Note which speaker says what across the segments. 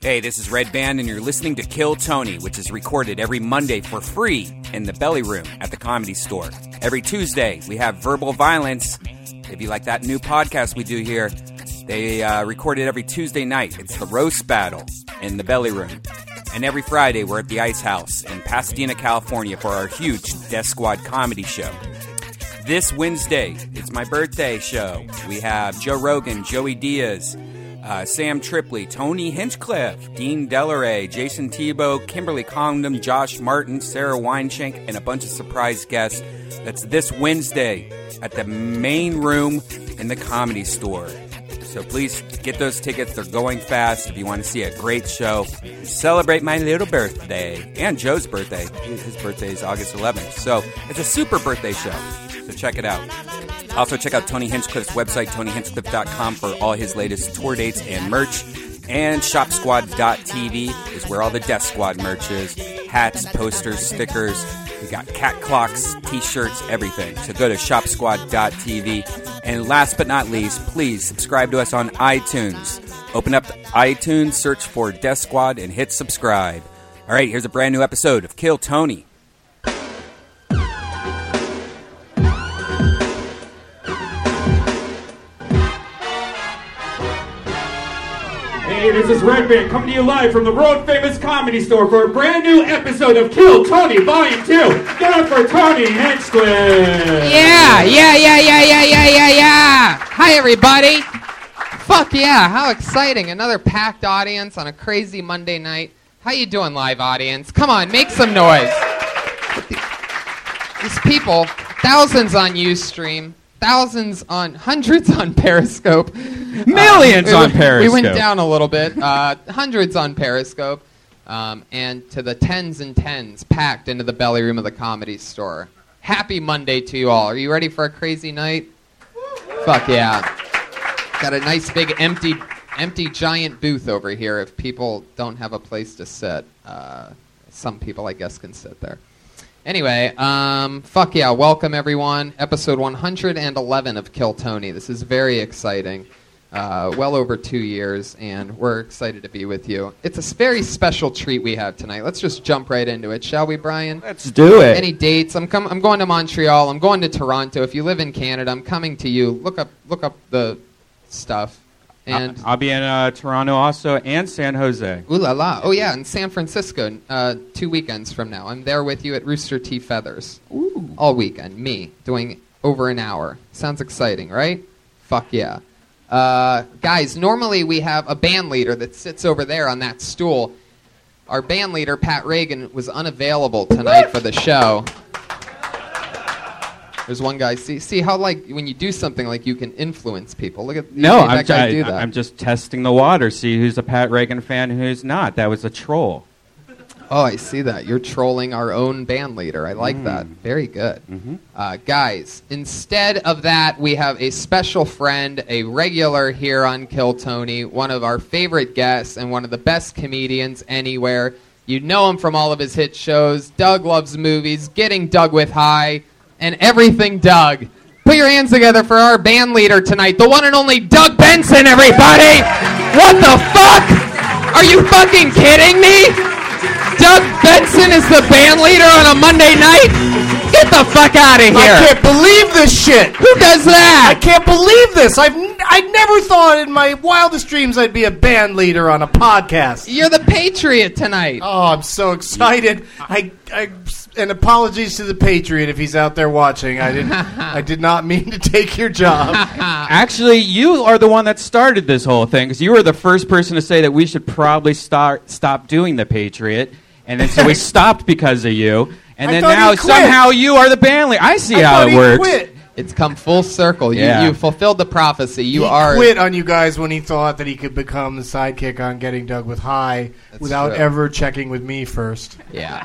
Speaker 1: Hey, this is Red Band, and you're listening to Kill Tony, which is recorded every Monday for free in the Belly Room at the Comedy Store. Every Tuesday, we have Verbal Violence. If you like that new podcast we do here, they uh, record it every Tuesday night. It's the Roast Battle in the Belly Room. And every Friday, we're at the Ice House in Pasadena, California for our huge Death Squad comedy show. This Wednesday, it's my birthday show. We have Joe Rogan, Joey Diaz, uh, Sam Tripley, Tony Hinchcliffe, Dean Delaray, Jason Tebow, Kimberly Congdon, Josh Martin, Sarah Weinschenk, and a bunch of surprise guests. That's this Wednesday at the main room in the comedy store. So please get those tickets. They're going fast. If you want to see a great show, celebrate my little birthday and Joe's birthday. His birthday is August 11th. So it's a super birthday show. So check it out. Also, check out Tony Hinchcliffe's website, tonyhinchcliffe.com, for all his latest tour dates and merch. And shopsquad.tv is where all the Death Squad merch is hats, posters, stickers. We got cat clocks, t shirts, everything. So go to shopsquad.tv. And last but not least, please subscribe to us on iTunes. Open up iTunes, search for Death Squad, and hit subscribe. All right, here's a brand new episode of Kill Tony.
Speaker 2: Hey, this is Red Band coming to you live from the world famous comedy store for a brand new episode of Kill Tony Volume 2. Get up for Tony Hinchcliffe!
Speaker 3: Yeah, yeah, yeah, yeah, yeah, yeah, yeah, yeah. Hi, everybody. Fuck yeah! How exciting! Another packed audience on a crazy Monday night. How you doing, live audience? Come on, make some noise. These people, thousands on UStream, thousands on hundreds on Periscope, Um,
Speaker 4: Millions
Speaker 3: we
Speaker 4: on
Speaker 3: went- We
Speaker 4: Periscope.
Speaker 3: went down a little bit. Uh, hundreds on Periscope, um, and to the tens and tens packed into the belly room of the Comedy Store. Happy Monday to you all. Are you ready for a crazy night? Fuck yeah. Got a nice big empty, empty giant booth over here. If people don't have a place to sit, uh, some people I guess can sit there. Anyway, um, fuck yeah, welcome everyone. Episode 111 of Kill Tony. This is very exciting. Uh, well over two years, and we're excited to be with you. It's a very special treat we have tonight. Let's just jump right into it, shall we, Brian?
Speaker 4: Let's do it.
Speaker 3: Any dates? I'm com- I'm going to Montreal. I'm going to Toronto. If you live in Canada, I'm coming to you. Look up look up the stuff. And
Speaker 4: I'll be in uh, Toronto also and San Jose.
Speaker 3: ooh la la. Oh yeah, in San Francisco, uh, two weekends from now. I'm there with you at Rooster Tea Feathers. Ooh. All weekend. Me doing over an hour. Sounds exciting, right? Fuck yeah. Uh, guys, normally we have a band leader that sits over there on that stool. Our band leader, Pat Reagan, was unavailable tonight for the show. There's one guy. See, see how like when you do something like you can influence people. Look at
Speaker 4: No,
Speaker 3: you made
Speaker 4: I'm,
Speaker 3: that
Speaker 4: ju-
Speaker 3: guy
Speaker 4: I-
Speaker 3: do that.
Speaker 4: I'm just testing the water, see who's a Pat Reagan fan, who's not. That was a troll.
Speaker 3: Oh, I see that. You're trolling our own band leader. I
Speaker 4: Hmm.
Speaker 3: like that. Very good.
Speaker 5: Mm-hmm.
Speaker 3: Uh, guys, instead of that, we have a special friend, a regular here on Kill Tony, one of our favorite guests and one of the best comedians anywhere. You know him from all of his hit shows. Doug loves movies, getting Doug with high, and everything Doug. Put your hands together for our band leader tonight, the one and only Doug Benson, everybody! What the fuck? Are you fucking kidding me? Doug Benson is the band leader on a Monday night? Get the fuck out of
Speaker 5: I
Speaker 3: here.
Speaker 5: can't believe this shit.
Speaker 3: Who does
Speaker 5: I
Speaker 3: that?
Speaker 5: can't believe this. I've n- I never thought in my wildest dreams I'd be a band leader on a podcast.
Speaker 3: You're the Patriot tonight.
Speaker 5: Oh, I'm so excited. I, I and apologies to the Patriot if he's out there watching. I didn't I did not mean to take your job.
Speaker 4: Actually, you are the one that started this whole thing because you were the first person to say that we should probably start stop doing the Patriot, and then so we stopped because of you. And
Speaker 5: I
Speaker 4: then
Speaker 5: thought
Speaker 4: now
Speaker 5: he quit.
Speaker 4: somehow Oh, you are the band leader. I see
Speaker 5: I
Speaker 4: how
Speaker 5: thought
Speaker 4: it
Speaker 5: he
Speaker 4: works.
Speaker 5: quit.
Speaker 3: It's come full circle. You,
Speaker 4: Yeah.
Speaker 3: you fulfilled the prophecy. You
Speaker 5: He
Speaker 3: are.
Speaker 5: quit on you guys when he thought that he could become the sidekick on Getting Doug with High without
Speaker 3: true.
Speaker 5: ever checking with me first.
Speaker 3: Yeah.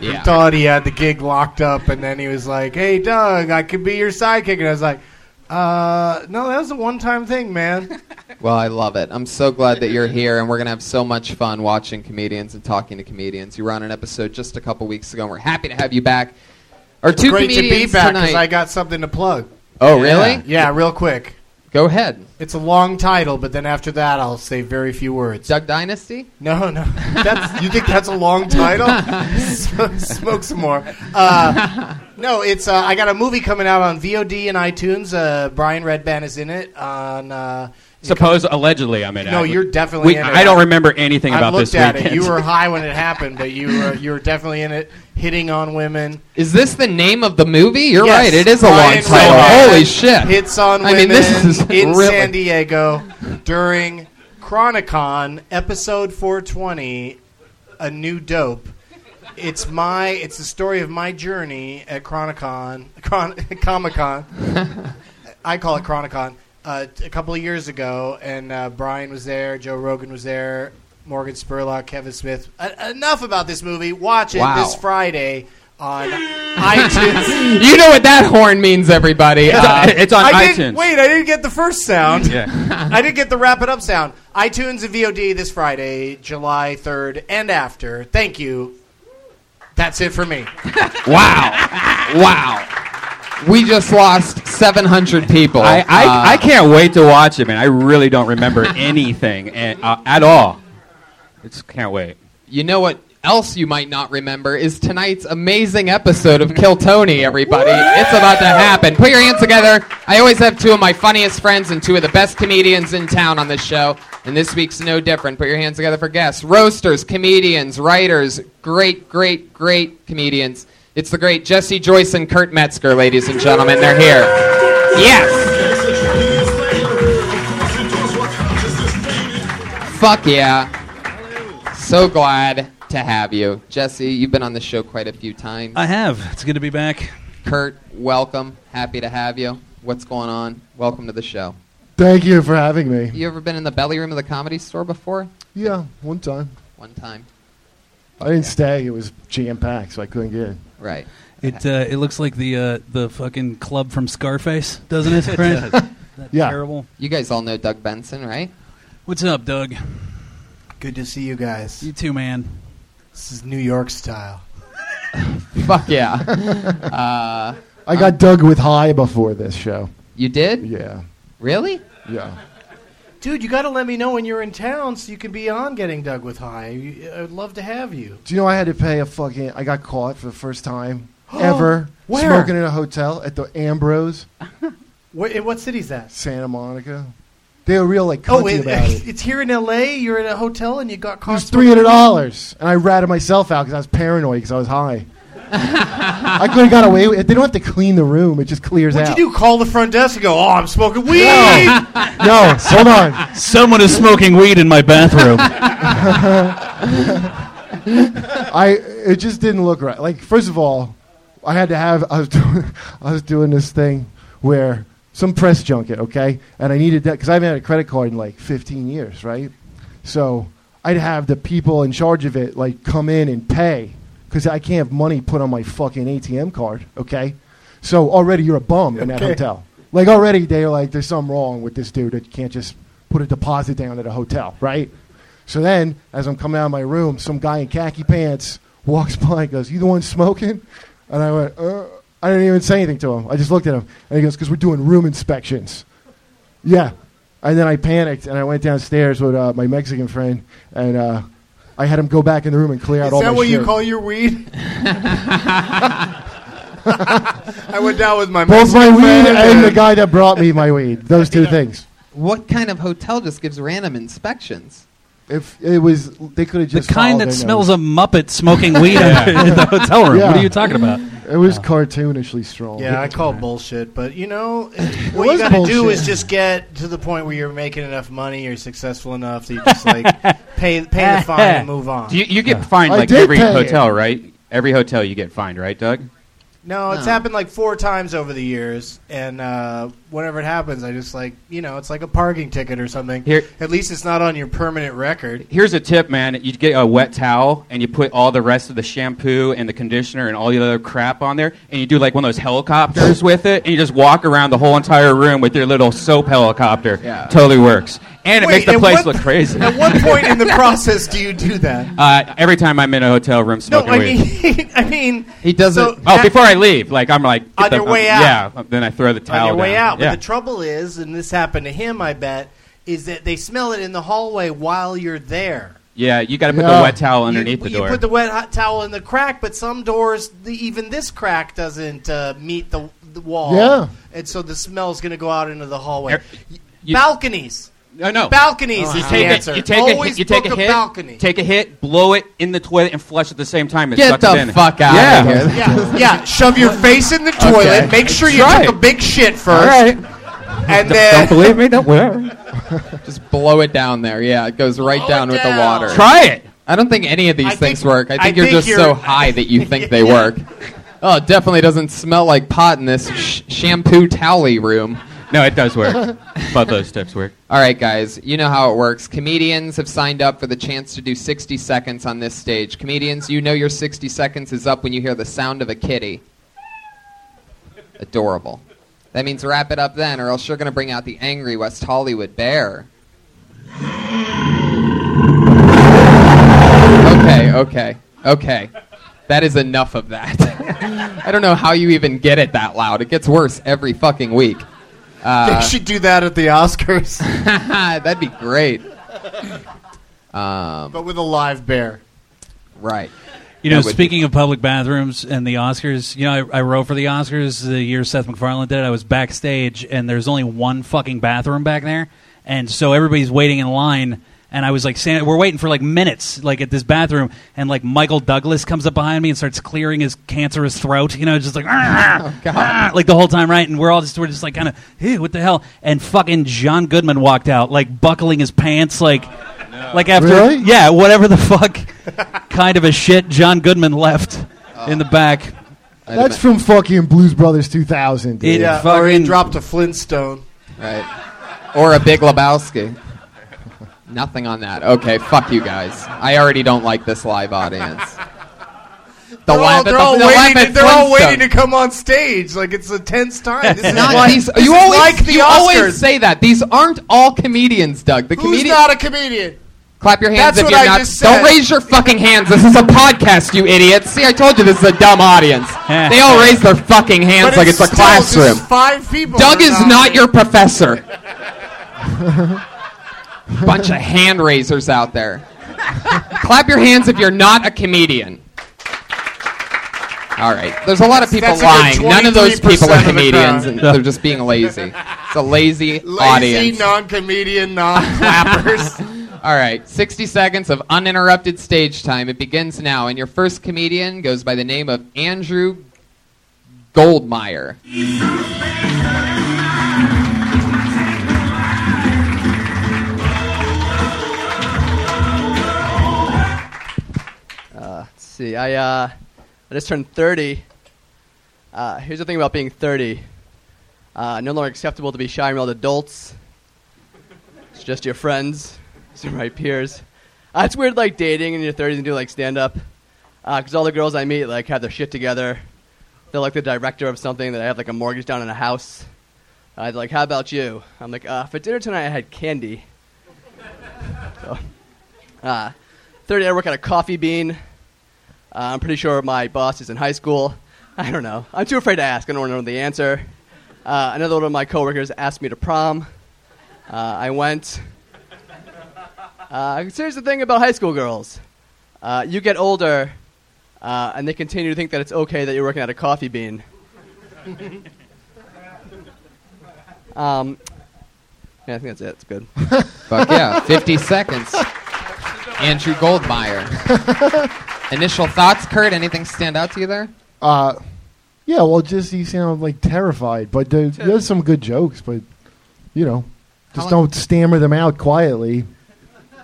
Speaker 5: He
Speaker 3: Yeah.
Speaker 5: thought he had the gig locked up, and then he was like, "Hey, Doug, I could be your sidekick," and I was like, "Uh, no, that was a one-time thing, man."
Speaker 3: Well, I love it. I'm so glad that you're here, and we're going to have so much fun watching comedians and talking to comedians. You were on an episode just a couple weeks ago, and we're happy to have you back. Our two
Speaker 5: Great to be
Speaker 3: comedians
Speaker 5: back
Speaker 3: tonight.
Speaker 5: I got something to plug.
Speaker 3: oh, really?
Speaker 5: Yeah, real quick.
Speaker 3: Go ahead.
Speaker 5: It's a long title, but then after that, I'll say very few words.
Speaker 3: Duck Dynasty?
Speaker 5: No, no. That's, you think that's a long title? S- Smoke some more. Uh, no, it's uh, I got a movie coming out on VOD and iTunes. Uh, Brian Redban is in it. On uh,
Speaker 4: Suppose allegedly I'm in.
Speaker 5: No,
Speaker 4: it.
Speaker 5: you're definitely
Speaker 4: We,
Speaker 5: in it.
Speaker 4: I don't remember anything
Speaker 5: I
Speaker 4: about
Speaker 5: looked
Speaker 4: this
Speaker 5: at
Speaker 4: weekend.
Speaker 5: it. You were high when it happened, but you were, you were definitely in it, hitting on women.
Speaker 3: Is this the name of the movie? You're
Speaker 5: Yes,
Speaker 3: right. It is a
Speaker 5: Brian
Speaker 3: long title.
Speaker 5: Redman
Speaker 3: Holy shit.
Speaker 5: Hits on
Speaker 3: I
Speaker 5: women
Speaker 3: mean, this is
Speaker 5: in
Speaker 3: really-
Speaker 5: San Diego during Chronicon episode 420, A New Dope. It's my it's the story of my journey at Chronicon, Chron- Comic Con. I call it Chronicon. Uh, t- a couple of years ago, and uh, Brian was there, Joe Rogan was there, Morgan Spurlock, Kevin Smith. Uh, enough about this movie. Watch it
Speaker 3: Wow.
Speaker 5: this Friday on iTunes.
Speaker 3: You know what that horn means, everybody. Uh,
Speaker 4: it's on
Speaker 5: I
Speaker 4: iTunes.
Speaker 5: Didn't, wait, I didn't get the first sound.
Speaker 4: Yeah.
Speaker 5: I didn't get the wrap it up sound. iTunes and VOD this Friday, July 3rd and after. Thank you. That's it for me.
Speaker 4: Wow. Wow.
Speaker 3: we just lost 700 people.
Speaker 4: I, I,
Speaker 3: Uh,
Speaker 4: I can't wait to watch it, man. I really don't remember anything and, uh, at all. It's can't wait.
Speaker 3: You know what else you might not remember is tonight's amazing episode of Kill Tony, everybody. It's about to happen. Put your hands together. I always have two of my funniest friends and two of the best comedians in town on this show, and this week's no different. Put your hands together for guests, roasters, comedians, writers, great, great, great comedians. It's the great Jesse Joyce and Kurt Metzger, ladies and gentlemen. They're here. Yes! Fuck yeah. So glad to have you. Jesse, you've been on the show quite a few times.
Speaker 6: I have. It's good to be back.
Speaker 3: Kurt, welcome. Happy to have you. What's going on? Welcome to the show.
Speaker 7: Thank you for having me.
Speaker 3: You ever been in the belly room of the comedy store before?
Speaker 7: Yeah, one time.
Speaker 3: One time.
Speaker 7: I didn't stay. It was jam packed, so I couldn't get in.
Speaker 3: Right.
Speaker 6: It uh, it looks like the uh, the fucking club from Scarface, doesn't it? Right? That
Speaker 7: Yeah.
Speaker 6: Terrible.
Speaker 3: You guys all know Doug Benson, right?
Speaker 6: What's up, Doug?
Speaker 5: Good to see you guys.
Speaker 6: You too, man.
Speaker 5: This is New York style.
Speaker 3: Fuck yeah. uh,
Speaker 7: I got dug with high before this show.
Speaker 3: you did?
Speaker 7: Yeah,
Speaker 3: Really?
Speaker 7: yeah.
Speaker 5: Dude, you got to let me know when you're in town so you can be on Getting Dug with High. You- I'd love to have you.
Speaker 7: Do you know I had to pay a fucking? I got caught for the first time ever
Speaker 5: Where?
Speaker 7: smoking in a hotel at the Ambrose,
Speaker 5: What, what city's that?
Speaker 7: Santa Monica. They were real like cunty
Speaker 5: Oh, it,
Speaker 7: about it. It
Speaker 5: it's here in L.A. You're in a hotel and you got caught.
Speaker 7: was three hundred dollars, and I ratted myself out because I was paranoid because I was high. I could have got away with it. They don't have to clean the room; it just clears
Speaker 5: What'd
Speaker 7: out.
Speaker 5: you do? Call the front desk and go, "Oh, I'm smoking weed."
Speaker 7: No, hold on.
Speaker 6: Someone is smoking weed in my bathroom.
Speaker 7: I it just didn't look right. Like first of all, I had to have I was doing, I was doing this thing where some press junket, okay, and I needed that because I haven't had a credit card in like 15 years, right? So I'd have the people in charge of it like come in and pay because I can't have money put on my fucking ATM card, okay? So already you're a bum in that hotel. Like already they're like there's something wrong with this dude that can't just put a deposit down at a hotel, right? So then, as I'm coming out of my room, some guy in khaki pants walks by and goes, You the one smoking? And I went, uh, I didn't even say anything to him. I just looked at him. And he goes, Because we're doing room inspections. Yeah. And then I panicked and I went downstairs with uh, my Mexican friend and uh, I had him go back in the room and clear out
Speaker 5: Is
Speaker 7: all
Speaker 5: that
Speaker 7: my
Speaker 5: what you
Speaker 7: shit.
Speaker 5: call your weed? I went down with my
Speaker 7: Both my
Speaker 5: Mexican
Speaker 7: weed
Speaker 5: friend
Speaker 7: and the guy that brought me my weed. Those two things.
Speaker 3: What kind of hotel just gives random inspections?
Speaker 7: If it was, they could have
Speaker 6: the
Speaker 7: just
Speaker 6: kind
Speaker 7: followed
Speaker 6: that
Speaker 7: their
Speaker 6: smells
Speaker 7: nose.
Speaker 6: a Muppet smoking weed in the hotel room. What
Speaker 7: Yeah.
Speaker 6: are you talking about?
Speaker 7: It was cartoonishly strong.
Speaker 5: Yeah, I call bullshit, but you know, what you
Speaker 7: was
Speaker 5: got to do
Speaker 7: bullshit.
Speaker 5: is just get to the point where you're making enough money, you're successful enough that you just like pay pay the fine and move on.
Speaker 4: Do you, you get fined
Speaker 7: I
Speaker 4: like
Speaker 7: did
Speaker 4: every
Speaker 7: pay it.
Speaker 4: hotel, right? Every hotel you get fined, right, Doug?
Speaker 5: no, it's
Speaker 3: No.
Speaker 5: happened like four times over the years, and uh, whenever it happens, I just like you know, it's like a parking ticket or something.
Speaker 4: Here-
Speaker 5: At least it's not on your permanent record.
Speaker 4: Here's a tip, man. You get a wet towel and you put all the rest of the shampoo and the conditioner and all the other crap on there, and you do like one of those helicopters with it, and you just walk around the whole entire room with your little soap helicopter.
Speaker 3: Yeah.
Speaker 4: Totally works, and it
Speaker 5: Wait,
Speaker 4: makes the
Speaker 5: at
Speaker 4: place
Speaker 5: what-
Speaker 4: look crazy.
Speaker 5: At what point in the process do you do that?
Speaker 4: Uh, every time I'm in a hotel room
Speaker 5: No,
Speaker 4: smoking
Speaker 5: I
Speaker 4: weed.
Speaker 5: mean, I mean,
Speaker 3: He does
Speaker 5: so
Speaker 3: it-
Speaker 4: Oh,
Speaker 5: at-
Speaker 4: before I leave, like I'm like get
Speaker 5: On
Speaker 4: the-
Speaker 5: your way
Speaker 4: um,
Speaker 5: out.
Speaker 4: Yeah, then I throw the towel
Speaker 5: on your way
Speaker 4: down.
Speaker 5: out. But
Speaker 4: Yeah.
Speaker 5: the trouble is, and this happened to him, I bet, is that they smell it in the hallway while you're there.
Speaker 4: Yeah, you got to put
Speaker 7: Yeah.
Speaker 4: the wet towel underneath
Speaker 5: you,
Speaker 4: the
Speaker 5: you
Speaker 4: door.
Speaker 5: put the wet hot towel in the crack, but some doors, the, even this crack doesn't uh, meet the, the wall.
Speaker 7: Yeah.
Speaker 5: and so the smell's going to go out into the hallway.
Speaker 4: Er- you-
Speaker 5: balconies,
Speaker 4: no, no.
Speaker 5: balconies
Speaker 4: you
Speaker 5: is the
Speaker 4: take
Speaker 5: answer.
Speaker 4: a, you take
Speaker 5: Always
Speaker 4: a, you take
Speaker 5: book
Speaker 4: a hit,
Speaker 5: balcony.
Speaker 4: take a hit, blow it in the toilet, and flush at the same time. It
Speaker 3: Get
Speaker 4: sucks it in.
Speaker 3: the fuck out
Speaker 4: Yeah.
Speaker 3: of here.
Speaker 5: yeah, yeah. Shove your face in the toilet.
Speaker 3: Okay.
Speaker 5: Make sure you
Speaker 4: Try
Speaker 5: took
Speaker 4: it.
Speaker 5: a big shit first,
Speaker 4: All right.
Speaker 5: and then
Speaker 4: believe me? Don't worry.
Speaker 3: Just blow it down there. Yeah, it goes right
Speaker 5: Blow
Speaker 3: down
Speaker 5: it
Speaker 3: with
Speaker 5: down.
Speaker 3: the water.
Speaker 4: Try it.
Speaker 3: I don't think any of these
Speaker 5: I
Speaker 3: things
Speaker 5: think-
Speaker 3: work. I
Speaker 5: I
Speaker 3: think you're
Speaker 5: think
Speaker 3: just
Speaker 5: you're-
Speaker 3: so high that you think they
Speaker 5: Yeah.
Speaker 3: work. Oh, it definitely doesn't smell like pot in this sh- shampoo towel room.
Speaker 4: No, it does work. Both those tips work.
Speaker 3: All right, guys, you know how it works. Comedians have signed up for the chance to do 60 seconds on this stage. Comedians, you know your 60 seconds is up when you hear the sound of a kitty. Adorable. That means wrap it up then, or else you're going to bring out the angry West Hollywood bear. Okay, okay, okay. That is enough of that. I don't know how you even get it that loud. It gets worse every fucking week. Uh,
Speaker 5: they should do that at the Oscars,
Speaker 3: That'd be great.
Speaker 5: but with a live bear.
Speaker 3: Right.
Speaker 6: You know,
Speaker 3: That would be-
Speaker 6: speaking of public bathrooms and the Oscars, you know, I, I wrote for the Oscars the year Seth MacFarlane did it. I was backstage, and there's only one fucking bathroom back there, and so everybody's waiting in line. And I was like, standing, we're waiting for like minutes, like at this bathroom, and like Michael Douglas comes up behind me and starts clearing his cancerous throat, you know, just like, "Ah, ah," like the whole time, right? And we're all just, we're just like, kind of, hey, what the hell? And fucking John Goodman walked out, like buckling his pants, like,
Speaker 5: Oh,
Speaker 6: like after,
Speaker 7: Really?
Speaker 6: yeah, whatever the fuck. kind of a shit. John Goodman left
Speaker 5: Oh.
Speaker 6: in the back.
Speaker 7: That's from fucking Blues Brothers 2000, dude.
Speaker 6: It-
Speaker 5: Yeah, or he
Speaker 6: Fucking-
Speaker 5: dropped a Flintstone.
Speaker 3: Right. Or a Big Lebowski. Nothing on that. Okay, fuck you guys. I already don't like this live audience. The
Speaker 5: They're all,
Speaker 3: laugh
Speaker 5: Oh, they're
Speaker 3: at
Speaker 5: all
Speaker 3: the, the laugh
Speaker 5: waiting,
Speaker 3: at
Speaker 5: to, they're all
Speaker 3: Flintstone.
Speaker 5: waiting to come on stage. Like it's the tense time. This is
Speaker 3: Not
Speaker 5: like,
Speaker 3: these-
Speaker 5: this
Speaker 3: you
Speaker 5: is
Speaker 3: always,
Speaker 5: like the
Speaker 3: you
Speaker 5: Oscars.
Speaker 3: always say that. These aren't all comedians, Doug. The
Speaker 5: Who's
Speaker 3: comedians.
Speaker 5: not a comedian?
Speaker 3: clap your hands
Speaker 5: That's
Speaker 3: if
Speaker 5: what
Speaker 3: you're
Speaker 5: I
Speaker 3: not.
Speaker 5: just said.
Speaker 3: Don't raise your fucking hands. This is a podcast, you idiots. See, I told you this is a dumb audience. they all raise their fucking hands
Speaker 5: But
Speaker 3: like it's, a
Speaker 5: still just
Speaker 3: classroom.
Speaker 5: Five people.
Speaker 3: Doug
Speaker 5: They're
Speaker 3: is not your professor. Bunch of hand raisers out there. Clap your hands if you're not a comedian. All right. There's a lot of people
Speaker 5: That's a
Speaker 3: lying.
Speaker 5: good
Speaker 3: None of those people are
Speaker 5: 23% of the
Speaker 3: comedians,
Speaker 5: crowd.
Speaker 3: and they're just being lazy. It's a lazy,
Speaker 5: lazy
Speaker 3: audience.
Speaker 5: non-comedian non-clappers.
Speaker 3: All right. 60 seconds of uninterrupted stage time. It begins now, and your first comedian goes by the name of Andrew Goldmeyer.
Speaker 8: Let's see, I uh, I just turned 30. Uh, here's the thing about being 30. Uh, no longer acceptable to be shy around adults. It's just your friends, it's your right peers. Uh, it's weird, like dating in your 30s and do like stand up, because all the girls I meet like have their shit together. They're like the director of something that I have like a mortgage down on a house. Uh, they're like, "How about you?" I'm like, uh, "For dinner tonight, I had candy." So, uh, 30, I work at a coffee bean. Uh, I'm pretty sure my boss is in high school. I don't know. I'm too afraid to ask. I don't know the answer. Uh, another one of my coworkers asked me to prom. Uh, I went. Uh, 'cause here's the thing about high school girls uh, you get older, uh, and they continue to think that it's okay that you're working at a coffee bean. um, yeah, I think that's it. It's good.
Speaker 3: Fuck yeah. 50 seconds. Andrew Goldmeyer. Initial thoughts, Kurt? Anything stand out to you there?
Speaker 7: Uh, yeah, well, just you sound like terrified, but there, there's some good jokes, but you know, just
Speaker 3: How long-
Speaker 7: don't stammer them out quietly.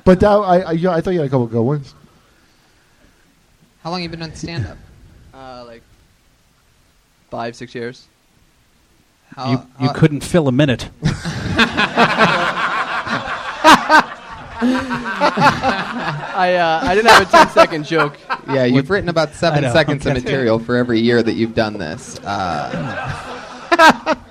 Speaker 7: But that, I, I, yeah, I thought you had a couple good ones.
Speaker 3: How long you been on stand up?
Speaker 8: Uh, like five, six years.
Speaker 3: How,
Speaker 6: you you
Speaker 5: Uh,
Speaker 3: how-
Speaker 6: couldn't fill a minute. ah,
Speaker 8: I uh, I didn't have a 10 second joke.
Speaker 3: Yeah, you've written about seven
Speaker 6: know,
Speaker 3: seconds of
Speaker 6: okay.
Speaker 3: material for every year that you've done this. Uh,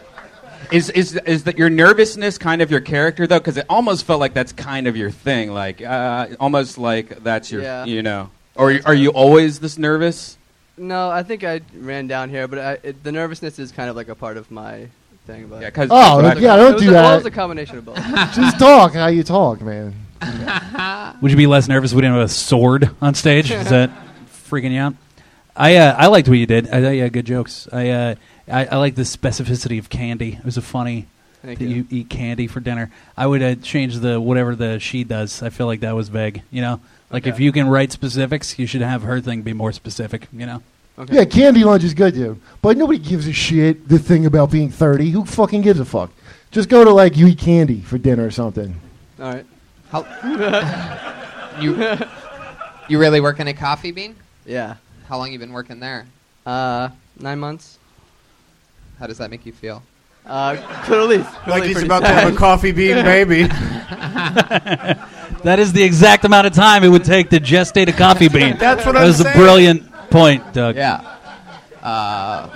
Speaker 4: Is is is that your nervousness kind of your character though? Because it almost felt like that's kind of your thing, like uh, almost like that's your,
Speaker 8: Yeah.
Speaker 4: you know. Or are you always this nervous?
Speaker 8: No, I think I ran down here, but I, it, the nervousness is kind of like a part of my thing, but
Speaker 4: Yeah, 'cause-
Speaker 7: Oh,
Speaker 4: that's what I-
Speaker 7: yeah,
Speaker 8: it
Speaker 7: don't
Speaker 8: was
Speaker 7: do
Speaker 8: a, Well, it
Speaker 7: that.
Speaker 8: was a combination of both.
Speaker 7: Just talk how you talk, man.
Speaker 6: Would you be less nervous if we didn't have a sword on stage? Is that freaking you out? I uh, I liked what you did. I thought you had good jokes. I uh, I, I like the specificity of candy. It was a funny
Speaker 8: Thank
Speaker 6: that
Speaker 8: you.
Speaker 6: you. eat candy for dinner. I would uh, change the whatever the she does. I feel like that was vague. You know, like if you can write specifics, you should have her thing be more specific. You know,
Speaker 8: Okay.
Speaker 7: Yeah, candy lunch is good, dude. But nobody gives a shit the thing about being 30. Who fucking gives a fuck? Just go to like you eat candy for dinner or something.
Speaker 8: All right.
Speaker 3: You, you really working at Coffee Bean?
Speaker 8: Yeah.
Speaker 3: How long you been working there?
Speaker 8: Uh, nine months.
Speaker 3: How does that make you feel?
Speaker 8: Uh, clearly,
Speaker 5: Like
Speaker 8: clearly
Speaker 5: he's
Speaker 8: pretty
Speaker 5: about to have a
Speaker 8: sad.
Speaker 5: coffee bean baby.
Speaker 6: that is the exact amount of time it would take to gestate a coffee bean.
Speaker 5: That's what
Speaker 6: that
Speaker 5: I'm
Speaker 6: was
Speaker 5: saying.
Speaker 6: a brilliant point, Doug.
Speaker 3: Yeah. Uh,
Speaker 4: Are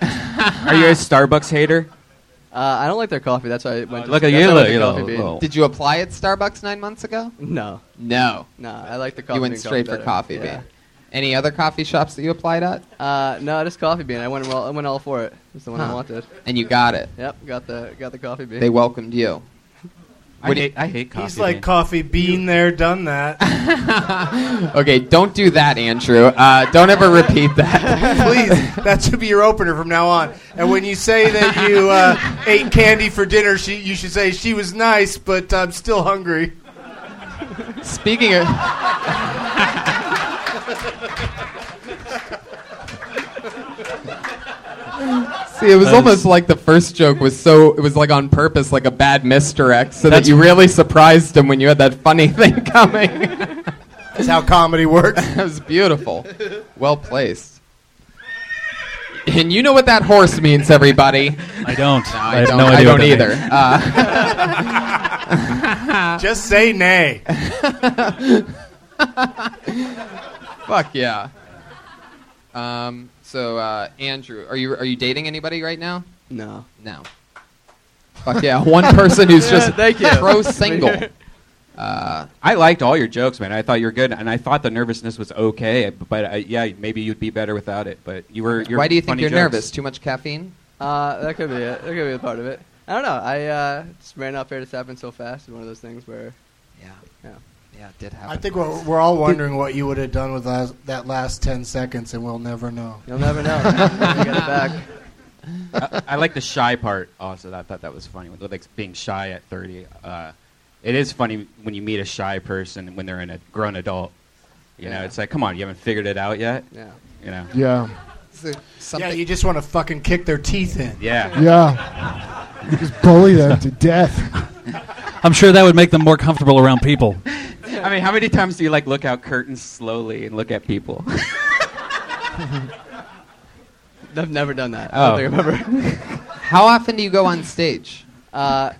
Speaker 4: you a Starbucks hater?
Speaker 8: Uh, I don't like their coffee. That's why I went.
Speaker 4: Uh,
Speaker 8: to,
Speaker 4: look at
Speaker 8: that's
Speaker 4: you,
Speaker 8: why I went
Speaker 4: look,
Speaker 8: to
Speaker 4: you
Speaker 8: Coffee
Speaker 4: know,
Speaker 8: Bean.
Speaker 4: little-
Speaker 3: Did you apply at Starbucks nine months ago?
Speaker 8: No,
Speaker 3: No.
Speaker 8: no, I like the coffee.
Speaker 3: you went
Speaker 8: Bean
Speaker 3: straight for
Speaker 8: better.
Speaker 3: Coffee
Speaker 8: Yeah.
Speaker 3: Bean. Any other coffee shops that you applied at?
Speaker 8: Uh, no, just coffee bean. I went well. I went all for it. It's the one I
Speaker 3: Huh.
Speaker 8: wanted.
Speaker 3: And you got it.
Speaker 8: Yep, got the got the coffee bean.
Speaker 3: They welcomed you.
Speaker 4: I
Speaker 3: What do you-
Speaker 4: hate, I hate coffee.
Speaker 5: He's like
Speaker 4: man.
Speaker 5: coffee bean there, done that.
Speaker 3: Okay, don't do that, Andrew. Uh, don't ever repeat that.
Speaker 5: Please, that should be your opener from now on. And when you say that you uh, ate candy for dinner, she, you should say she was nice, but I'm still hungry.
Speaker 3: Oh, Speaking of. See, it was almost like the first joke was so. It was like on purpose, like a bad misdirect, so that you really surprised him when you had that funny thing coming.
Speaker 5: That's how comedy works.
Speaker 3: That was beautiful. Well placed. And you know what that horse means, everybody.
Speaker 6: I don't.
Speaker 3: I,
Speaker 6: have
Speaker 3: don't,
Speaker 6: no idea
Speaker 3: I
Speaker 6: what
Speaker 3: don't
Speaker 6: that
Speaker 3: either.
Speaker 6: means.
Speaker 3: Uh,
Speaker 5: Just say nay.
Speaker 3: fuck yeah. Um, so, uh, Andrew, are you are you dating anybody right now?
Speaker 8: no.
Speaker 3: No. Fuck yeah, one person who's just
Speaker 8: Thank you.
Speaker 3: pro single.
Speaker 4: Uh, I liked all your jokes, man. I thought you were good, and I thought the nervousness was okay. But I, yeah, maybe you'd be better without it. But you were. You're
Speaker 3: Why do you think
Speaker 4: funny
Speaker 3: you're
Speaker 4: jokes.
Speaker 3: nervous? Too much caffeine?
Speaker 8: Uh, that could be it. That could be a part of it. I don't know. I uh, just ran out there. This happened so fast. It's one of those things where
Speaker 3: Yeah,
Speaker 8: yeah.
Speaker 3: yeah, it did happen.
Speaker 5: I think we're, we're all wondering what you would have done with us- that last 10 seconds, and we'll never know.
Speaker 8: you'll never know. you get it back.
Speaker 4: I, I like the shy part also. I thought that was funny. With, like being shy at 30. Uh, it is funny when you meet a shy person when they're in a grown adult. You
Speaker 8: Yeah.
Speaker 4: know, it's like, come on, you haven't figured it out yet.
Speaker 8: Yeah.
Speaker 4: You know.
Speaker 7: Yeah.
Speaker 3: something.
Speaker 5: Yeah, you just want to fucking kick their teeth in.
Speaker 4: Yeah.
Speaker 7: Yeah. Just bully them to death.
Speaker 6: I'm sure that would make them more comfortable around people.
Speaker 4: I mean, how many times do you like look out curtains slowly and look at people?
Speaker 8: I've never done that.
Speaker 4: Oh.
Speaker 8: I don't think I've ever.
Speaker 3: How often do you go on stage?
Speaker 8: Uh,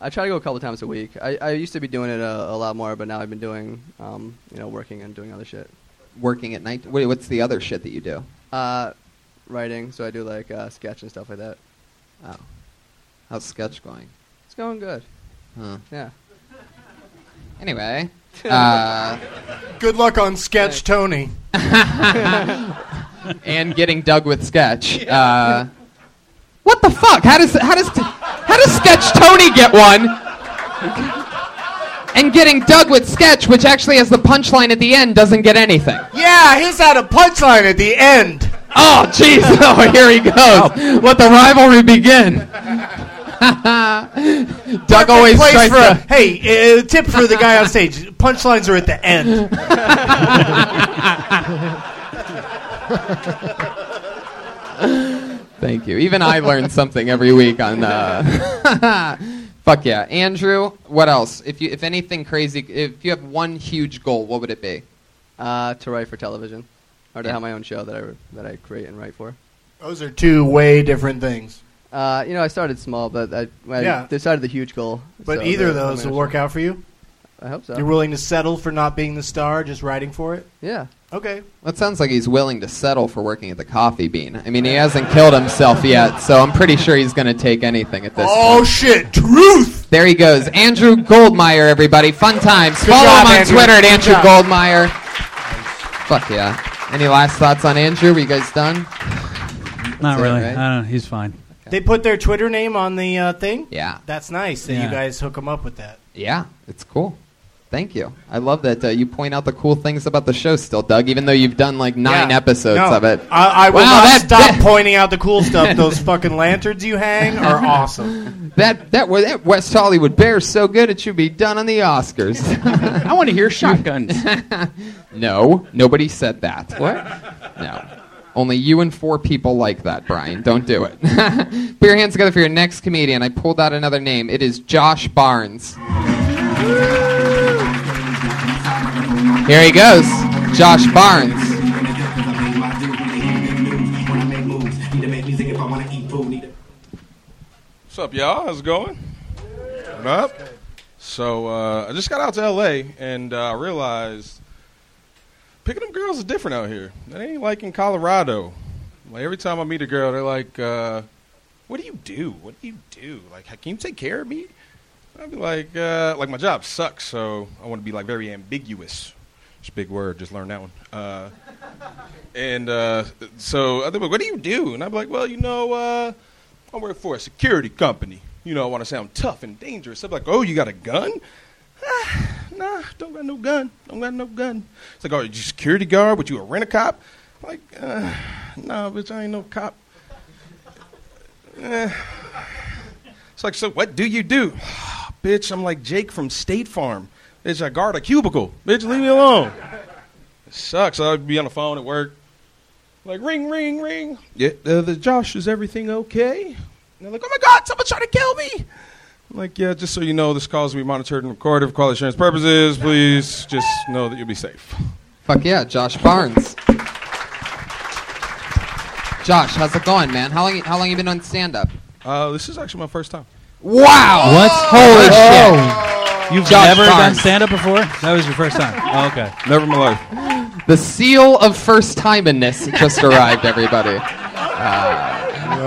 Speaker 8: I try to go a couple times a week. I, I used to be doing it a, a lot more, but now I've been doing, um, you know, working and doing other shit.
Speaker 3: Working at night. Wait, what's the other shit that you do?
Speaker 8: Uh, writing, so I do like uh, sketch and stuff like that.
Speaker 3: Oh, how's sketch going?
Speaker 8: It's going good.
Speaker 3: Huh.
Speaker 8: Yeah.
Speaker 3: Anyway, uh,
Speaker 5: Good luck on Sketch Tony.
Speaker 3: and getting dug with sketch. Uh, what the fuck? How does how does how does sketch Tony get one? And getting dug with sketch, which actually has the punchline at the end, doesn't get anything.
Speaker 5: Yeah, his had a punchline at the end. Oh.
Speaker 3: Oh, jeez. Oh, here he goes. Let the rivalry begin. Doug always
Speaker 5: place
Speaker 3: tries
Speaker 5: for a,
Speaker 3: to.
Speaker 5: hey, uh, tip for the guy on stage. Punchlines are at the end.
Speaker 3: Thank you. Even I learn something every week on. Uh... Fuck yeah, Andrew. What else? If you, if anything crazy, if you have one huge goal, what would it be?
Speaker 8: Uh, to write for television, or to
Speaker 3: Yeah.
Speaker 8: have my own show that I that I create and write for.
Speaker 5: Those are two way different things.
Speaker 8: Uh, you know, I started small, but I, I
Speaker 5: Yeah.
Speaker 8: decided the huge goal.
Speaker 5: But
Speaker 8: so
Speaker 5: either of
Speaker 8: the- I
Speaker 5: those will
Speaker 8: managed-
Speaker 5: work out for you.
Speaker 8: I hope so.
Speaker 5: You're willing to settle for not being the star, just writing for it?
Speaker 8: yeah.
Speaker 5: Okay.
Speaker 3: That sounds like he's willing to settle for working at the coffee bean. I mean, he hasn't killed himself yet, so I'm pretty sure he's going to take anything at this
Speaker 5: Oh,
Speaker 3: point.
Speaker 5: shit. Truth.
Speaker 3: There he goes. Andrew Goldmeyer, everybody. Fun times. Follow
Speaker 5: job,
Speaker 3: him on
Speaker 5: Andrew.
Speaker 3: Twitter at
Speaker 5: Good
Speaker 3: Andrew
Speaker 5: job.
Speaker 3: Goldmeyer. Fuck yeah. Any last thoughts on Andrew? Were you guys done?
Speaker 6: Not
Speaker 3: it,
Speaker 6: really.
Speaker 3: right?
Speaker 6: I don't know. He's fine.
Speaker 5: They put their Twitter name on the uh, thing.
Speaker 3: Yeah.
Speaker 5: That's nice that
Speaker 6: Yeah.
Speaker 5: you guys hook them up with that.
Speaker 3: Yeah, it's cool. Thank you. I love that uh, you point out the cool things about the show still, Doug, even though you've done like nine
Speaker 5: Yeah.
Speaker 3: episodes
Speaker 5: No,
Speaker 3: of it.
Speaker 5: I, I will
Speaker 3: Wow,
Speaker 5: not
Speaker 3: that-
Speaker 5: stop pointing out the cool stuff. Those fucking lanterns you hang are awesome.
Speaker 3: That, that, wa- that West Hollywood Bear's so good it should be done on the Oscars.
Speaker 4: I want to hear shotguns.
Speaker 3: no, nobody said that. What? No. Only you and four people like that, Brian. Don't do it. Put your hands together for your next comedian. I pulled out another name. It is Josh Barnes. Here he goes. Josh Barnes.
Speaker 9: What's up, y'all? How's it going? What up? So uh, I just got out to LA and uh, I realized picking up girls is different out here. It ain't like in Colorado. Like every time I meet a girl, they're like, uh, "What do you do? What do you do? Like, can you take care of me?" I'd be like, uh, "Like my job sucks, so I want to be like very ambiguous." It's a big word. Just learned that one. Uh, and uh, so I think, what do you do? And I'm like, well, you know, uh, I work for a security company. You know, I want to sound tough and dangerous. I'm like, oh, you got a gun? Ah, nah, don't got no gun. Don't got no gun. It's like, oh, you security guard? Would you a rent a cop? I'm like, uh, nah, bitch, I ain't no cop. Eh. It's like, so what do you do? bitch, I'm like Jake from State Farm. Bitch, I guard a cubicle. Bitch, leave me alone. It sucks. I'd be on the phone at work. Like, ring, ring, ring. Yeah, uh, the Josh, is everything okay? And they're like, oh my God, someone's trying to kill me. I'm like, yeah, just so you know, this call is to be monitored and recorded for quality assurance purposes. Please just know that you'll be safe.
Speaker 3: Fuck yeah, Josh Barnes. Josh, how's it going, man? How long how long you been on stand up?
Speaker 9: Uh, this is actually my first time.
Speaker 3: Wow.
Speaker 6: What? Holy
Speaker 7: Oh,
Speaker 6: shit! You've
Speaker 3: Josh
Speaker 6: never done
Speaker 3: Barnes.
Speaker 6: stand up before? That was your first time. Oh, okay.
Speaker 9: Never in my life.
Speaker 3: The seal of first timeingness just arrived, everybody.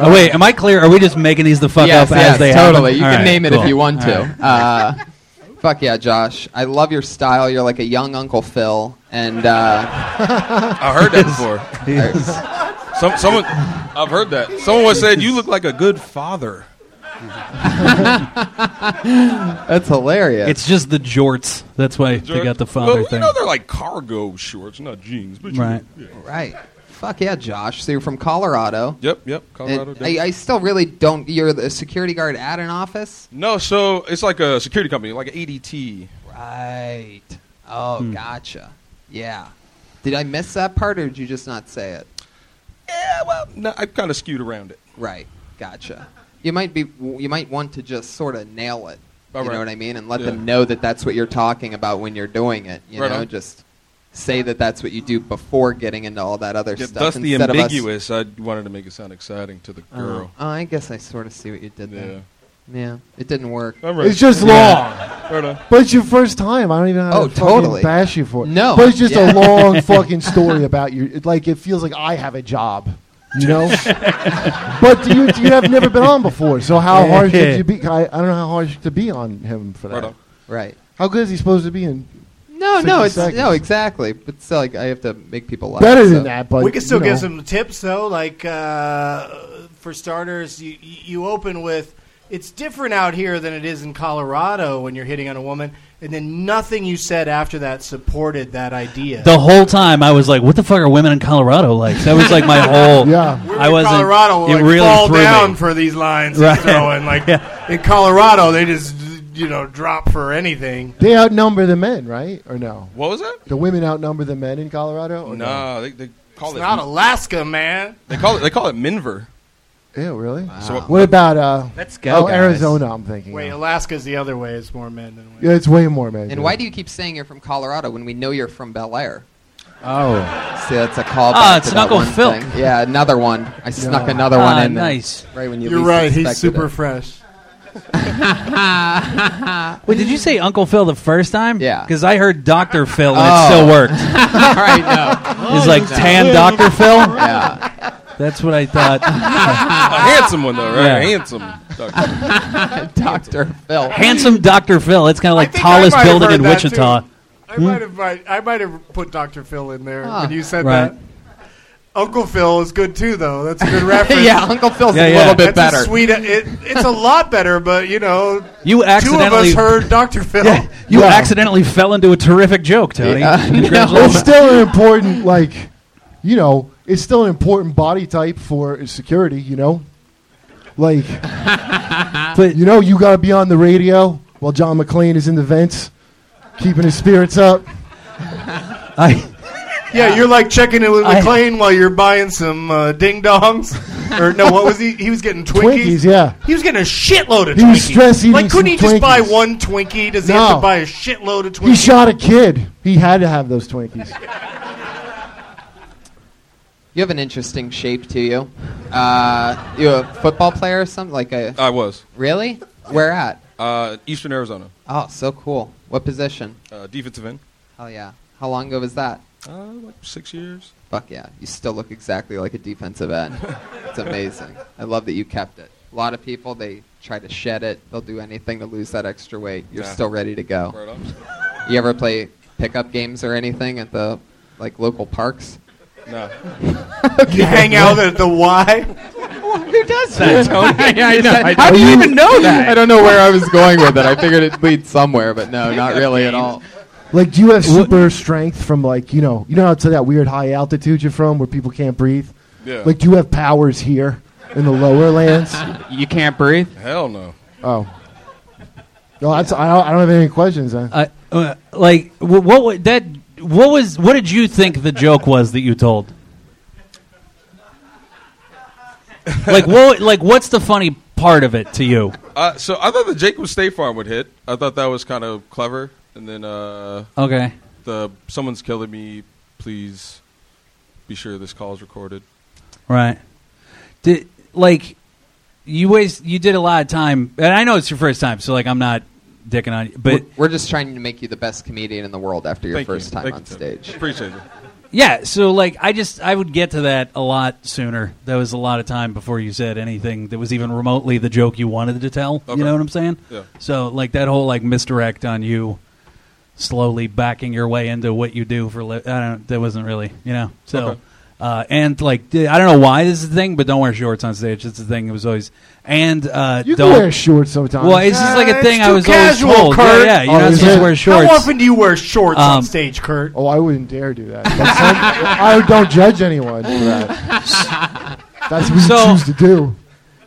Speaker 6: Oh, wait, am I clear? Are we just making these the fuck
Speaker 3: yes,
Speaker 6: up
Speaker 3: yes,
Speaker 6: as they happen?
Speaker 3: totally. You
Speaker 6: All
Speaker 3: can
Speaker 6: right,
Speaker 3: name it
Speaker 6: cool.
Speaker 3: if you want to.
Speaker 6: All right.
Speaker 3: Uh, fuck yeah, Josh. I love your style. You're like a young Uncle Phil. And uh,
Speaker 9: I heard that before. Some, someone, I've heard that. Someone once said, you look like a good father.
Speaker 3: that's hilarious.
Speaker 6: It's just the jorts. That's why they got the father
Speaker 9: well,
Speaker 6: thing.
Speaker 9: You know, they're like cargo shorts, not jeans. But you-
Speaker 6: Right.
Speaker 9: yeah.
Speaker 3: right. Fuck yeah, Josh. So you're from Colorado.
Speaker 9: Yep, yep.
Speaker 3: And
Speaker 9: Colorado.
Speaker 3: I, I still really don't. You're a security guard at an office?
Speaker 9: No, so it's like a E security company, like an ADT.
Speaker 3: Right. Oh,
Speaker 9: Hmm.
Speaker 6: Hmm.
Speaker 3: gotcha. Yeah. Did I miss that part, or did you just not say it?
Speaker 9: Yeah, well, no, I kind of skewed around it.
Speaker 3: Right. Gotcha. You might be. You might want to just sort of nail it.
Speaker 9: All
Speaker 3: you
Speaker 9: right.
Speaker 3: know what I mean, and let
Speaker 9: Yeah.
Speaker 3: them know that that's what you're talking about when you're doing it. You
Speaker 9: Right
Speaker 3: know,
Speaker 9: on.
Speaker 3: just say that that's what you do before getting into all that other
Speaker 9: Yeah,
Speaker 3: stuff.
Speaker 9: thus the
Speaker 3: instead of us-
Speaker 9: ambiguous. I wanted to make it sound exciting to the
Speaker 7: Uh-huh.
Speaker 3: Oh.
Speaker 9: girl.
Speaker 3: Oh, I guess I sort of see what you did
Speaker 9: yeah.
Speaker 3: there. Yeah, it didn't work.
Speaker 9: All right.
Speaker 7: it's just long.
Speaker 9: Right on.
Speaker 7: But it's your first time. I don't even know how
Speaker 3: Oh,
Speaker 7: to fucking
Speaker 3: totally.
Speaker 7: bash you for it.
Speaker 3: No.
Speaker 7: But it's just
Speaker 3: Yeah.
Speaker 7: a long fucking story about you. It, like, it feels like I have a job, you know? but you, you have never been on before, so how hard should you be? I, I don't know how hard to be on him for
Speaker 9: Right
Speaker 7: that.
Speaker 9: on.
Speaker 3: Right.
Speaker 7: How good is he supposed to be in?
Speaker 3: No, no,
Speaker 7: 60
Speaker 3: it's no,
Speaker 7: seconds.
Speaker 3: exactly. But still, like, I have to make people laugh.
Speaker 7: Better
Speaker 3: so-
Speaker 7: than that, but.
Speaker 5: we can
Speaker 7: you
Speaker 5: still
Speaker 7: know.
Speaker 5: give some tips though. Like uh, for starters, you you open with it's different out here than it is in Colorado when you're hitting on a woman, and then nothing you said after that supported that idea.
Speaker 6: the whole time I was like, "What the fuck are women in Colorado like?" That was like my whole.
Speaker 7: Yeah.
Speaker 5: We're
Speaker 6: I
Speaker 5: in
Speaker 6: wasn't.
Speaker 5: Colorado.
Speaker 6: it
Speaker 5: Like,
Speaker 6: really
Speaker 5: fall
Speaker 6: threw
Speaker 5: down
Speaker 6: me.
Speaker 5: for these lines
Speaker 6: Right.
Speaker 5: he's throwing. Like in Colorado, they just you know drop for anything.
Speaker 7: They outnumber the men, right? Or no?
Speaker 9: What was that?
Speaker 7: The women outnumber the men in Colorado? Or
Speaker 9: Nah, Oh, they, they call
Speaker 5: It's
Speaker 9: it.
Speaker 5: not Alaska, man.
Speaker 9: they call it. They call it Minver.
Speaker 7: No? Ew, really?
Speaker 9: So
Speaker 7: What about uh,
Speaker 4: Let's
Speaker 7: oh, Arizona, I'm thinking.
Speaker 5: Wait,
Speaker 7: of.
Speaker 5: Alaska's the other way. It's more men than
Speaker 7: Yeah,
Speaker 5: women.
Speaker 7: it's way more men.
Speaker 3: And why do you keep saying you're from Colorado when we know you're from Bel Air?
Speaker 7: Oh.
Speaker 3: See, that's a callback.
Speaker 6: Ah, it's
Speaker 3: to that
Speaker 6: Uncle
Speaker 3: one
Speaker 6: Phil.
Speaker 3: thing. Yeah, another one. I snuck
Speaker 7: Yeah.
Speaker 3: another one
Speaker 6: Ah,
Speaker 3: in. there.
Speaker 6: nice.
Speaker 3: Right when you
Speaker 5: You're
Speaker 3: least
Speaker 5: right. He's
Speaker 3: expected
Speaker 5: super
Speaker 3: it.
Speaker 5: fresh.
Speaker 6: Wait, did you say Uncle Phil the first time?
Speaker 3: Yeah.
Speaker 6: Because I heard Doctor Phil and
Speaker 3: Oh.
Speaker 6: it still worked.
Speaker 3: All right, no.
Speaker 6: It's like tan Doctor Phil.
Speaker 3: Yeah.
Speaker 6: That's what I thought.
Speaker 9: a handsome one though, right?
Speaker 6: Yeah.
Speaker 9: Handsome. Doc.
Speaker 3: Dr. Phil.
Speaker 6: Handsome Doctor Phil. It's kind of like
Speaker 5: think I
Speaker 6: tallest
Speaker 5: might have
Speaker 6: building
Speaker 5: heard
Speaker 6: in
Speaker 5: that,
Speaker 6: Wichita.
Speaker 5: too. I might have might, I might have put Dr. Phil in there
Speaker 3: Hmm? Ah,
Speaker 5: when you said
Speaker 6: right.
Speaker 5: that. Uncle Phil is good too, though. That's a good reference.
Speaker 3: yeah, Uncle Phil's
Speaker 6: Yeah,
Speaker 3: a
Speaker 6: yeah.
Speaker 3: little bit
Speaker 5: That's a
Speaker 3: better.
Speaker 5: sweet. It, it's a lot better, but you know,
Speaker 6: You
Speaker 5: two of
Speaker 6: accidentally
Speaker 5: us heard Doctor Phil.
Speaker 6: Yeah, you
Speaker 7: Yeah.
Speaker 6: accidentally fell into a terrific joke, Tony.
Speaker 3: Yeah,
Speaker 7: It's
Speaker 6: Congratulations.
Speaker 7: still an important, like, you know, it's still an important body type for security, you know? Like,
Speaker 6: But-
Speaker 7: you know, you got to be on the radio while John McClane is in the vents, keeping his spirits up.
Speaker 6: I,
Speaker 5: Yeah, you're like checking in with
Speaker 6: I-
Speaker 5: McLean while you're buying some uh, ding dongs, or no, what was he? He was getting Twinkies.
Speaker 7: Twinkies, yeah.
Speaker 5: He was getting a shitload of
Speaker 7: He
Speaker 5: Twinkies.
Speaker 7: was stress eating
Speaker 5: Like, couldn't
Speaker 7: some
Speaker 5: he just buy
Speaker 7: Twinkies.
Speaker 5: one Twinkie? Does he have to
Speaker 7: No.
Speaker 5: buy a shitload of Twinkies?
Speaker 7: He shot a kid. He had to have those Twinkies.
Speaker 3: You have an interesting shape to you. Uh, you a football player or something? Like a
Speaker 9: I was.
Speaker 3: really? Where at?
Speaker 9: Uh, Eastern Arizona.
Speaker 3: Oh, so cool. What position?
Speaker 9: Uh, defensive end.
Speaker 3: Hell Oh, yeah. How long ago was that?
Speaker 9: Uh, like six years.
Speaker 3: Fuck yeah. You still look exactly like a defensive end. it's amazing. I love that you kept it. A lot of people they try to shed it. They'll do anything to lose that extra weight. You're
Speaker 9: Yeah.
Speaker 3: still ready to go.
Speaker 9: Right up.
Speaker 3: You ever play pickup games or anything at the like local parks?
Speaker 9: No.
Speaker 5: you hang out at the Y.
Speaker 3: Who does that?
Speaker 4: yeah, I know. I
Speaker 3: How do you
Speaker 4: know.
Speaker 3: even know that? I don't know where I was going with it. I figured it'd lead somewhere, but no, not really at all.
Speaker 7: Like, do you have super strength from, like, you know, you know how to that weird high altitude you're from where people can't breathe?
Speaker 9: Yeah.
Speaker 7: Like, do you have powers here in the lower lands?
Speaker 4: You can't breathe.
Speaker 9: Hell no.
Speaker 7: Oh. No, that's, I, don't, I don't have any questions then.
Speaker 6: I uh, like wh- what wa- that what was what did you think the joke was that you told? like what like what's the funny part of it to you?
Speaker 9: Uh, so I thought the Jacobs State Farm would hit. I thought that was kind of clever. And then uh,
Speaker 6: Okay.
Speaker 9: the someone's killing me. Please be sure this call is recorded.
Speaker 6: Right. Did like you waste you did a lot of time and I know it's your first time, so like I'm not dicking on you but
Speaker 3: But we're, we're just trying to make you the best comedian in the world after your
Speaker 9: Thank you.
Speaker 3: first time
Speaker 9: Thank
Speaker 3: on
Speaker 9: you, Tim.
Speaker 3: stage.
Speaker 9: Appreciate it.
Speaker 6: yeah, so like I just I would get to that a lot sooner. That was a lot of time before you said anything that was even remotely the joke you wanted to tell.
Speaker 9: Okay.
Speaker 6: You know what I'm saying?
Speaker 9: Yeah.
Speaker 6: So like that whole like misdirect on you slowly backing your way into what you do for li- I don't that wasn't really, you know. So
Speaker 9: Okay.
Speaker 6: uh, and like I don't know why this is the thing, but don't wear shorts on stage. It's the thing. It was always and uh,
Speaker 7: you
Speaker 6: don't
Speaker 7: can wear shorts sometimes.
Speaker 6: Well, it's just like
Speaker 5: Uh,
Speaker 6: a thing
Speaker 5: it's
Speaker 6: I
Speaker 5: too
Speaker 6: was
Speaker 5: casual,
Speaker 6: always told.
Speaker 5: Kurt.
Speaker 6: Yeah, yeah, you're
Speaker 7: Oh,
Speaker 6: not
Speaker 7: is
Speaker 6: supposed
Speaker 7: it?
Speaker 6: to wear shorts.
Speaker 5: How often do you wear shorts on
Speaker 6: Um,
Speaker 5: stage, Kurt?
Speaker 7: oh, I wouldn't dare do that. That's some- I don't judge anyone for that. That's what
Speaker 6: So-
Speaker 7: you choose to do.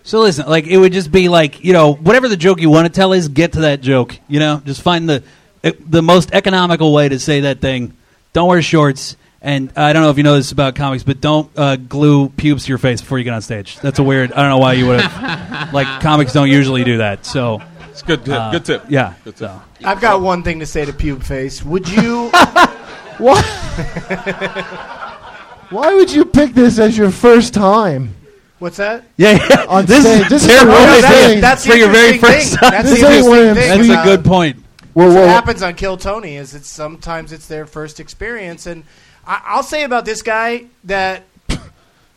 Speaker 6: So listen, like it would just be like you know whatever the joke you want to tell is, get to that joke. You know, just find the e, the most economical way to say that thing. Don't wear shorts, and I don't know if you know this about comics, but don't uh, glue pubes to your face before you get on stage. That's a weird. I don't know why you would have. like comics don't usually do that. So
Speaker 9: It's good tip.
Speaker 6: uh,
Speaker 9: good tip.
Speaker 6: Yeah.
Speaker 9: Good tip.
Speaker 6: so.
Speaker 5: I've got one thing to say to Pube Face. Would you?
Speaker 7: What? Why would you pick this as your first time
Speaker 5: what's that?
Speaker 6: Yeah, yeah.
Speaker 7: on
Speaker 6: This is
Speaker 7: stage? This
Speaker 6: terrible.
Speaker 7: what I'm
Speaker 6: That's-
Speaker 7: saying.
Speaker 5: that's
Speaker 6: For
Speaker 5: the
Speaker 6: your very
Speaker 5: interesting
Speaker 6: first
Speaker 5: thing.
Speaker 6: time.
Speaker 5: That's
Speaker 7: This
Speaker 5: the
Speaker 7: ain't
Speaker 5: interesting
Speaker 7: one of them
Speaker 5: thing.
Speaker 6: That's a
Speaker 5: Uh,
Speaker 6: good point.
Speaker 7: Whoa, whoa,
Speaker 5: what
Speaker 7: whoa.
Speaker 5: happens on Kill Tony is it's sometimes it's their first experience, and I, I'll say about this guy that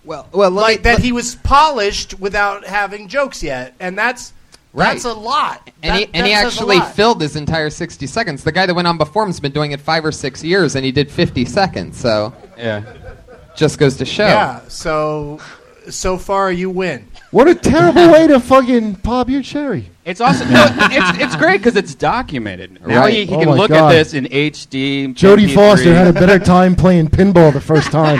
Speaker 3: Well, well, let
Speaker 5: like
Speaker 3: me-
Speaker 5: that
Speaker 3: let-
Speaker 5: he was polished without having jokes yet, and that's
Speaker 3: Right.
Speaker 5: that's a lot.
Speaker 3: and he,
Speaker 5: That-
Speaker 3: and
Speaker 5: that
Speaker 3: he
Speaker 5: says a
Speaker 3: actually
Speaker 5: lot.
Speaker 3: filled his entire 60 seconds. The guy that went on before him's been doing it five or six years, and he did 50 seconds. So
Speaker 4: Yeah.
Speaker 3: just goes to show.
Speaker 5: Yeah. So so far you win.
Speaker 7: What a terrible way to fucking pop your cherry.
Speaker 4: It's awesome. no, it's, it's great because it's documented. Now
Speaker 3: Right.
Speaker 4: he, he
Speaker 7: Oh
Speaker 4: can
Speaker 7: my
Speaker 4: look
Speaker 7: God.
Speaker 4: at this in HD.
Speaker 7: Jodie
Speaker 4: MP3.
Speaker 7: Foster had a better time playing pinball the first time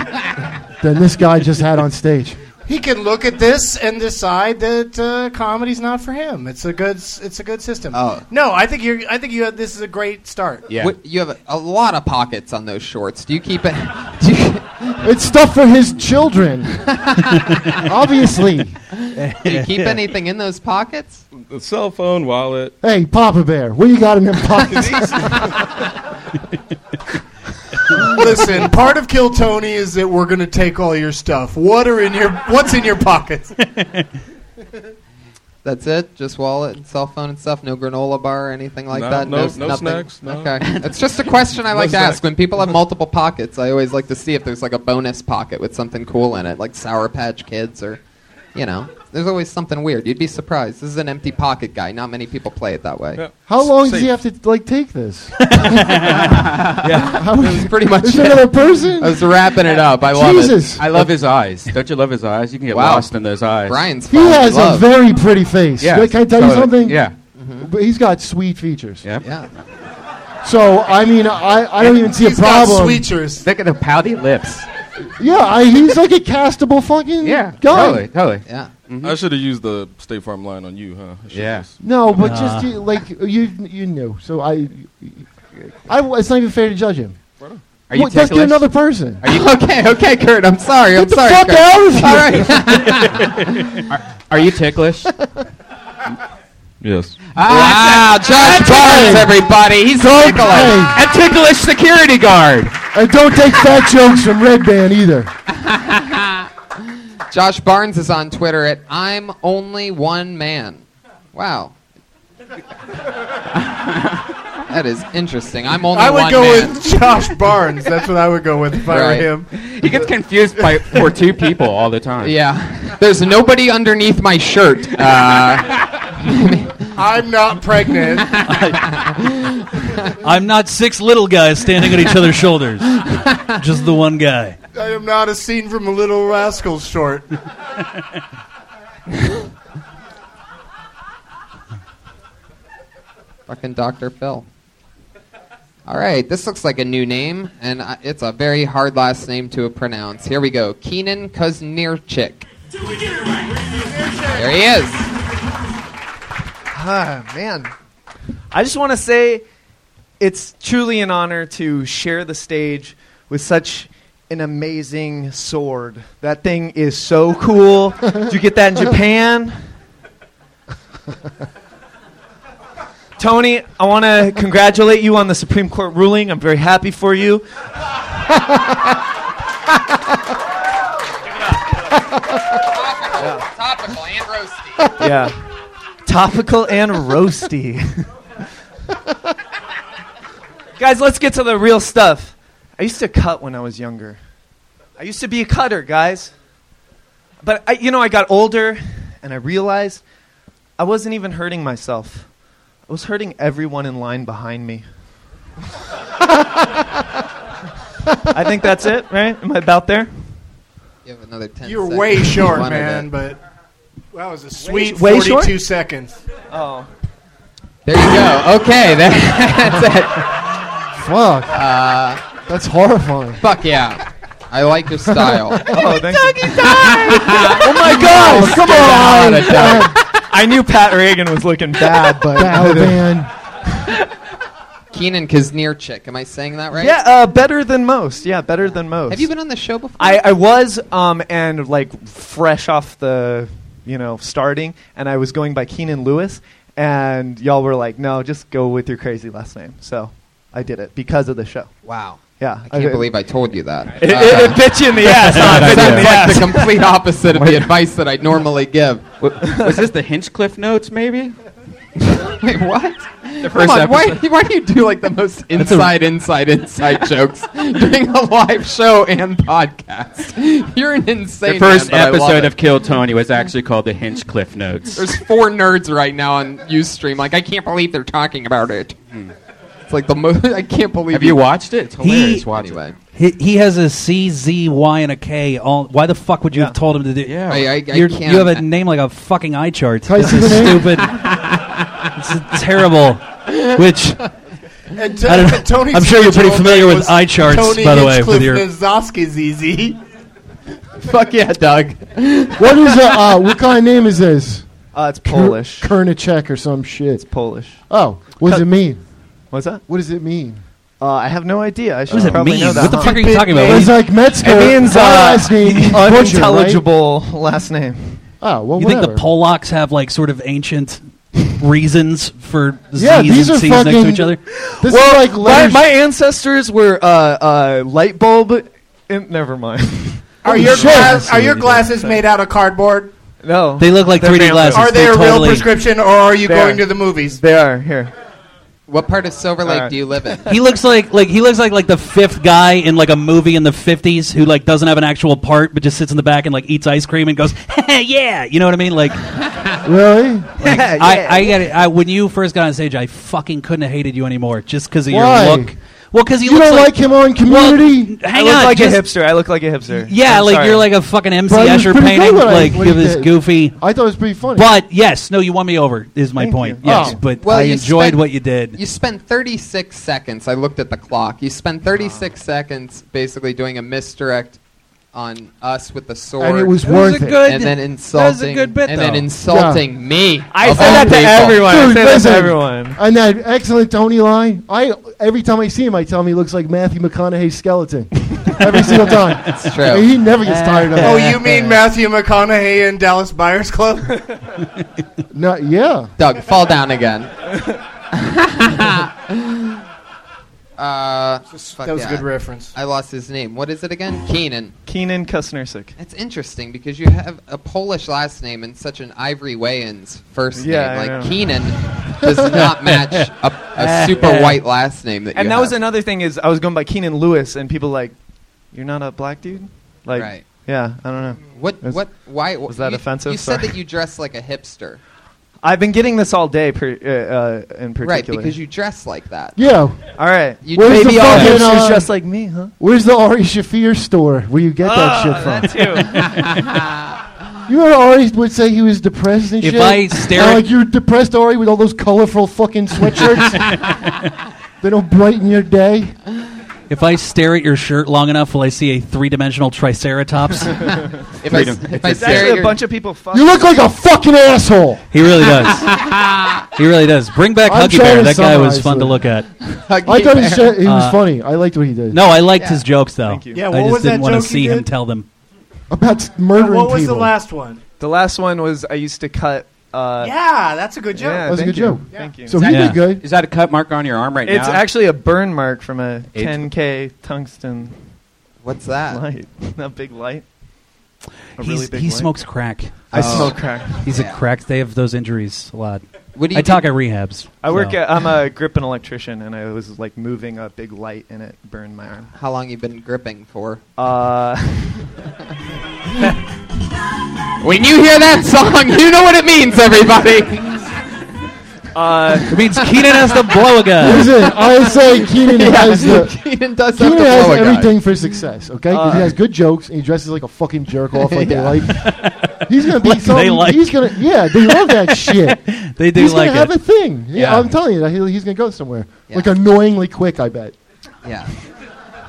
Speaker 7: than this guy just had on stage.
Speaker 5: He can look at this and decide that uh, comedy's not for him. It's a good s- it's a good system.
Speaker 3: Oh.
Speaker 5: No, I think you're I think you have, this is a great start.
Speaker 4: Yeah.
Speaker 3: What- you have a, a lot of pockets on those shorts. Do you keep it? Do you,
Speaker 7: It's stuff for his children. Obviously.
Speaker 3: do you keep anything in those pockets?
Speaker 9: The cell phone, wallet.
Speaker 7: Hey, Papa Bear, what you got in them pockets?
Speaker 5: Listen, part of Kill Tony is that we're going to take all your stuff. What are in your What's in your pockets?
Speaker 3: That's it? Just wallet and cell phone and stuff? No granola bar or anything like
Speaker 9: No,
Speaker 3: that?
Speaker 9: no-
Speaker 3: s-
Speaker 9: no
Speaker 3: nothing?
Speaker 9: snacks, no.
Speaker 3: Okay. It's just a question I like to
Speaker 9: snacks.
Speaker 3: ask. When people have multiple pockets, I always like to see if there's like a bonus pocket with something cool in it, like Sour Patch Kids or, you know, There's always something weird. You'd be surprised. This is an empty pocket guy. Not many people play it that way.
Speaker 9: Yeah.
Speaker 7: How long does
Speaker 9: Safe.
Speaker 7: he have to like take this?
Speaker 3: That was pretty much
Speaker 7: Is
Speaker 3: it.
Speaker 7: another person?
Speaker 3: I was wrapping it up. I love
Speaker 7: Jesus.
Speaker 3: it.
Speaker 4: I love his eyes. Don't you love his eyes? You can get
Speaker 3: Wow.
Speaker 4: lost in those eyes.
Speaker 3: Brian's.
Speaker 7: He
Speaker 3: falling in
Speaker 7: has a
Speaker 3: love.
Speaker 7: very pretty face.
Speaker 4: Yeah.
Speaker 7: Can I tell
Speaker 4: totally.
Speaker 7: you something? Mm-hmm.
Speaker 4: Yeah.
Speaker 7: But he's got sweet features.
Speaker 4: Yeah.
Speaker 3: yeah.
Speaker 7: So I mean, I, I don't even see a
Speaker 5: He's got
Speaker 7: problem.
Speaker 5: sweeters.
Speaker 4: Look at the pouty lips.
Speaker 7: Yeah, I, he's like a castable fucking
Speaker 4: Yeah.
Speaker 7: guy.
Speaker 4: Totally. Totally.
Speaker 3: Yeah.
Speaker 9: I should have used the State Farm line on you, huh? I should've
Speaker 4: Yeah.
Speaker 9: just-
Speaker 7: No, but
Speaker 6: Nah.
Speaker 7: just you, like you you knew. So I, I it's not even fair to judge him.
Speaker 4: Are you
Speaker 7: What- Let's get
Speaker 4: ticklish?
Speaker 7: another person.
Speaker 3: okay, okay, Kurt. I'm sorry. I'm
Speaker 7: Get the
Speaker 3: sorry.
Speaker 7: fuck out
Speaker 3: Kurt.
Speaker 7: of here.
Speaker 3: All right.
Speaker 4: Are you ticklish?
Speaker 9: Yes.
Speaker 3: Ah, Josh Barnes, everybody. He's tickling.
Speaker 7: Hey,
Speaker 4: A ticklish security guard.
Speaker 7: and don't take fat jokes from Red Band either.
Speaker 3: Josh Barnes is on Twitter at I'm only one man. Wow. that is interesting. I'm only
Speaker 5: I would
Speaker 3: one
Speaker 5: go
Speaker 3: man.
Speaker 5: with Josh Barnes. That's what I would go with if I
Speaker 3: Right.
Speaker 5: were him.
Speaker 4: He gets confused by for two people all the time.
Speaker 3: yeah. There's nobody underneath my shirt. Uh,
Speaker 5: I'm not pregnant.
Speaker 6: I'm not six little guys standing on each other's shoulders. Just the one guy.
Speaker 5: I am not a scene from a Little Rascals short.
Speaker 3: fucking Dr. Phil. All right, this looks like a new name, and I, it's a very hard last name to pronounce. Here we go. Keenan Kuznirchik. There he is.
Speaker 10: Ah, man. I just want to say it's truly an honor to share the stage with such an amazing sword. That thing is so cool. Did you get that in Japan? Tony, I want to congratulate you on the Supreme Court ruling. I'm very happy for you.
Speaker 3: Topical and roasty.
Speaker 10: Yeah. Topical and roasty. Guys, let's get to the real stuff. I used to cut when I was younger. I used to be a cutter, guys. But I, you know, I got older and I realized I wasn't even hurting myself. I was hurting everyone in line behind me. I think that's it, right? Am I about there?
Speaker 3: You have another 10
Speaker 5: You're
Speaker 3: seconds
Speaker 5: way
Speaker 3: if you
Speaker 5: short,
Speaker 3: wanted
Speaker 5: man.
Speaker 3: it.
Speaker 5: But that was a sweet
Speaker 10: way short?
Speaker 5: 42 seconds.
Speaker 10: Oh.
Speaker 3: There you go. Okay, that- that's it. Uh,
Speaker 7: Fuck. That's horrifying.
Speaker 3: Fuck yeah. I like your style.
Speaker 10: Oh, thank you.
Speaker 7: Oh my God! Come
Speaker 3: Out
Speaker 7: on,
Speaker 3: of time.
Speaker 10: I knew Pat Reagan was looking bad, but
Speaker 7: Battle Band.
Speaker 3: Keenan Kuznirchik. Am I saying that right?
Speaker 10: Yeah, uh, better than most. Yeah, better than most.
Speaker 3: Have you been on the show before?
Speaker 10: I, I was, um, and like fresh off the, you know, starting, and I was going by Keenan Lewis, and y'all were like, no, just go with your crazy last name. So I did it because of the show.
Speaker 3: wow.
Speaker 10: Yeah,
Speaker 3: I can't believe I told you that.
Speaker 10: It,
Speaker 3: Uh,
Speaker 10: it, it bit you in the ass. huh? It bit you in
Speaker 3: sounds
Speaker 10: the
Speaker 3: like the
Speaker 10: ass.
Speaker 3: complete opposite of the advice that I normally give.
Speaker 4: W- was this the Hinchcliffe notes? Maybe
Speaker 3: Wait, what?
Speaker 4: the
Speaker 3: Come
Speaker 4: first
Speaker 3: on, why,
Speaker 4: episode.
Speaker 3: why do you do like the most inside, inside, inside jokes during a live show and podcast? You're an insane.
Speaker 4: The first
Speaker 3: man, but I love
Speaker 4: episode
Speaker 3: it.
Speaker 4: of Kill Tony was actually called the Hinchcliffe notes.
Speaker 3: There's four nerds right now on UStream. Like, I can't believe they're talking about it. It's like the most. I can't believe.
Speaker 4: Hmm. Have you watched it? It's hilarious. Watch
Speaker 3: Anyway,
Speaker 6: He, he has a C, Z, Y, and a K. All. Why the fuck would you have told him to do?
Speaker 4: it. Yeah.
Speaker 3: I, I, I
Speaker 6: You're-
Speaker 3: can't.
Speaker 6: you have a name like a fucking eye chart.
Speaker 7: Can I
Speaker 6: This
Speaker 7: see
Speaker 6: is
Speaker 7: the name?
Speaker 6: stupid. this is terrible. Which
Speaker 5: And t-
Speaker 6: I don't know.
Speaker 5: Tony's
Speaker 6: I'm sure you're pretty
Speaker 5: original
Speaker 6: familiar
Speaker 5: name
Speaker 6: with
Speaker 5: was
Speaker 6: eye charts,
Speaker 5: Tony
Speaker 6: by the way,
Speaker 5: Hinchcliffe
Speaker 6: with your-
Speaker 5: Nazowski's easy.
Speaker 3: fuck yeah, Doug.
Speaker 7: What is that? Uh, what kind of name is this?
Speaker 10: Uh, it's Polish.
Speaker 7: Kernicek or some shit.
Speaker 10: Polish.
Speaker 7: Oh, what does it mean?
Speaker 10: What's that?
Speaker 7: What does it mean?
Speaker 10: Uh, I have no idea. I should
Speaker 6: what does it
Speaker 10: probably
Speaker 6: mean?
Speaker 10: know that.
Speaker 6: What the
Speaker 10: huh?
Speaker 6: fuck are you talking about?
Speaker 7: It's like Metzger.
Speaker 10: It means
Speaker 7: my
Speaker 10: uh,
Speaker 7: last name, Butcher, right?
Speaker 10: unintelligible last name.
Speaker 7: Oh, well,
Speaker 6: You
Speaker 7: whatever.
Speaker 6: think the Polacks have like sort of ancient reasons for Z's
Speaker 7: Yeah, these
Speaker 6: and
Speaker 7: are
Speaker 6: C's next to
Speaker 7: fucking-
Speaker 6: each other?
Speaker 7: This
Speaker 10: well,
Speaker 7: is like
Speaker 10: my,
Speaker 7: letters.
Speaker 10: my ancestors were uh, uh, light bulb. In, never mind.
Speaker 5: Are your glass, are your glasses made out of cardboard?
Speaker 10: no,
Speaker 6: They look like
Speaker 10: They're
Speaker 6: 3D
Speaker 10: vampires.
Speaker 6: glasses.
Speaker 5: Are they a real
Speaker 6: totally-
Speaker 5: prescription, or are you
Speaker 10: They
Speaker 5: going
Speaker 10: are.
Speaker 5: to the movies?
Speaker 10: They are here.
Speaker 3: What part of Silver Lake
Speaker 4: Uh,
Speaker 3: do you live in?
Speaker 6: He looks like like he looks like like the fifth guy in like a movie in the fifties who like doesn't have an actual part but just sits in the back and like eats ice cream and goes yeah Uh, you know what I mean like
Speaker 7: really
Speaker 6: I I get it I when you first got on stage I fucking couldn't have hated you anymore just because of
Speaker 7: Why?
Speaker 6: your look well because he
Speaker 7: you
Speaker 6: looks
Speaker 7: don't like, him on Community.
Speaker 10: I
Speaker 6: hang
Speaker 10: look
Speaker 6: on
Speaker 10: like
Speaker 6: just-
Speaker 10: a hipster. I look like a hipster.
Speaker 6: yeah
Speaker 10: I'm
Speaker 6: like
Speaker 10: sorry.
Speaker 6: you're like a fucking M C
Speaker 7: But he was
Speaker 6: Escher
Speaker 7: pretty
Speaker 6: painting
Speaker 7: good when I-
Speaker 6: like
Speaker 7: when he
Speaker 6: give this
Speaker 7: did.
Speaker 6: goofy
Speaker 7: I thought it was pretty funny.
Speaker 6: but yes no you won me over is my point
Speaker 7: you.
Speaker 6: yes
Speaker 7: Oh.
Speaker 6: but
Speaker 3: Well,
Speaker 6: I
Speaker 3: you
Speaker 6: enjoyed
Speaker 3: spent-
Speaker 6: what you did
Speaker 3: You spent 36 seconds. I looked at the clock. You spent 36
Speaker 6: Ah.
Speaker 3: seconds basically doing a misdirect on us with the sword.
Speaker 7: and it was
Speaker 4: It was
Speaker 7: worth
Speaker 4: a
Speaker 7: it.
Speaker 4: good-
Speaker 3: and then
Speaker 4: that was a
Speaker 3: insulting
Speaker 4: good bit,
Speaker 3: and then
Speaker 4: though.
Speaker 3: insulting me.
Speaker 10: I
Speaker 3: of
Speaker 10: say
Speaker 3: all
Speaker 10: that to
Speaker 3: people.
Speaker 10: everyone. I
Speaker 7: Dude,
Speaker 10: say that
Speaker 7: listen.
Speaker 10: to everyone.
Speaker 7: And that excellent Tony line, I every time I see him, I tell him he looks like Matthew McConaughey's skeleton. every single time. That's
Speaker 3: true.
Speaker 7: He never gets tired of it.
Speaker 5: Oh, you mean Matthew McConaughey in Dallas Buyers Club?
Speaker 7: No, yeah.
Speaker 3: Doug, fall down again. uh, fuck
Speaker 5: that was
Speaker 3: yeah.
Speaker 5: a good reference.
Speaker 3: I lost his name. What is it again? Keenan.
Speaker 10: Keenan Kusnersik.
Speaker 3: That's interesting because you have a Polish last name and such an Ivory Wayans first
Speaker 10: Yeah, I
Speaker 3: name. Like
Speaker 10: know.
Speaker 3: Keenan does not match a, a super white last name that you
Speaker 10: And that
Speaker 3: have.
Speaker 10: was another thing is I was going by Keenan Lewis, and people like, you're not a black dude. Like,
Speaker 3: Right.
Speaker 10: yeah, I don't know.
Speaker 3: What?
Speaker 10: That's-
Speaker 3: What? Why?
Speaker 10: Was that
Speaker 3: you-
Speaker 10: offensive?
Speaker 3: You said
Speaker 10: Sorry.
Speaker 3: that you dress like a hipster,
Speaker 10: I've been getting this all day, per, uh, uh, in particular.
Speaker 3: right? Because you dress like that.
Speaker 7: Yeah.
Speaker 10: all right.
Speaker 3: You
Speaker 7: Where's
Speaker 3: maybe
Speaker 7: the
Speaker 6: Oh,
Speaker 3: all
Speaker 7: fucking,
Speaker 10: She's
Speaker 7: uh,
Speaker 10: just like me, huh?
Speaker 7: Where's the Ari Shafir store where you get that shit from? You know, Ari would say he was depressed and
Speaker 6: If
Speaker 7: shit.
Speaker 6: I stare
Speaker 7: Now,
Speaker 6: at-
Speaker 7: like you're depressed, Ari, with all those colorful fucking sweatshirts. they don't brighten your day.
Speaker 6: if I stare at your shirt long enough will I see a three dimensional triceratops.
Speaker 3: if I,
Speaker 4: Freedom.
Speaker 3: if I
Speaker 10: It's actually
Speaker 3: stare
Speaker 10: a
Speaker 3: at
Speaker 10: bunch of people. Fuck.
Speaker 7: You look like a fucking asshole.
Speaker 6: He really does. he really does. Bring back
Speaker 7: I'm
Speaker 6: Huggy
Speaker 7: trying
Speaker 6: Bear.
Speaker 7: to
Speaker 6: That guy was
Speaker 7: summarize
Speaker 6: fun to
Speaker 7: it.
Speaker 6: look at.
Speaker 7: I thought he, said he was
Speaker 6: Uh,
Speaker 7: funny. I liked what he did.
Speaker 6: No, I liked
Speaker 3: Yeah.
Speaker 6: his jokes though.
Speaker 10: Thank you.
Speaker 5: Yeah,
Speaker 6: I
Speaker 5: what
Speaker 6: just
Speaker 5: was that
Speaker 6: didn't want
Speaker 5: joke
Speaker 6: to see
Speaker 5: you
Speaker 6: him
Speaker 5: did?
Speaker 6: tell them.
Speaker 7: about s-
Speaker 5: What
Speaker 7: murdering people.
Speaker 5: was the last one?
Speaker 10: The last one was I used to cut. Uh,
Speaker 5: yeah, that's a good joke.
Speaker 10: yeah,
Speaker 7: That was a
Speaker 10: thank
Speaker 7: good
Speaker 10: you.
Speaker 7: joke.
Speaker 10: Thank you.
Speaker 7: So he
Speaker 6: Yeah.
Speaker 7: did good.
Speaker 4: Is that a cut mark on your arm right
Speaker 10: it's
Speaker 4: now?
Speaker 10: actually a burn mark from a
Speaker 4: It's-
Speaker 10: 10k tungsten
Speaker 3: what's that?
Speaker 10: light. That big light. A
Speaker 6: He's-
Speaker 10: really big
Speaker 6: he
Speaker 10: light.
Speaker 6: smokes crack. Uh,
Speaker 10: I
Speaker 3: Oh.
Speaker 10: smoke crack.
Speaker 6: He's a
Speaker 3: Yeah.
Speaker 6: crack. They have those injuries a lot.
Speaker 3: What do you
Speaker 6: I
Speaker 3: do-
Speaker 6: talk at rehabs.
Speaker 10: I work
Speaker 6: so.
Speaker 10: at, I'm a grip and electrician, and I was like moving a big light and it burned my arm.
Speaker 3: How long you been gripping for?
Speaker 10: Uh,
Speaker 3: When you hear that song, you know what it means, everybody.
Speaker 10: uh,
Speaker 6: It means Keenan has to blow a guy.
Speaker 7: Listen, I say Keenan has the.
Speaker 3: Keenan does have
Speaker 7: Keenan
Speaker 3: to
Speaker 7: has
Speaker 3: blow a guy.
Speaker 7: everything for success, okay? 'Cause he
Speaker 10: Uh,
Speaker 7: has good jokes and he dresses like a fucking jerk off, like
Speaker 3: Yeah.
Speaker 7: they like. He's gonna be
Speaker 6: Like they
Speaker 7: something.
Speaker 6: like.
Speaker 7: He's gonna, yeah, they love that shit.
Speaker 6: They do
Speaker 7: he's
Speaker 6: like
Speaker 7: gonna have a
Speaker 6: it.
Speaker 7: thing. Yeah,
Speaker 6: Yeah.
Speaker 7: I'm telling you, that he, he's gonna go somewhere.
Speaker 3: Yeah.
Speaker 7: Like annoyingly quick, I bet.
Speaker 3: Yeah,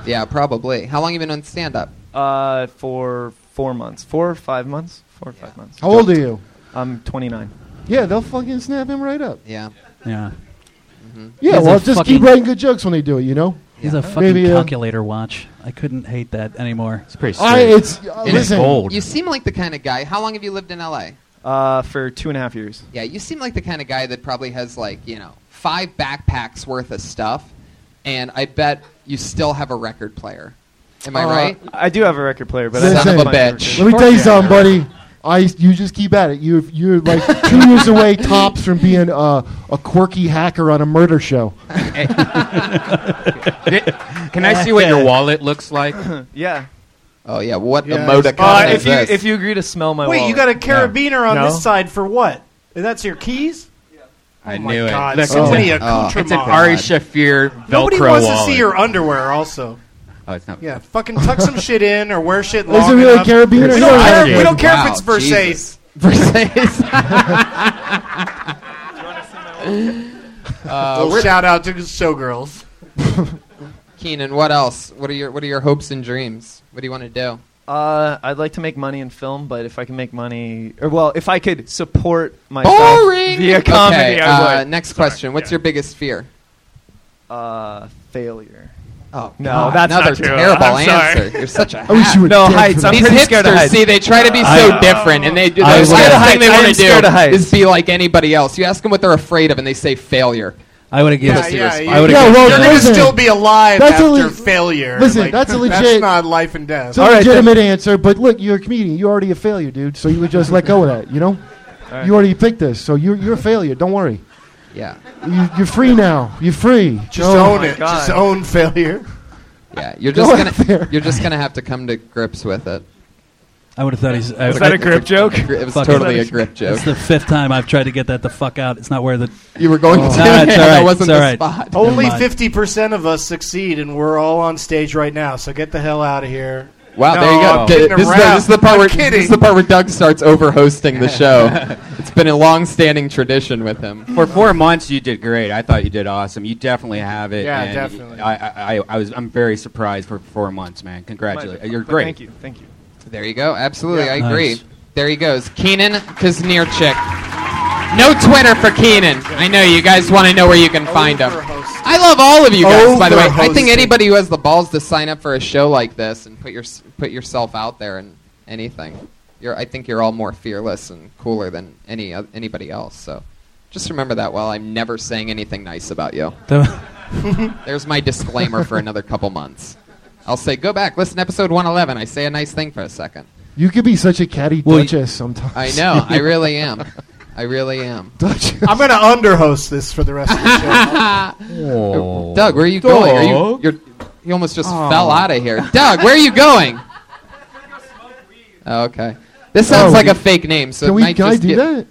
Speaker 3: yeah, probably. How long you been on stand up?
Speaker 10: uh, for four months, four or five months, four or five months.
Speaker 7: How old are you?
Speaker 10: I'm 29.
Speaker 7: Yeah, they'll fucking snap him right up.
Speaker 3: Yeah,
Speaker 6: Yeah.
Speaker 7: Yeah,
Speaker 10: Mm-hmm.
Speaker 6: He's a
Speaker 7: well, just keep
Speaker 6: fucking-
Speaker 7: writing good jokes when they do it. You know,
Speaker 6: He's
Speaker 3: Yeah.
Speaker 6: a fucking
Speaker 7: Maybe, uh,
Speaker 6: calculator watch. I couldn't hate that anymore.
Speaker 4: It's pretty
Speaker 7: I
Speaker 4: straight.
Speaker 7: it's uh,
Speaker 3: It is
Speaker 7: listen.
Speaker 4: old.
Speaker 3: you seem like the kind of guy. How long have you lived in L.A.?
Speaker 10: Uh, for two and a half years.
Speaker 3: Yeah, you seem like the kind of guy that probably has like you know five backpacks worth of stuff, and I bet you still have a record player. Am I
Speaker 10: Uh,
Speaker 3: right?
Speaker 10: I do have a record player, but
Speaker 7: Son
Speaker 10: I don't
Speaker 7: of a
Speaker 10: find it
Speaker 3: bitch.
Speaker 7: Let me
Speaker 3: Of
Speaker 7: tell you
Speaker 3: course
Speaker 7: something, buddy. I you just keep at it. You you're like two years away tops from being uh, a quirky hacker on a murder show.
Speaker 4: Can I see what your wallet looks like?
Speaker 10: working. Yeah.
Speaker 3: Oh yeah, what
Speaker 5: Yeah,
Speaker 3: emoticon
Speaker 10: Uh,
Speaker 5: it's-
Speaker 10: if
Speaker 3: is
Speaker 10: you
Speaker 3: this?
Speaker 10: if you agree to smell my
Speaker 5: Wait,
Speaker 10: wallet.
Speaker 5: you got a carabiner on
Speaker 10: No.
Speaker 5: this side for what? That's your keys?
Speaker 4: I
Speaker 5: oh my
Speaker 4: knew it.
Speaker 5: God,
Speaker 4: Look,
Speaker 5: so
Speaker 4: it's,
Speaker 5: many
Speaker 4: a, Oh.
Speaker 5: accoutrements.
Speaker 4: it's an Ari Shafir Velcro
Speaker 5: Nobody wants
Speaker 4: wallet.
Speaker 5: to see your underwear, also.
Speaker 4: Oh, it's not.
Speaker 5: Yeah, fucking tuck some shit in or wear shit long
Speaker 7: Is it really
Speaker 5: enough.
Speaker 7: carabiner?
Speaker 5: We
Speaker 7: No,
Speaker 5: don't care,
Speaker 4: yeah.
Speaker 5: we don't care
Speaker 3: Wow,
Speaker 5: if it's Versace.
Speaker 3: Jesus. Versace.
Speaker 6: Uh,
Speaker 5: Little shout out to the showgirls.
Speaker 3: Keenan, what else? What are your what are your hopes and dreams? What do you want to do?
Speaker 10: Uh, I'd like to make money in film, but if I can make money, or well, if I could support myself
Speaker 3: Boring.
Speaker 10: via comedy,
Speaker 3: Okay,
Speaker 10: I
Speaker 3: uh,
Speaker 10: would.
Speaker 3: next question. What's your biggest fear?
Speaker 10: Uh, failure.
Speaker 3: Oh
Speaker 10: No,
Speaker 3: God,
Speaker 10: that's
Speaker 3: another
Speaker 10: not true.
Speaker 3: terrible
Speaker 10: I'm sorry.
Speaker 3: answer. You're such a
Speaker 7: I wish you would.
Speaker 10: No heights. I'm
Speaker 3: These
Speaker 10: pretty scared of
Speaker 3: hipsters,
Speaker 10: heights.
Speaker 3: see, they try to be so different, and they do
Speaker 6: I
Speaker 3: the
Speaker 6: was-
Speaker 3: last
Speaker 6: scared of
Speaker 3: thing they
Speaker 10: heights. I
Speaker 3: want
Speaker 10: am
Speaker 3: to
Speaker 10: scared of
Speaker 3: do
Speaker 10: heights.
Speaker 3: is be like anybody else. You ask them what they're afraid of, and they say failure.
Speaker 6: I would have given.
Speaker 5: Yeah, yeah, yeah.
Speaker 6: I would have
Speaker 7: Yeah,
Speaker 6: given.
Speaker 7: well,
Speaker 5: You're going to
Speaker 7: listen.
Speaker 5: still be alive
Speaker 7: That's a
Speaker 5: after
Speaker 7: le-
Speaker 5: failure.
Speaker 7: listen, that's a legit-
Speaker 5: That's not life and death.
Speaker 7: It's a legitimate answer, but look, you're a comedian. You're already a failure, dude. So you would just let go of that. You know, you already picked this, so you're you're a failure. Don't worry.
Speaker 3: Yeah.
Speaker 7: You, you're free now. You're free. Oh
Speaker 5: Just
Speaker 7: Go.
Speaker 5: own it. Just own failure.
Speaker 3: Yeah, you're
Speaker 7: Go
Speaker 3: just
Speaker 7: out there.
Speaker 3: gonna you're just gonna have to come to grips with it.
Speaker 6: I would have thought he's. I,
Speaker 10: Is that a grip joke?
Speaker 3: It was
Speaker 6: Fuck
Speaker 3: totally
Speaker 10: it.
Speaker 3: a grip joke.
Speaker 6: It's the fifth time I've tried to get that the fuck out. It's not where the.
Speaker 3: You were going
Speaker 6: Oh.
Speaker 3: to.
Speaker 6: Nah, it's all
Speaker 3: that
Speaker 6: right,
Speaker 3: wasn't
Speaker 6: it's all
Speaker 3: the
Speaker 6: right.
Speaker 3: spot.
Speaker 5: Only
Speaker 6: mind.
Speaker 5: fifty percent of us succeed, and we're all on stage right now. So get the hell out of here.
Speaker 3: Wow,
Speaker 5: No,
Speaker 3: there you go.
Speaker 5: I'm
Speaker 3: Th-
Speaker 5: kidding
Speaker 3: This is, the,
Speaker 5: around.
Speaker 3: this is the part
Speaker 5: I'm
Speaker 3: where
Speaker 5: kidding.
Speaker 3: this is the part where Doug starts over hosting the show. it's been a long standing tradition with him.
Speaker 4: For four months, you did great. I thought you did awesome. You definitely have it.
Speaker 5: Yeah,
Speaker 4: and
Speaker 5: definitely.
Speaker 4: I, I, I, I was. I'm very surprised for four months, man. Congratulations. You're
Speaker 10: But
Speaker 4: great.
Speaker 10: Thank you. Thank you.
Speaker 3: There you go. Oh, Absolutely,
Speaker 5: Yeah.
Speaker 3: I agree.
Speaker 6: Nice.
Speaker 3: There he goes. Keenan Kuznierchik. No Twitter for Keenan. I know you guys want to know where you can find him.
Speaker 5: Overhost.
Speaker 3: I love all of you guys, by the way. I think
Speaker 5: Overhosted.
Speaker 3: anybody who has the balls to sign up for a show like this and put your put yourself out there and anything, you're, I think you're all more fearless and cooler than any oth- anybody else. So, just remember that. While I'm never saying anything nice about you,
Speaker 6: the
Speaker 3: there's my disclaimer for another couple months. I'll say, go back, listen to episode 111. I say a nice thing for a second.
Speaker 7: You could be such a catty
Speaker 6: Well, you-
Speaker 7: duchess sometimes.
Speaker 3: I know. I really am. I really am.
Speaker 7: Duchess.
Speaker 5: I'm gonna underhost this for the rest of the show.
Speaker 3: Doug, where are you going? Are you, you're, you almost just fell out of here. Doug, where are you going? Oh, okay. This sounds
Speaker 7: Oh,
Speaker 3: like
Speaker 7: we-
Speaker 3: a fake name, so
Speaker 7: can
Speaker 3: it
Speaker 7: we?
Speaker 3: might
Speaker 7: Can I
Speaker 3: just
Speaker 7: do
Speaker 3: get-
Speaker 7: that?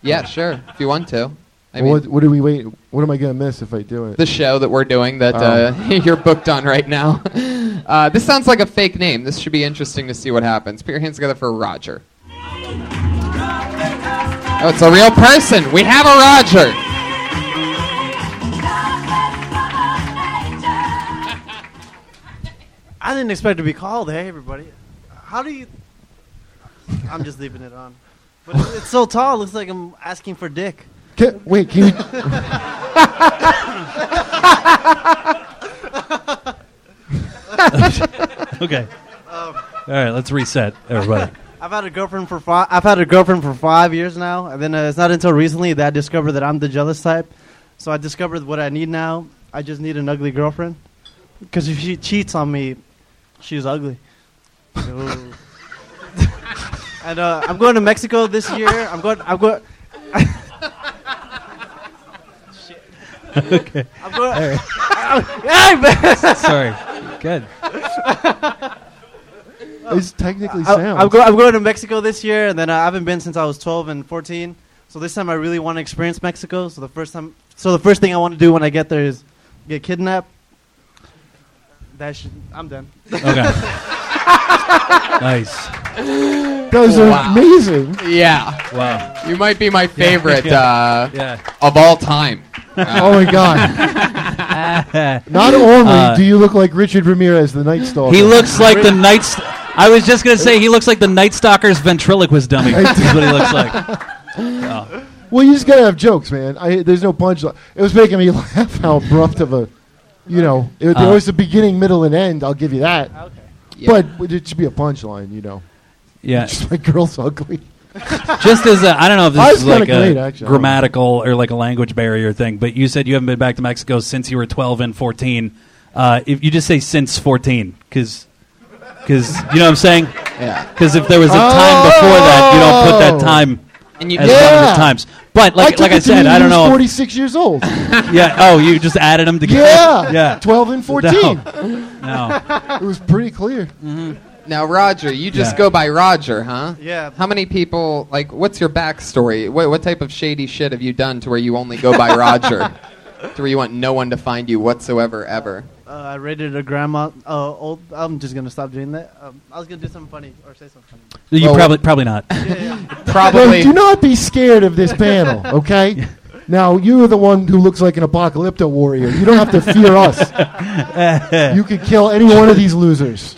Speaker 3: Yeah, sure, if you want to. I
Speaker 7: Well,
Speaker 3: mean,
Speaker 7: what, what do we wait? What am I gonna miss if I do it?
Speaker 3: the show that we're doing that
Speaker 7: Oh.
Speaker 3: uh, you're booked on right now. Uh, this sounds like a fake name. This should be interesting to see what happens. Put your hands together for Roger. Oh, it's a real person. We have a Roger.
Speaker 10: I didn't expect to be called. Hey, everybody. How do you? I'm just leaving it on. But it's- it's so tall. It looks like I'm asking for dick.
Speaker 7: Can- wait, can you?
Speaker 6: okay. All right, let's reset, everybody.
Speaker 11: I've had a girlfriend for five. I've had a girlfriend for five years now, and then uh, it's not until recently that I discovered that I'm the jealous type. So I discovered what I need now. I just need an ugly girlfriend, because if she cheats on me, she's ugly. Ooh. and uh, I'm going to Mexico this year. I'm going. I'm going. Shit. I'm going. Hey, man.
Speaker 6: Sorry. Good.
Speaker 7: It's technically
Speaker 11: I-
Speaker 7: sound.
Speaker 11: I'm, go- I'm going to Mexico this year, and then uh, I haven't been since I was 12 and 14. So this time I really want to experience Mexico. So the first time, so the first thing I want to do when I get there is get kidnapped. That should, I'm done.
Speaker 6: Okay. nice.
Speaker 7: Those are
Speaker 3: Wow.
Speaker 7: amazing.
Speaker 3: Yeah,
Speaker 6: Wow.
Speaker 3: you might be my favorite
Speaker 6: yeah.
Speaker 3: uh,
Speaker 6: Yeah.
Speaker 3: of all time. Uh,
Speaker 7: Oh my god! Not only
Speaker 6: Uh,
Speaker 7: do you look like Richard Ramirez, the Night Stalker.
Speaker 6: He looks like the night. St- I was just gonna say he looks like the Night Stalker's ventriloquist dummy. That's what he looks like. Oh.
Speaker 7: Well, you just gotta have jokes, man. I, there's no punchline. It was making me laugh how abrupt of a, you know, it, there
Speaker 6: Uh.
Speaker 7: was a beginning, middle, and end. I'll give you that.
Speaker 3: Yeah.
Speaker 7: But it should be a punchline, you know.
Speaker 6: Yeah,
Speaker 7: Just my girl's ugly.
Speaker 6: just as a, I don't know if
Speaker 7: I
Speaker 6: this
Speaker 7: was
Speaker 6: is like
Speaker 7: kinda great,
Speaker 6: a
Speaker 7: actually.
Speaker 6: grammatical or like a language barrier thing, but you said you haven't been back to Mexico since you were 12 and 14. Uh, if you just say since 14, because you know what I'm saying?
Speaker 3: Yeah.
Speaker 6: Because if there was a time before that, you don't put that
Speaker 7: Oh.
Speaker 6: time
Speaker 3: And you
Speaker 6: as
Speaker 7: Yeah.
Speaker 6: one of the times. But
Speaker 7: I
Speaker 6: like
Speaker 7: took
Speaker 6: like I
Speaker 7: it to
Speaker 6: said,
Speaker 7: mean
Speaker 6: I
Speaker 7: he
Speaker 6: don't
Speaker 7: was
Speaker 6: know.
Speaker 7: 46 years old.
Speaker 6: Yeah. Oh, you just added them together.
Speaker 7: yeah.
Speaker 6: Yeah.
Speaker 7: 12 and 14.
Speaker 6: No. Mm-hmm.
Speaker 7: It was pretty clear.
Speaker 3: Now, Roger, you just
Speaker 6: Yeah.
Speaker 3: go by Roger, huh?
Speaker 11: Yeah.
Speaker 3: How many people, like, what's your backstory? What, what type of shady shit have you done to where you only go by Roger? To where you want no one to find you whatsoever, ever?
Speaker 11: Uh, I rated a grandma. Uh, old. I'm just gonna stop doing that. Um, I was gonna do something funny or say something funny.
Speaker 6: You
Speaker 7: Well-
Speaker 6: probably probably not.
Speaker 7: Well,
Speaker 3: Probably.
Speaker 7: do not be scared of this panel, okay? Now, you're the one who looks like an apocalypto warrior. You don't have to fear us. you could kill any one of these losers.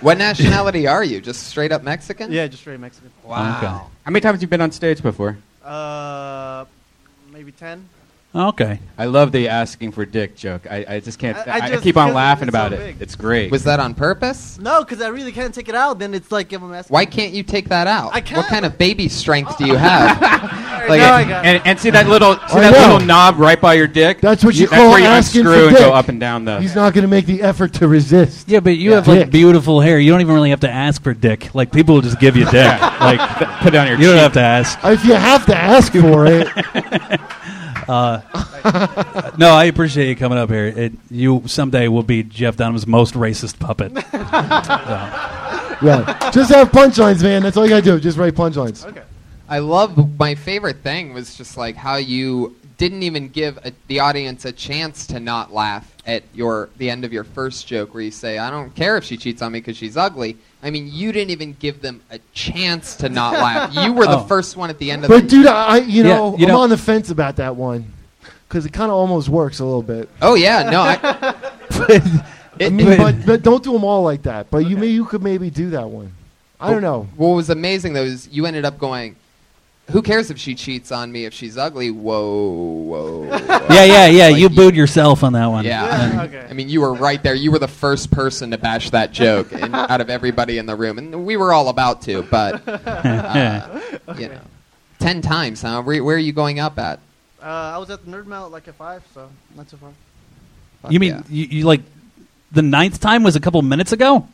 Speaker 3: what nationality are you? Just straight up Mexican?
Speaker 11: Yeah, just very Mexican.
Speaker 3: Wow.
Speaker 4: How many times have you been on stage before?
Speaker 11: Uh, maybe ten.
Speaker 6: Okay.
Speaker 4: I love the asking for dick joke. I, I just can't.
Speaker 11: I-
Speaker 4: I,
Speaker 11: I just-
Speaker 4: keep on
Speaker 11: because
Speaker 4: laughing
Speaker 11: it's
Speaker 4: about it.
Speaker 11: so big.
Speaker 4: It's great.
Speaker 3: Was that on purpose?
Speaker 11: No, because I really can't take it out. Then it's like if I'm asking.
Speaker 3: Why can't you take that out?
Speaker 11: I can't.
Speaker 3: What kind of baby strength do you have? like,
Speaker 11: now I got.
Speaker 4: and, and see that little see
Speaker 7: I
Speaker 4: that
Speaker 7: know.
Speaker 4: little knob right by your dick.
Speaker 7: That's what you
Speaker 4: that's
Speaker 7: call
Speaker 4: where you
Speaker 7: asking for
Speaker 4: unscrew and
Speaker 7: dick.
Speaker 4: go up and down the.
Speaker 7: He's not going to make the effort to resist.
Speaker 6: Yeah, but you have
Speaker 7: Dick.
Speaker 6: like beautiful hair. You don't even really have to ask for dick. Like people will just give you dick. Like
Speaker 4: Put it on your.
Speaker 6: Uh, you don't
Speaker 4: cheek.
Speaker 6: have to ask.
Speaker 7: If you have to ask for it,
Speaker 6: Uh, no, I appreciate you coming up here. It, you someday will be Jeff Dunham's most racist puppet.
Speaker 7: Yeah. just have punchlines, man. That's all you gotta do. Just write punchlines. Okay.
Speaker 3: I love my favorite thing was just like how you didn't even give a, the audience a chance to not laugh at your the end of your first joke where you say I don't care if she cheats on me because she's ugly. I mean, you didn't even give them a chance to not laugh. You were the
Speaker 7: Oh.
Speaker 3: first one at the end of
Speaker 7: But
Speaker 3: the
Speaker 7: dude, I I- you
Speaker 3: Yeah,
Speaker 7: know
Speaker 3: you
Speaker 7: I'm
Speaker 3: know-
Speaker 7: on the fence about that one because it kind of almost works a little bit.
Speaker 3: Oh yeah, no, I,
Speaker 7: I mean, but, but don't do them all like that. But you may you could maybe do that one.
Speaker 3: oh,
Speaker 7: I don't know.
Speaker 3: What was amazing though is you ended up going. Who cares if she cheats on me if she's ugly? Whoa, whoa. whoa."
Speaker 6: yeah, yeah, yeah. you booed yourself on that one.
Speaker 3: Yeah. I mean, you were right there. You were the first person to bash that joke and out of everybody in the room, and we were all about to, but uh, you know, ten times, huh? Where, where are you going up at?
Speaker 11: Uh, I was at the Nerd Mount like at five, so not so far.
Speaker 6: You mean you, you like the ninth time was a couple minutes ago?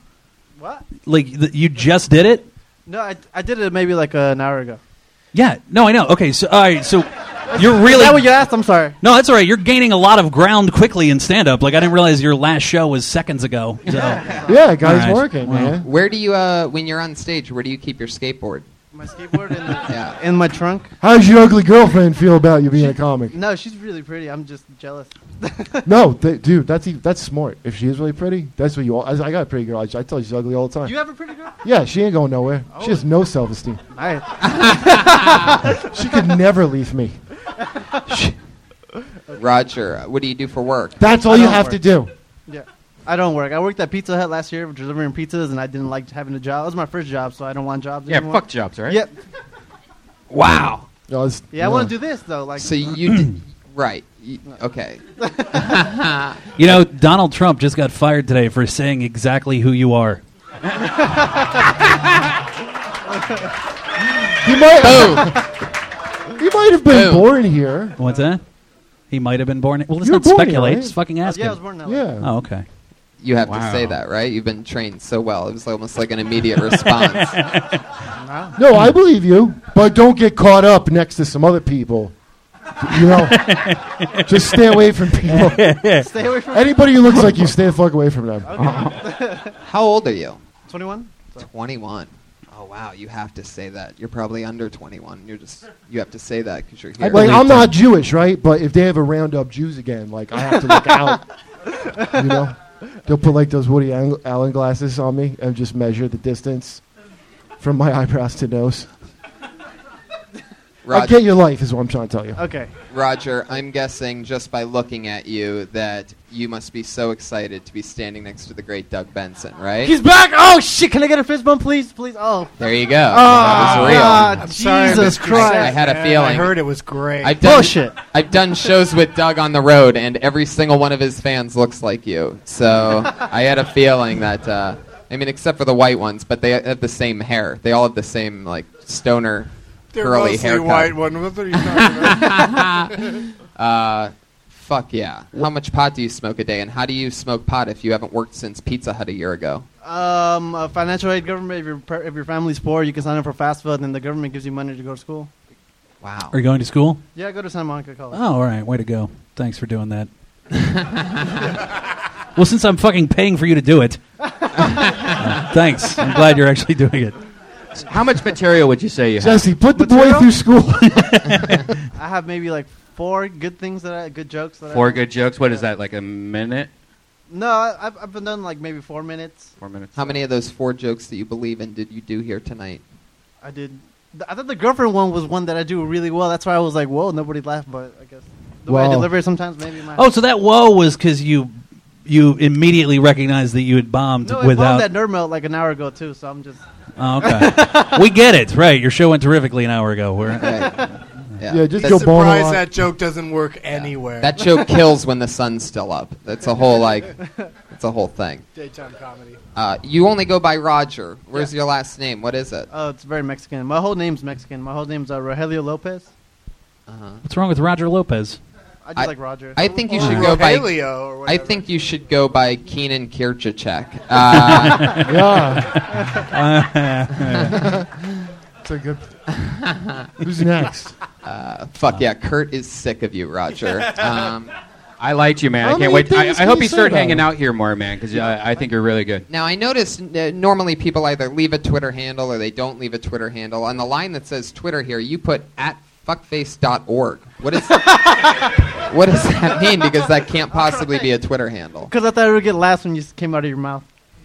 Speaker 11: What?
Speaker 6: Like th- you just did it?
Speaker 11: No, I, I did it maybe like an hour ago.
Speaker 6: Yeah. No, I know. Okay. So all right. So you're
Speaker 11: Is
Speaker 6: really
Speaker 11: that what you asked? I'm sorry.
Speaker 6: no. That's all right. You're gaining a lot of ground quickly in stand up. Like I didn't realize your last show was seconds ago. So.
Speaker 7: Yeah,
Speaker 6: All right. Well,
Speaker 3: Where do you, uh, when you're on stage, where do you keep your skateboard?
Speaker 11: My skateboard in the
Speaker 3: Yeah.
Speaker 11: in my trunk.
Speaker 7: How does your ugly girlfriend feel about you being a comic?
Speaker 11: No, she's really pretty. I'm just jealous.
Speaker 7: no, th- dude, that's e- that's smart. If she is really pretty, that's what you. All, I, I got a pretty girl. I, I tell you she's ugly all the time.
Speaker 11: You have a pretty girl. Oh.
Speaker 7: yeah, she ain't going nowhere. She has no self esteem.
Speaker 11: I
Speaker 7: She could never leave me.
Speaker 3: Roger, uh, what do you do for work?
Speaker 7: That's all
Speaker 11: I
Speaker 7: you
Speaker 11: don't
Speaker 7: have to
Speaker 11: work.
Speaker 7: do.
Speaker 11: yeah. I don't work. I worked at Pizza Hut last year delivering pizzas, and I didn't like having a job. It was my first job, so I don't want jobs
Speaker 4: Yeah,
Speaker 11: anymore.
Speaker 4: fuck jobs, right?
Speaker 11: Yep.
Speaker 4: Wow.
Speaker 7: No, it's-
Speaker 11: Yeah, I want to do this though. Like,
Speaker 3: So you, d- right? You, okay.
Speaker 6: You know, Donald Trump just got fired today for saying exactly who you are.
Speaker 7: You
Speaker 3: Oh.
Speaker 7: might. you might have been born here.
Speaker 6: What's that? He might have been born. Well, let's
Speaker 7: You were
Speaker 6: not
Speaker 7: born here,
Speaker 6: speculate.
Speaker 7: right?
Speaker 6: Just fucking ask
Speaker 11: yeah, I was
Speaker 6: him.
Speaker 11: born that way.
Speaker 7: Yeah.
Speaker 6: Oh, okay.
Speaker 3: You have to say
Speaker 4: Wow.
Speaker 3: that, right? You've been trained so well. It was almost like an immediate response.
Speaker 7: No, I believe you, but don't get caught up next to some other people. You know, just stay away from people.
Speaker 11: Stay away from
Speaker 7: Anybody who looks like you, stay the fuck away from them.
Speaker 3: How old are you?
Speaker 11: 21.
Speaker 3: 21. Oh wow, you have to say that. You're probably under 21. You're just you have to say that because you're here.
Speaker 7: Like I'm not Jewish, right? But if they ever round up Jews again, like I have to look out. You know, they'll put like those Woody Ang- Allen glasses on me and just measure the distance from my eyebrows to nose. I
Speaker 3: Roger,
Speaker 7: get your life is what I'm trying to tell you.
Speaker 11: Okay.
Speaker 3: Roger, I'm guessing just by looking at you that you must be so excited to be standing next to the great Doug Benson, right?
Speaker 11: He's back. Oh shit! Can I get a fist bump, please? Please. Oh.
Speaker 3: there you go. that
Speaker 11: Ah,
Speaker 3: was real.
Speaker 11: ah,
Speaker 5: Sorry,
Speaker 11: Jesus
Speaker 5: Mr.
Speaker 11: Christ.
Speaker 3: I had a
Speaker 5: Man,
Speaker 3: feeling.
Speaker 5: I heard it was great.
Speaker 3: I've done,
Speaker 11: Bullshit.
Speaker 3: I've done shows with Doug on the road, and every single one of his fans looks like you. So I had a feeling that, uh, I mean, except for the white ones, but they have the same hair. They all have the same, like, stoner,
Speaker 12: They're
Speaker 3: curly
Speaker 12: mostly
Speaker 3: haircut.
Speaker 12: white one. What are you talking about?
Speaker 3: Uh, fuck yeah. How much pot do you smoke a day, and how do you smoke pot if you haven't worked since Pizza Hut a year ago?
Speaker 11: Um, uh, financial aid, government. If your par- if your family's poor, you can sign up for FAFSA, and then the government gives you money to go to school.
Speaker 3: Wow.
Speaker 6: Are you going to school?
Speaker 11: Yeah, go to Santa Monica College.
Speaker 6: Oh, all right. Way to go. Thanks for doing that. well, since I'm fucking paying for you to do it, uh, thanks. I'm glad you're actually doing it.
Speaker 4: How much material would you say you have?
Speaker 7: Jesse, put the boy through school.
Speaker 11: I have maybe like four good things that I good jokes that I
Speaker 4: Four good jokes. What is that? Like a minute?
Speaker 11: No, I- I've I've been done like maybe four minutes.
Speaker 4: Four minutes.
Speaker 3: How many of those four jokes that you believe in did you do here tonight?
Speaker 11: I did. th- I thought the girlfriend one was one that I do really well. That's why I was like, whoa, nobody laughed. But I guess the way I
Speaker 7: Wow.
Speaker 11: deliver it sometimes maybe my
Speaker 6: Oh, so that whoa was because you you immediately recognized that you had bombed
Speaker 11: no,
Speaker 6: without.
Speaker 11: I found that nerd melt like an hour ago too. So I'm just
Speaker 6: oh, okay. we get it. Right. Your show went terrifically an hour ago. We're,
Speaker 7: Yeah, just
Speaker 3: That's-
Speaker 7: go ball a
Speaker 5: Surprise!
Speaker 7: lot.
Speaker 5: That joke doesn't work anywhere.
Speaker 3: That joke kills when the sun's still up. That's a whole like, that's a whole thing.
Speaker 5: daytime comedy.
Speaker 3: Uh, you only go by Roger. Where's your last name? What is it?
Speaker 11: oh, it's very Mexican. My whole name's Mexican. My whole name's uh, Rogelio Lopez.
Speaker 3: Uh-huh.
Speaker 6: what's wrong with Roger Lopez?
Speaker 11: I just
Speaker 3: I-
Speaker 11: like Roger. Oh.
Speaker 3: I think
Speaker 6: Oh.
Speaker 3: you
Speaker 5: Or
Speaker 3: should go by.
Speaker 5: Rogelio or
Speaker 3: I
Speaker 5: whatever.
Speaker 3: think you should go by Keenan Kirchacek. Uh,
Speaker 7: Yeah. That's a good. Who's next?
Speaker 3: Uh, fuck yeah, Kurt is sick of you, Roger. Um,
Speaker 4: I liked you, man.
Speaker 3: How
Speaker 4: I can't
Speaker 3: many
Speaker 4: wait. I,
Speaker 3: things
Speaker 4: I
Speaker 3: can
Speaker 4: hope
Speaker 3: you
Speaker 4: you
Speaker 3: say
Speaker 4: start
Speaker 3: about
Speaker 4: hanging
Speaker 3: it?
Speaker 4: out here more, man, because I, I think you're really good.
Speaker 3: Now I notice uh, normally people either leave a Twitter handle or they don't leave a Twitter handle. On the line that says Twitter here, you put at fuckface.org. What is what does that mean? Because that can't possibly be a Twitter handle.
Speaker 11: Because I thought it would get last when you s- came out of your mouth.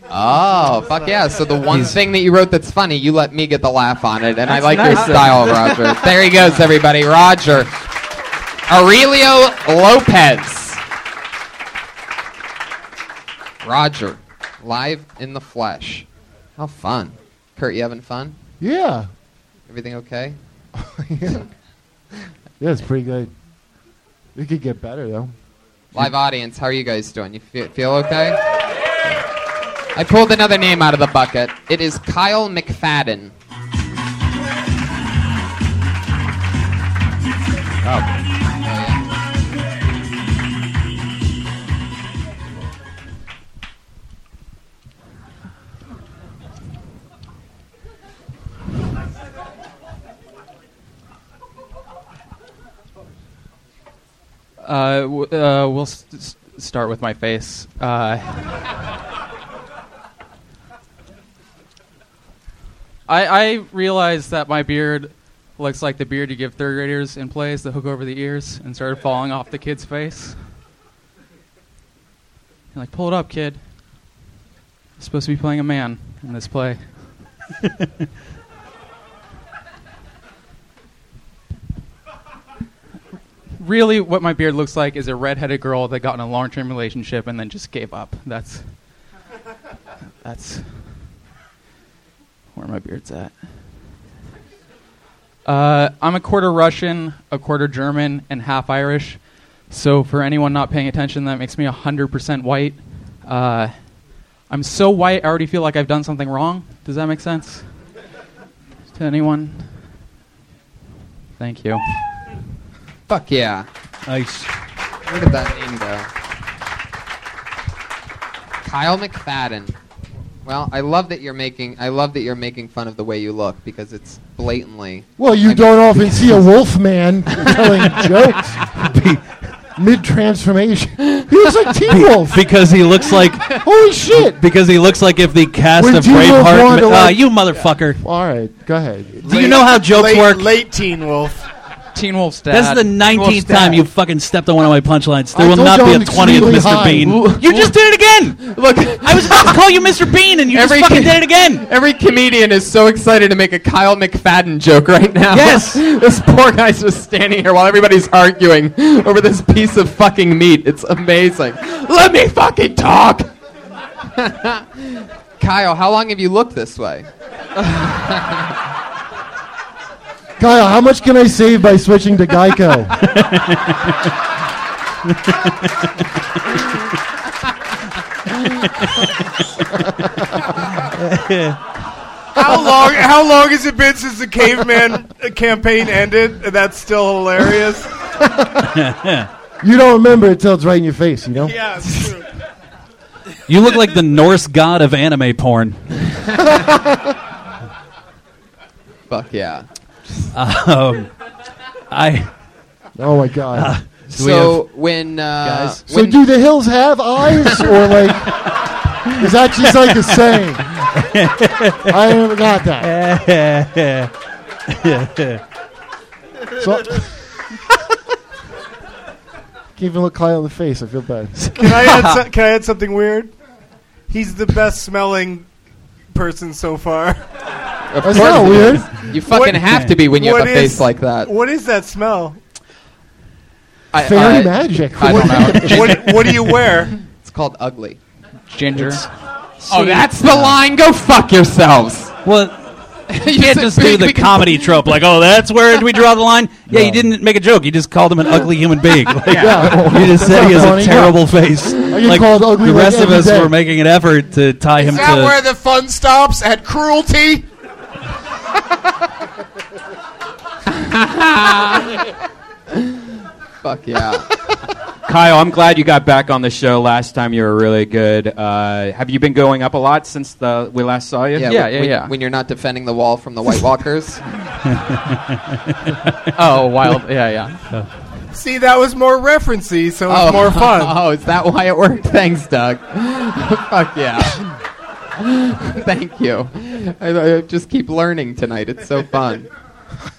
Speaker 3: Oh fuck yeah! So the one thing that you wrote that's funny, you let me get the laugh on it, and I
Speaker 11: That's
Speaker 3: like your
Speaker 11: nice.
Speaker 3: style, Roger. There he goes, everybody. Roger Aurelio Lopez. Roger, live in the flesh. How fun. Kurt, you having fun?
Speaker 7: Yeah.
Speaker 3: Everything okay?
Speaker 7: yeah, it's pretty good. It could get better though.
Speaker 3: Live audience, how are you guys doing? You feel, feel okay? I pulled another name out of the bucket. It is Kyle McFadden.
Speaker 13: Uh, w- uh, we'll s s- start with my face. Uh, I, I realized that my beard looks like the beard you give third graders in plays that hook over the ears and started falling off the kid's face. And like, pull it up, kid. You're supposed to be playing a man in this play. really what my beard looks like is a redheaded girl that got in a long-term relationship and then just gave up. That's that's where my beard's at. Uh, I'm a quarter Russian, a quarter German, and half Irish. So for anyone not paying attention, that makes me 100% white. Uh, I'm so white, I already feel like I've done something wrong. Does that make sense to anyone? Thank you.
Speaker 3: Fuck yeah.
Speaker 6: Nice.
Speaker 3: Look at that name go. Kyle McFadden. Well, I love that you're making I love that you're making fun of the way you look because it's blatantly
Speaker 7: Well, you don't often see a wolf man telling jokes mid transformation. He looks like Teen Wolf.
Speaker 6: because he looks like
Speaker 7: holy shit.
Speaker 6: Because he looks like if the cast
Speaker 7: When
Speaker 6: of
Speaker 7: Teen Wolf
Speaker 6: Braveheart.
Speaker 7: wanted to,
Speaker 6: ma- uh,
Speaker 7: like-
Speaker 6: you motherfucker!
Speaker 7: All right, go ahead.
Speaker 6: Do you know how jokes
Speaker 5: late,
Speaker 6: work?
Speaker 5: Late Teen Wolf.
Speaker 13: Teen Wolf's
Speaker 6: This is the 19th time you fucking stepped on one of my punchlines. There will not be a 20th, Mr. Bean. You just did it again.
Speaker 3: Look,
Speaker 6: I was about to call you Mr. Bean, and you
Speaker 3: Every-
Speaker 6: just fucking did it again.
Speaker 3: Every comedian is so excited to make a Kyle McFadden joke right now. Yes. this poor guy's just standing here while everybody's arguing over this piece of fucking meat. It's amazing. Let me fucking talk. Kyle, how long have you looked this way?
Speaker 7: Kyle, how much can I save by switching to Geico?
Speaker 5: How long? How long has it been since the caveman campaign ended? That's still hilarious.
Speaker 7: you don't remember until it's right in your face, you know?
Speaker 5: Yeah, it's true.
Speaker 6: You look like the Norse god of anime porn.
Speaker 3: Fuck yeah.
Speaker 6: Um, I. Uh,
Speaker 7: Oh my god.
Speaker 3: so when uh,
Speaker 7: Guys. So do the hills have eyes or like is that just like a saying? I never got that. So Can't even look Kyle in the face. I feel bad.
Speaker 5: Can I add, so- can I add something weird? He's the best smelling person so far.
Speaker 3: Of
Speaker 7: That's
Speaker 3: course
Speaker 7: not
Speaker 3: it
Speaker 7: weird.
Speaker 3: is. You fucking
Speaker 5: What-
Speaker 3: have to be when you have
Speaker 5: what
Speaker 3: a
Speaker 5: is-
Speaker 3: face like that.
Speaker 5: What is that smell?
Speaker 3: I,
Speaker 7: Fairy
Speaker 3: I-
Speaker 7: magic.
Speaker 3: I don't know.
Speaker 5: What, what do you wear?
Speaker 3: It's called ugly.
Speaker 13: Ginger.
Speaker 3: Oh, that's the line. Go fuck yourselves.
Speaker 6: Well,
Speaker 3: You
Speaker 6: you can't
Speaker 3: said
Speaker 6: just do
Speaker 3: big
Speaker 6: the
Speaker 3: because-
Speaker 6: comedy trope like, oh, that's where we draw the line. Yeah, you didn't make a joke. You just called him an ugly human being. Like,
Speaker 7: Yeah.
Speaker 6: You just
Speaker 7: That's
Speaker 6: said he
Speaker 7: not
Speaker 6: has
Speaker 7: funny.
Speaker 6: a terrible face.
Speaker 7: get called ugly
Speaker 6: the
Speaker 7: like
Speaker 6: rest of
Speaker 7: every
Speaker 6: us
Speaker 7: day.
Speaker 6: were making an effort to tie him
Speaker 14: Is that
Speaker 6: to.
Speaker 14: where the fun stops? At cruelty?
Speaker 3: Fuck yeah.
Speaker 4: Kyle, I'm glad you got back on the show. Last time you were really good. Uh, have you been going up a lot since the we last saw you?
Speaker 3: when, when- When you're not defending the wall from the White Walkers.
Speaker 13: oh, wild. Yeah, yeah.
Speaker 5: See, that was more referencey, so it's
Speaker 3: Oh.
Speaker 5: more fun.
Speaker 3: oh, is that why it worked? Thanks, Doug. Fuck yeah. Thank you. I, I just keep learning tonight. It's so fun.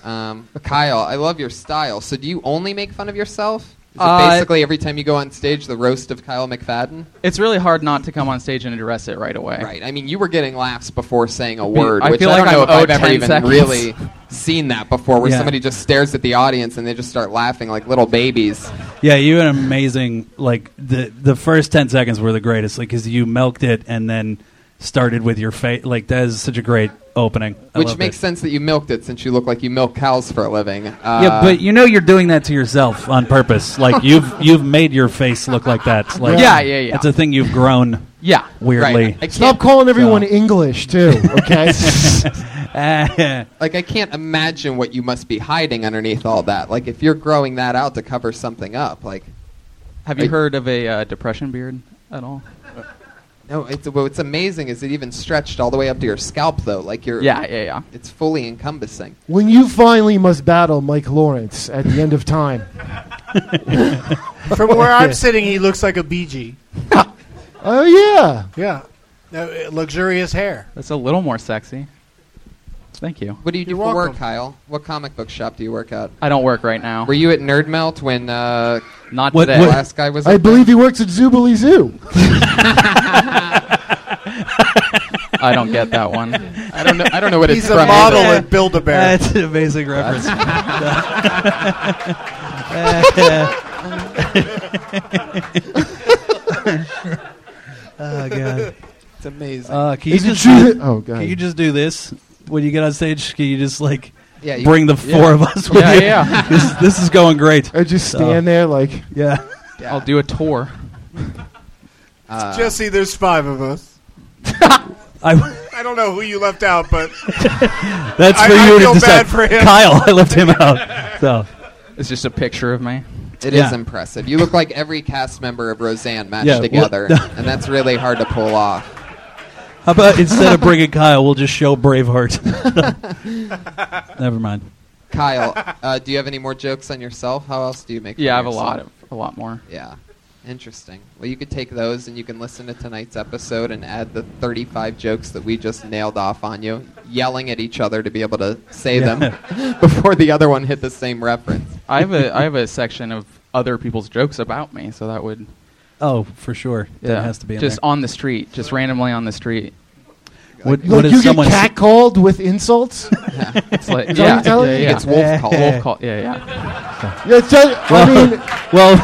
Speaker 3: Um, Kyle, I love your style. So, do you only make fun of yourself? Is it
Speaker 13: Uh,
Speaker 3: basically every time you go on stage, the roast of Kyle McFadden?
Speaker 13: It's really hard not to come on stage and address it right away.
Speaker 3: Right. I mean, you were getting laughs before saying a word,
Speaker 13: I
Speaker 3: which
Speaker 13: feel
Speaker 3: I don't
Speaker 13: like
Speaker 3: know
Speaker 13: I'm
Speaker 3: if I've
Speaker 13: owed
Speaker 3: ever
Speaker 13: 10
Speaker 3: even
Speaker 13: seconds.
Speaker 3: really seen that before, where
Speaker 6: Yeah.
Speaker 3: somebody just stares at the audience and they just start laughing like little babies.
Speaker 6: Yeah, you had amazing. Like the the first ten seconds were the greatest, like because you milked it and then started with your face. Like that is such a great opening. I
Speaker 3: Which
Speaker 6: loved
Speaker 3: makes sense that you milked it since you look like you milk cows for a living.
Speaker 6: it.
Speaker 3: Uh,
Speaker 6: yeah, but you know you're doing that to yourself on purpose. Like you've you've made your face look like that. Like
Speaker 3: Yeah, yeah, yeah.
Speaker 6: It's a thing you've grown.
Speaker 13: Yeah,
Speaker 6: weirdly.
Speaker 7: Stop calling everyone English too. Okay.
Speaker 3: like I can't imagine what you must be hiding underneath all that. Like if you're growing that out to cover something up, like
Speaker 13: Have you
Speaker 3: I-
Speaker 13: heard of a uh, depression beard at all?
Speaker 3: no, it's what's amazing is it even stretched all the way up to your scalp though. Like you're
Speaker 13: Yeah, yeah, yeah.
Speaker 3: It's fully encompassing.
Speaker 7: when you finally must battle Mike Lawrence at the end of time.
Speaker 5: From where I'm sitting, he looks like a BG.
Speaker 7: Oh yeah.
Speaker 5: Yeah. No, uh, luxurious hair.
Speaker 13: That's a little more sexy. Thank you.
Speaker 3: What do you do
Speaker 5: You're
Speaker 3: for work,
Speaker 5: welcome.
Speaker 3: Kyle? What comic book shop do you work at?
Speaker 13: I don't work right now.
Speaker 3: Were you at Nerd Melt when uh,
Speaker 13: not
Speaker 7: What-
Speaker 3: the
Speaker 7: what-
Speaker 3: last guy was?
Speaker 7: I
Speaker 3: up there?
Speaker 7: believe he works at Jubilee Zoo.
Speaker 13: I don't get that one.
Speaker 3: I don't know. I don't know what it's
Speaker 5: He's a
Speaker 3: from.
Speaker 5: model at Build-A-Bear.
Speaker 6: That's an amazing reference.
Speaker 11: Oh, God.
Speaker 3: It's amazing.
Speaker 6: Uh, can you
Speaker 7: Is it
Speaker 6: just
Speaker 7: true
Speaker 6: do-
Speaker 7: that- oh, go
Speaker 6: Can
Speaker 7: ahead.
Speaker 6: you just do this when you get on stage? Can you just like
Speaker 3: Yeah, you-
Speaker 6: bring the
Speaker 13: yeah.
Speaker 6: four of us with
Speaker 13: Yeah,
Speaker 6: you?
Speaker 13: yeah.
Speaker 6: this, this is going great. Uh,
Speaker 7: I just
Speaker 6: So,
Speaker 7: stand there like
Speaker 6: yeah.
Speaker 13: I'll do a tour.
Speaker 3: Uh,
Speaker 5: Jesse, there's five of us.
Speaker 6: I,
Speaker 5: I don't know who you left out, but
Speaker 6: that's
Speaker 5: I-
Speaker 6: for
Speaker 5: I
Speaker 6: you
Speaker 5: feel
Speaker 6: to decide.
Speaker 5: bad for him.
Speaker 6: Kyle, I left him out. So
Speaker 13: It's just a picture of me.
Speaker 3: It is
Speaker 6: Yeah.
Speaker 3: impressive. You look like every cast member of Roseanne matched
Speaker 6: Yeah,
Speaker 3: together,
Speaker 6: well-
Speaker 3: and that's really hard to pull off.
Speaker 6: how about instead of bringing Kyle, we'll just show Braveheart. Never mind.
Speaker 3: Kyle, uh, do you have any more jokes on yourself? How else do you make? fun
Speaker 13: Yeah, I have a
Speaker 3: yourself?
Speaker 13: lot of a lot more.
Speaker 3: Yeah, interesting. Well, you could take those and you can listen to tonight's episode and add the 35 jokes that we just nailed off on you, yelling at each other to be able to say
Speaker 6: Yeah.
Speaker 3: them before the other one hit the same reference.
Speaker 13: I have a I have a section of other people's jokes about me, so that would
Speaker 6: Oh, for sure.
Speaker 13: yeah,
Speaker 6: That has to be in
Speaker 13: just
Speaker 6: there.
Speaker 13: on the street, just randomly on the street.
Speaker 6: what,
Speaker 7: Like,
Speaker 6: what is
Speaker 7: you get
Speaker 6: someone?
Speaker 7: catcalled with insults.
Speaker 13: It's like
Speaker 7: Is that what
Speaker 13: yeah,
Speaker 7: you're telling
Speaker 13: yeah,
Speaker 7: me?
Speaker 13: yeah.
Speaker 3: It's wolf call.
Speaker 13: wolf call. Yeah, yeah.
Speaker 7: Yeah, so, I mean,
Speaker 6: well,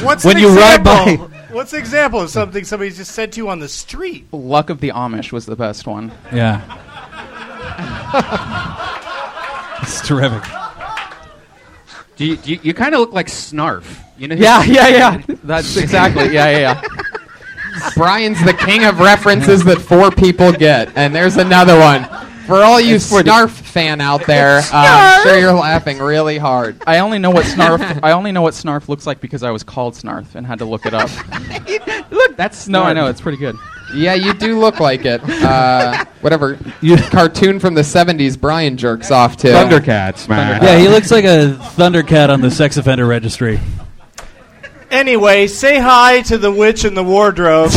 Speaker 5: what's
Speaker 6: When
Speaker 5: an
Speaker 6: you ride
Speaker 5: example? What's an example of something somebody just said to you on the street?
Speaker 13: Luck of the Amish was the best one.
Speaker 6: yeah. it's terrific.
Speaker 4: Do you, do you, you kind of look like Snarf. You know? who-
Speaker 13: Yeah, yeah, yeah. That's exactly. Yeah, yeah, yeah.
Speaker 3: Brian's the king of references that four people get, and there's another one. For all you Snarf fan out there, uh, I'm sure you're laughing really hard.
Speaker 13: I only know what snarf. I only know what snarf looks like because I was called snarf and had to look it up.
Speaker 4: Look, that's
Speaker 13: No, I
Speaker 4: Snarf.
Speaker 13: know it's pretty good.
Speaker 3: Yeah, you do look like it. Uh, whatever
Speaker 6: You-
Speaker 3: cartoon from the 70s Brian jerks off to.
Speaker 4: Thundercats, man.
Speaker 6: Yeah, he looks like a Thundercat on the sex offender registry.
Speaker 5: Anyway, say hi to the witch in the wardrobe.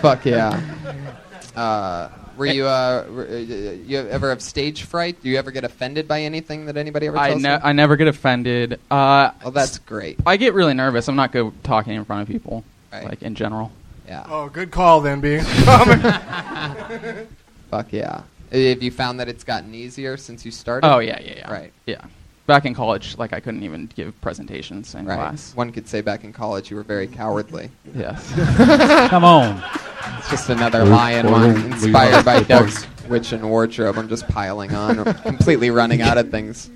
Speaker 3: Fuck yeah. Uh, were you uh, were, uh, you ever have stage fright? Do you ever get offended by anything that anybody ever
Speaker 13: I
Speaker 3: tells
Speaker 13: ne-
Speaker 3: you?
Speaker 13: I never get offended. Uh,
Speaker 3: Well, Oh, that's great.
Speaker 13: I get really nervous. I'm not good talking in front of people,
Speaker 3: Right.
Speaker 13: like in general.
Speaker 3: Yeah.
Speaker 5: oh, good call then, being a comic.
Speaker 3: Fuck yeah. Have you found that it's gotten easier since you started?
Speaker 13: Oh yeah, yeah, yeah.
Speaker 3: Right.
Speaker 13: Yeah. Back in college, like I couldn't even give presentations in
Speaker 3: Right.
Speaker 13: class.
Speaker 3: One could say back in college you were very cowardly.
Speaker 13: Yes.
Speaker 6: Come on.
Speaker 3: It's just another lie in one inspired by Doug's witch and wardrobe. I'm just piling on. I'm completely running out of things.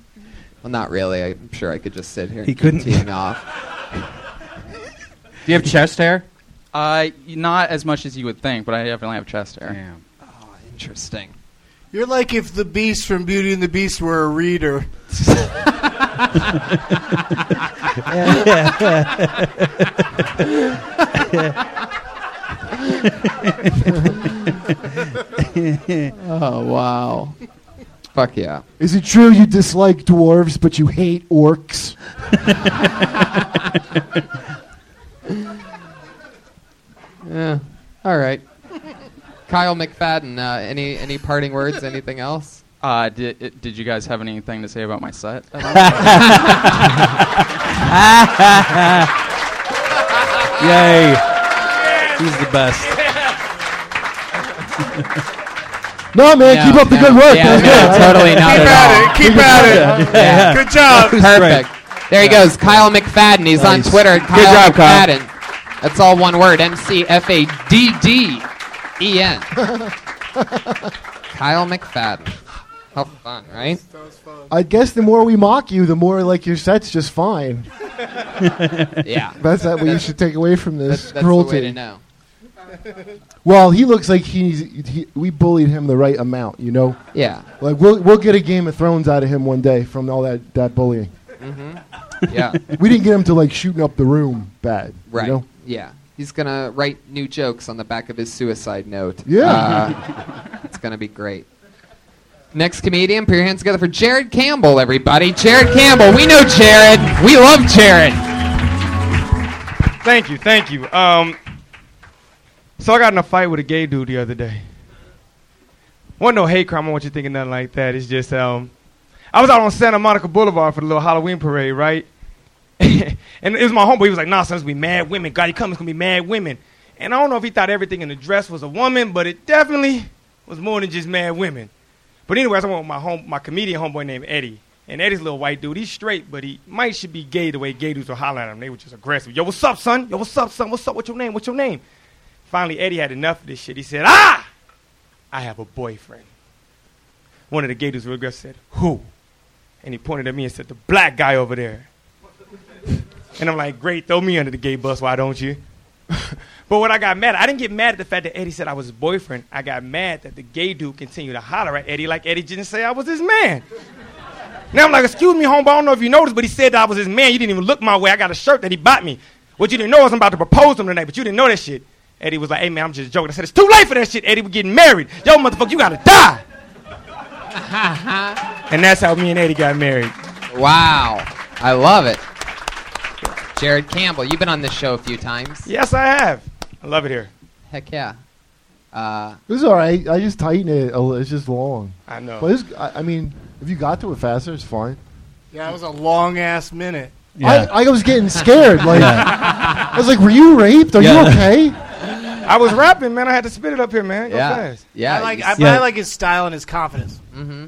Speaker 3: Well, not really. I'm sure I could just sit here.
Speaker 6: He
Speaker 3: and keep
Speaker 6: couldn't.
Speaker 3: teeing off.
Speaker 4: Do you have chest hair?
Speaker 13: uh, y- not as much as you would think, but I definitely have chest hair.
Speaker 4: Damn.
Speaker 3: Oh,
Speaker 13: Interesting.
Speaker 5: You're like if the Beast from Beauty and the Beast were a reader.
Speaker 3: oh wow. Fuck yeah.
Speaker 7: Is it true you dislike dwarves but you hate orcs?
Speaker 3: Yeah. All right. Kyle McFadden, uh, any any parting words? Anything else?
Speaker 13: Uh, did, it- did you guys have anything to say about my set? at all?
Speaker 6: Yay. He's the best.
Speaker 7: No, man,
Speaker 13: No,
Speaker 7: keep up the
Speaker 13: no.
Speaker 7: good work.
Speaker 13: Yeah,
Speaker 7: That's
Speaker 13: no,
Speaker 7: good.
Speaker 13: totally not
Speaker 5: it, keep
Speaker 13: Keep at
Speaker 5: at it.
Speaker 3: Yeah.
Speaker 5: Good job.
Speaker 3: Perfect. There he goes, Kyle McFadden. He's on Twitter. Kyle
Speaker 4: job, Kyle.
Speaker 3: McFadden. Kyle. That's all one word. M C F A D D E N. Kyle McFadden. How fun, right?
Speaker 7: I guess the more we mock you, the more like your set's just fine.
Speaker 3: Yeah.
Speaker 7: That's that what you should take away from this
Speaker 3: That's
Speaker 7: cruelty.
Speaker 3: the way to know.
Speaker 7: Well, he looks like he's he, we bullied him the right amount, you know.
Speaker 3: Yeah.
Speaker 7: Like we'll we'll get a Game of Thrones out of him one day from all that that bullying.
Speaker 3: Mm-hmm. Yeah.
Speaker 7: we didn't get him to like shooting up the room bad,
Speaker 3: Right.
Speaker 7: You know?
Speaker 3: Yeah. He's going to write new jokes on the back of his suicide note.
Speaker 7: Yeah.
Speaker 3: Uh, it's going to be great. Next comedian, put your hands together for Jared Campbell, everybody. Jared Campbell. We know Jared. We love Jared.
Speaker 15: Thank you, thank you. Um, so I got in a fight with a gay dude the other day. Wasn't no hate crime. I don't want you thinking nothing like that. It's just um, I was out on Santa Monica Boulevard for the little Halloween parade, right? and it was my homeboy. He was like, "Nah, son, it's gonna be mad women. God, he coming, it's gonna be mad women." And I don't know if he thought everything in the dress was a woman, but it definitely was more than just mad women. But anyways, I went with my home, my comedian homeboy named Eddie. And Eddie's a little white dude. He's straight, but he might should be gay the way gay dudes will holler at him. They were just aggressive. Yo, what's up, son? Yo, what's up, son? What's up? What's your name? What's your name? Finally, Eddie had enough of this shit. He said, Ah, I have a boyfriend. One of the gay dudes real aggressive said, Who? And he pointed at me and said, The black guy over there. and I'm like, Great, throw me under the gay bus, why don't you? But when I got mad, I didn't get mad at the fact that Eddie said I was his boyfriend. I got mad that the gay dude continued to holler at Eddie like Eddie didn't say I was his man. Now I'm like, excuse me, homeboy, I don't know if you noticed, but he said that I was his man. You didn't even look my way. I got a shirt that he bought me. What you didn't know is I'm about to propose to him tonight, but you didn't know that shit. Eddie was like, hey, man, I'm just joking. I said, it's too late for that shit, Eddie. We're getting married. Yo, motherfucker, you gotta die. and that's how me and Eddie got married.
Speaker 3: Wow. I love it. Jared Campbell, you've been on this show a few times.
Speaker 15: Yes, I have. I love it here.
Speaker 3: Heck yeah. Uh,
Speaker 7: It was all right. I just tighten it. a li- It's just long.
Speaker 15: I know.
Speaker 7: But it's, I, I mean, if you got to it faster, it's fine.
Speaker 5: Yeah, it was a long ass minute.
Speaker 7: I, I was getting scared. Like I was like, "Were you raped? Are
Speaker 5: Yeah.
Speaker 7: you okay?"
Speaker 15: I was rapping, man. I had to spit it up here, man. Go fast.
Speaker 3: Yeah,
Speaker 5: I like,
Speaker 3: you
Speaker 5: I,
Speaker 3: see-
Speaker 5: but I like his style and his confidence.
Speaker 3: Mm-hmm.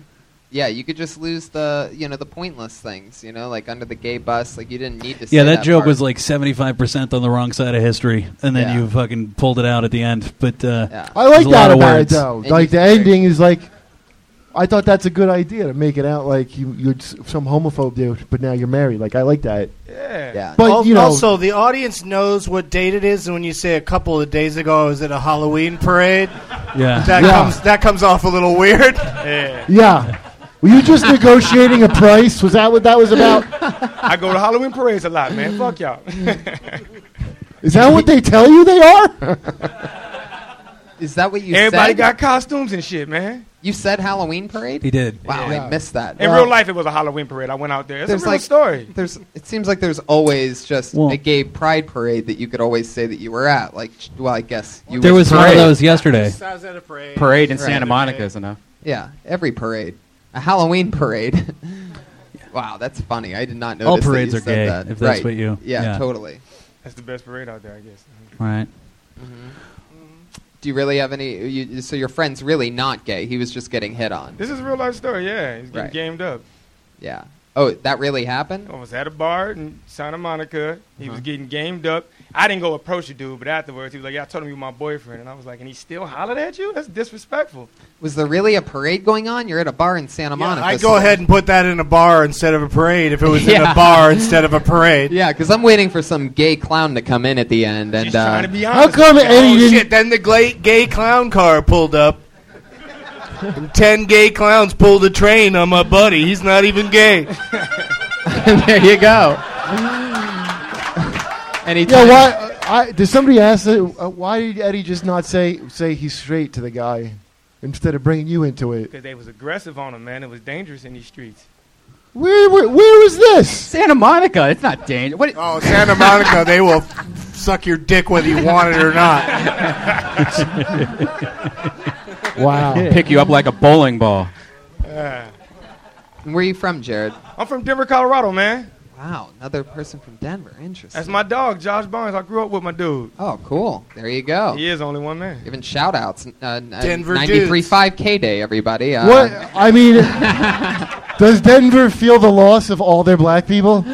Speaker 3: Yeah, you could just lose the you know the pointless things. You know, like under the gay bus. Like you didn't need to.
Speaker 6: Yeah,
Speaker 3: say
Speaker 6: that,
Speaker 3: that
Speaker 6: joke
Speaker 3: part.
Speaker 6: was like 75% on the wrong side of history, and then you fucking pulled it out at the end. But uh,
Speaker 7: I like
Speaker 6: there's a lot
Speaker 7: that
Speaker 6: of
Speaker 7: about it
Speaker 6: words.
Speaker 7: though. like the ending is like, I thought that's a good idea to make it out like you you're s- some homophobe dude, but now you're married. Like I like that.
Speaker 15: Yeah.
Speaker 7: But
Speaker 5: Al-
Speaker 7: you know,
Speaker 5: also the audience knows what date it is, and when you say a couple of days ago, I was at a Halloween parade.
Speaker 6: Yeah.
Speaker 5: that
Speaker 7: Yeah.
Speaker 5: comes that comes off a little weird.
Speaker 15: Yeah.
Speaker 7: yeah. Were you just negotiating a price? Was that what that was about?
Speaker 15: I go to Halloween parades a lot, man. Fuck y'all.
Speaker 5: Mm.
Speaker 7: Is that what they tell you they are?
Speaker 3: Is that what you?
Speaker 15: Everybody
Speaker 3: said?
Speaker 15: got costumes and shit, man.
Speaker 3: You said Halloween parade.
Speaker 6: He did.
Speaker 3: Wow,
Speaker 15: Yeah.
Speaker 3: I missed that.
Speaker 15: In real life, it was a Halloween parade. I went out there. It's
Speaker 3: There's
Speaker 15: a real
Speaker 3: like-
Speaker 15: story.
Speaker 3: There's. It seems like there's always just a gay pride parade that you could always say that you were at. Like, ch- well, I guess you.
Speaker 6: There
Speaker 3: were-
Speaker 6: was one of
Speaker 3: Parade.
Speaker 6: those yesterday.
Speaker 4: I was at a parade. Parade in Santa Monica is enough.
Speaker 3: Yeah, every parade, a Halloween parade. wow, that's funny. I did not notice.
Speaker 6: All
Speaker 3: that you
Speaker 6: parades are
Speaker 3: said
Speaker 6: gay,
Speaker 3: that.
Speaker 6: if that's
Speaker 3: Right.
Speaker 6: what you-
Speaker 3: Yeah,
Speaker 6: yeah.
Speaker 3: totally.
Speaker 15: That's the best parade out there, I guess.
Speaker 6: Right.
Speaker 3: Mm-hmm. Do you really have any? You, so your friend's really not gay. He was just getting hit on.
Speaker 15: This is a real life story. Yeah, he's getting
Speaker 3: Right.
Speaker 15: gamed up.
Speaker 3: Yeah. Oh, that really happened?
Speaker 15: I was at a bar in Santa Monica. He
Speaker 3: Uh-huh.
Speaker 15: was getting gamed up. I didn't go approach the dude, but afterwards he was like, "Yeah, I told him you were my boyfriend," and I was like, "And he still hollered at you? That's disrespectful."
Speaker 3: Was there really a parade going on? You're at a bar in Santa Monica.
Speaker 5: I
Speaker 3: so-
Speaker 5: go ahead and put that in a bar instead of a parade if it was in
Speaker 3: Yeah.
Speaker 5: a bar instead of a parade.
Speaker 3: Yeah, because I'm waiting for some gay clown to come in at the end and. uh,
Speaker 5: How come Eddie oh, shit, then the gla- gay clown car pulled up. And ten gay clowns pulled a train on my buddy. He's not even gay.
Speaker 3: there you go.
Speaker 5: Anytime.
Speaker 7: Yeah, why? I, did somebody ask that? Uh, why did Eddie just not say say he's straight to the guy instead of bringing you into it?
Speaker 15: Because they was aggressive on him, man. It was dangerous in these streets.
Speaker 7: Where where, where is this?
Speaker 4: Santa Monica. It's not dangerous. What?
Speaker 5: Oh, Santa Monica. They will f- suck your dick whether you want it or not.
Speaker 7: Wow.
Speaker 4: Pick you up like a bowling ball.
Speaker 15: Yeah.
Speaker 3: Where are you from, Jared?
Speaker 15: I'm from Denver, Colorado, man.
Speaker 3: Wow, another person from Denver. Interesting.
Speaker 15: That's my dog, Josh Barnes. I grew up with my dude.
Speaker 3: Oh, cool. There you go.
Speaker 15: He is only one man.
Speaker 3: Giving shout outs. Uh,
Speaker 15: Denver
Speaker 3: 93.5K Day, everybody. Uh,
Speaker 7: What? I mean, does Denver feel the loss of all their black people?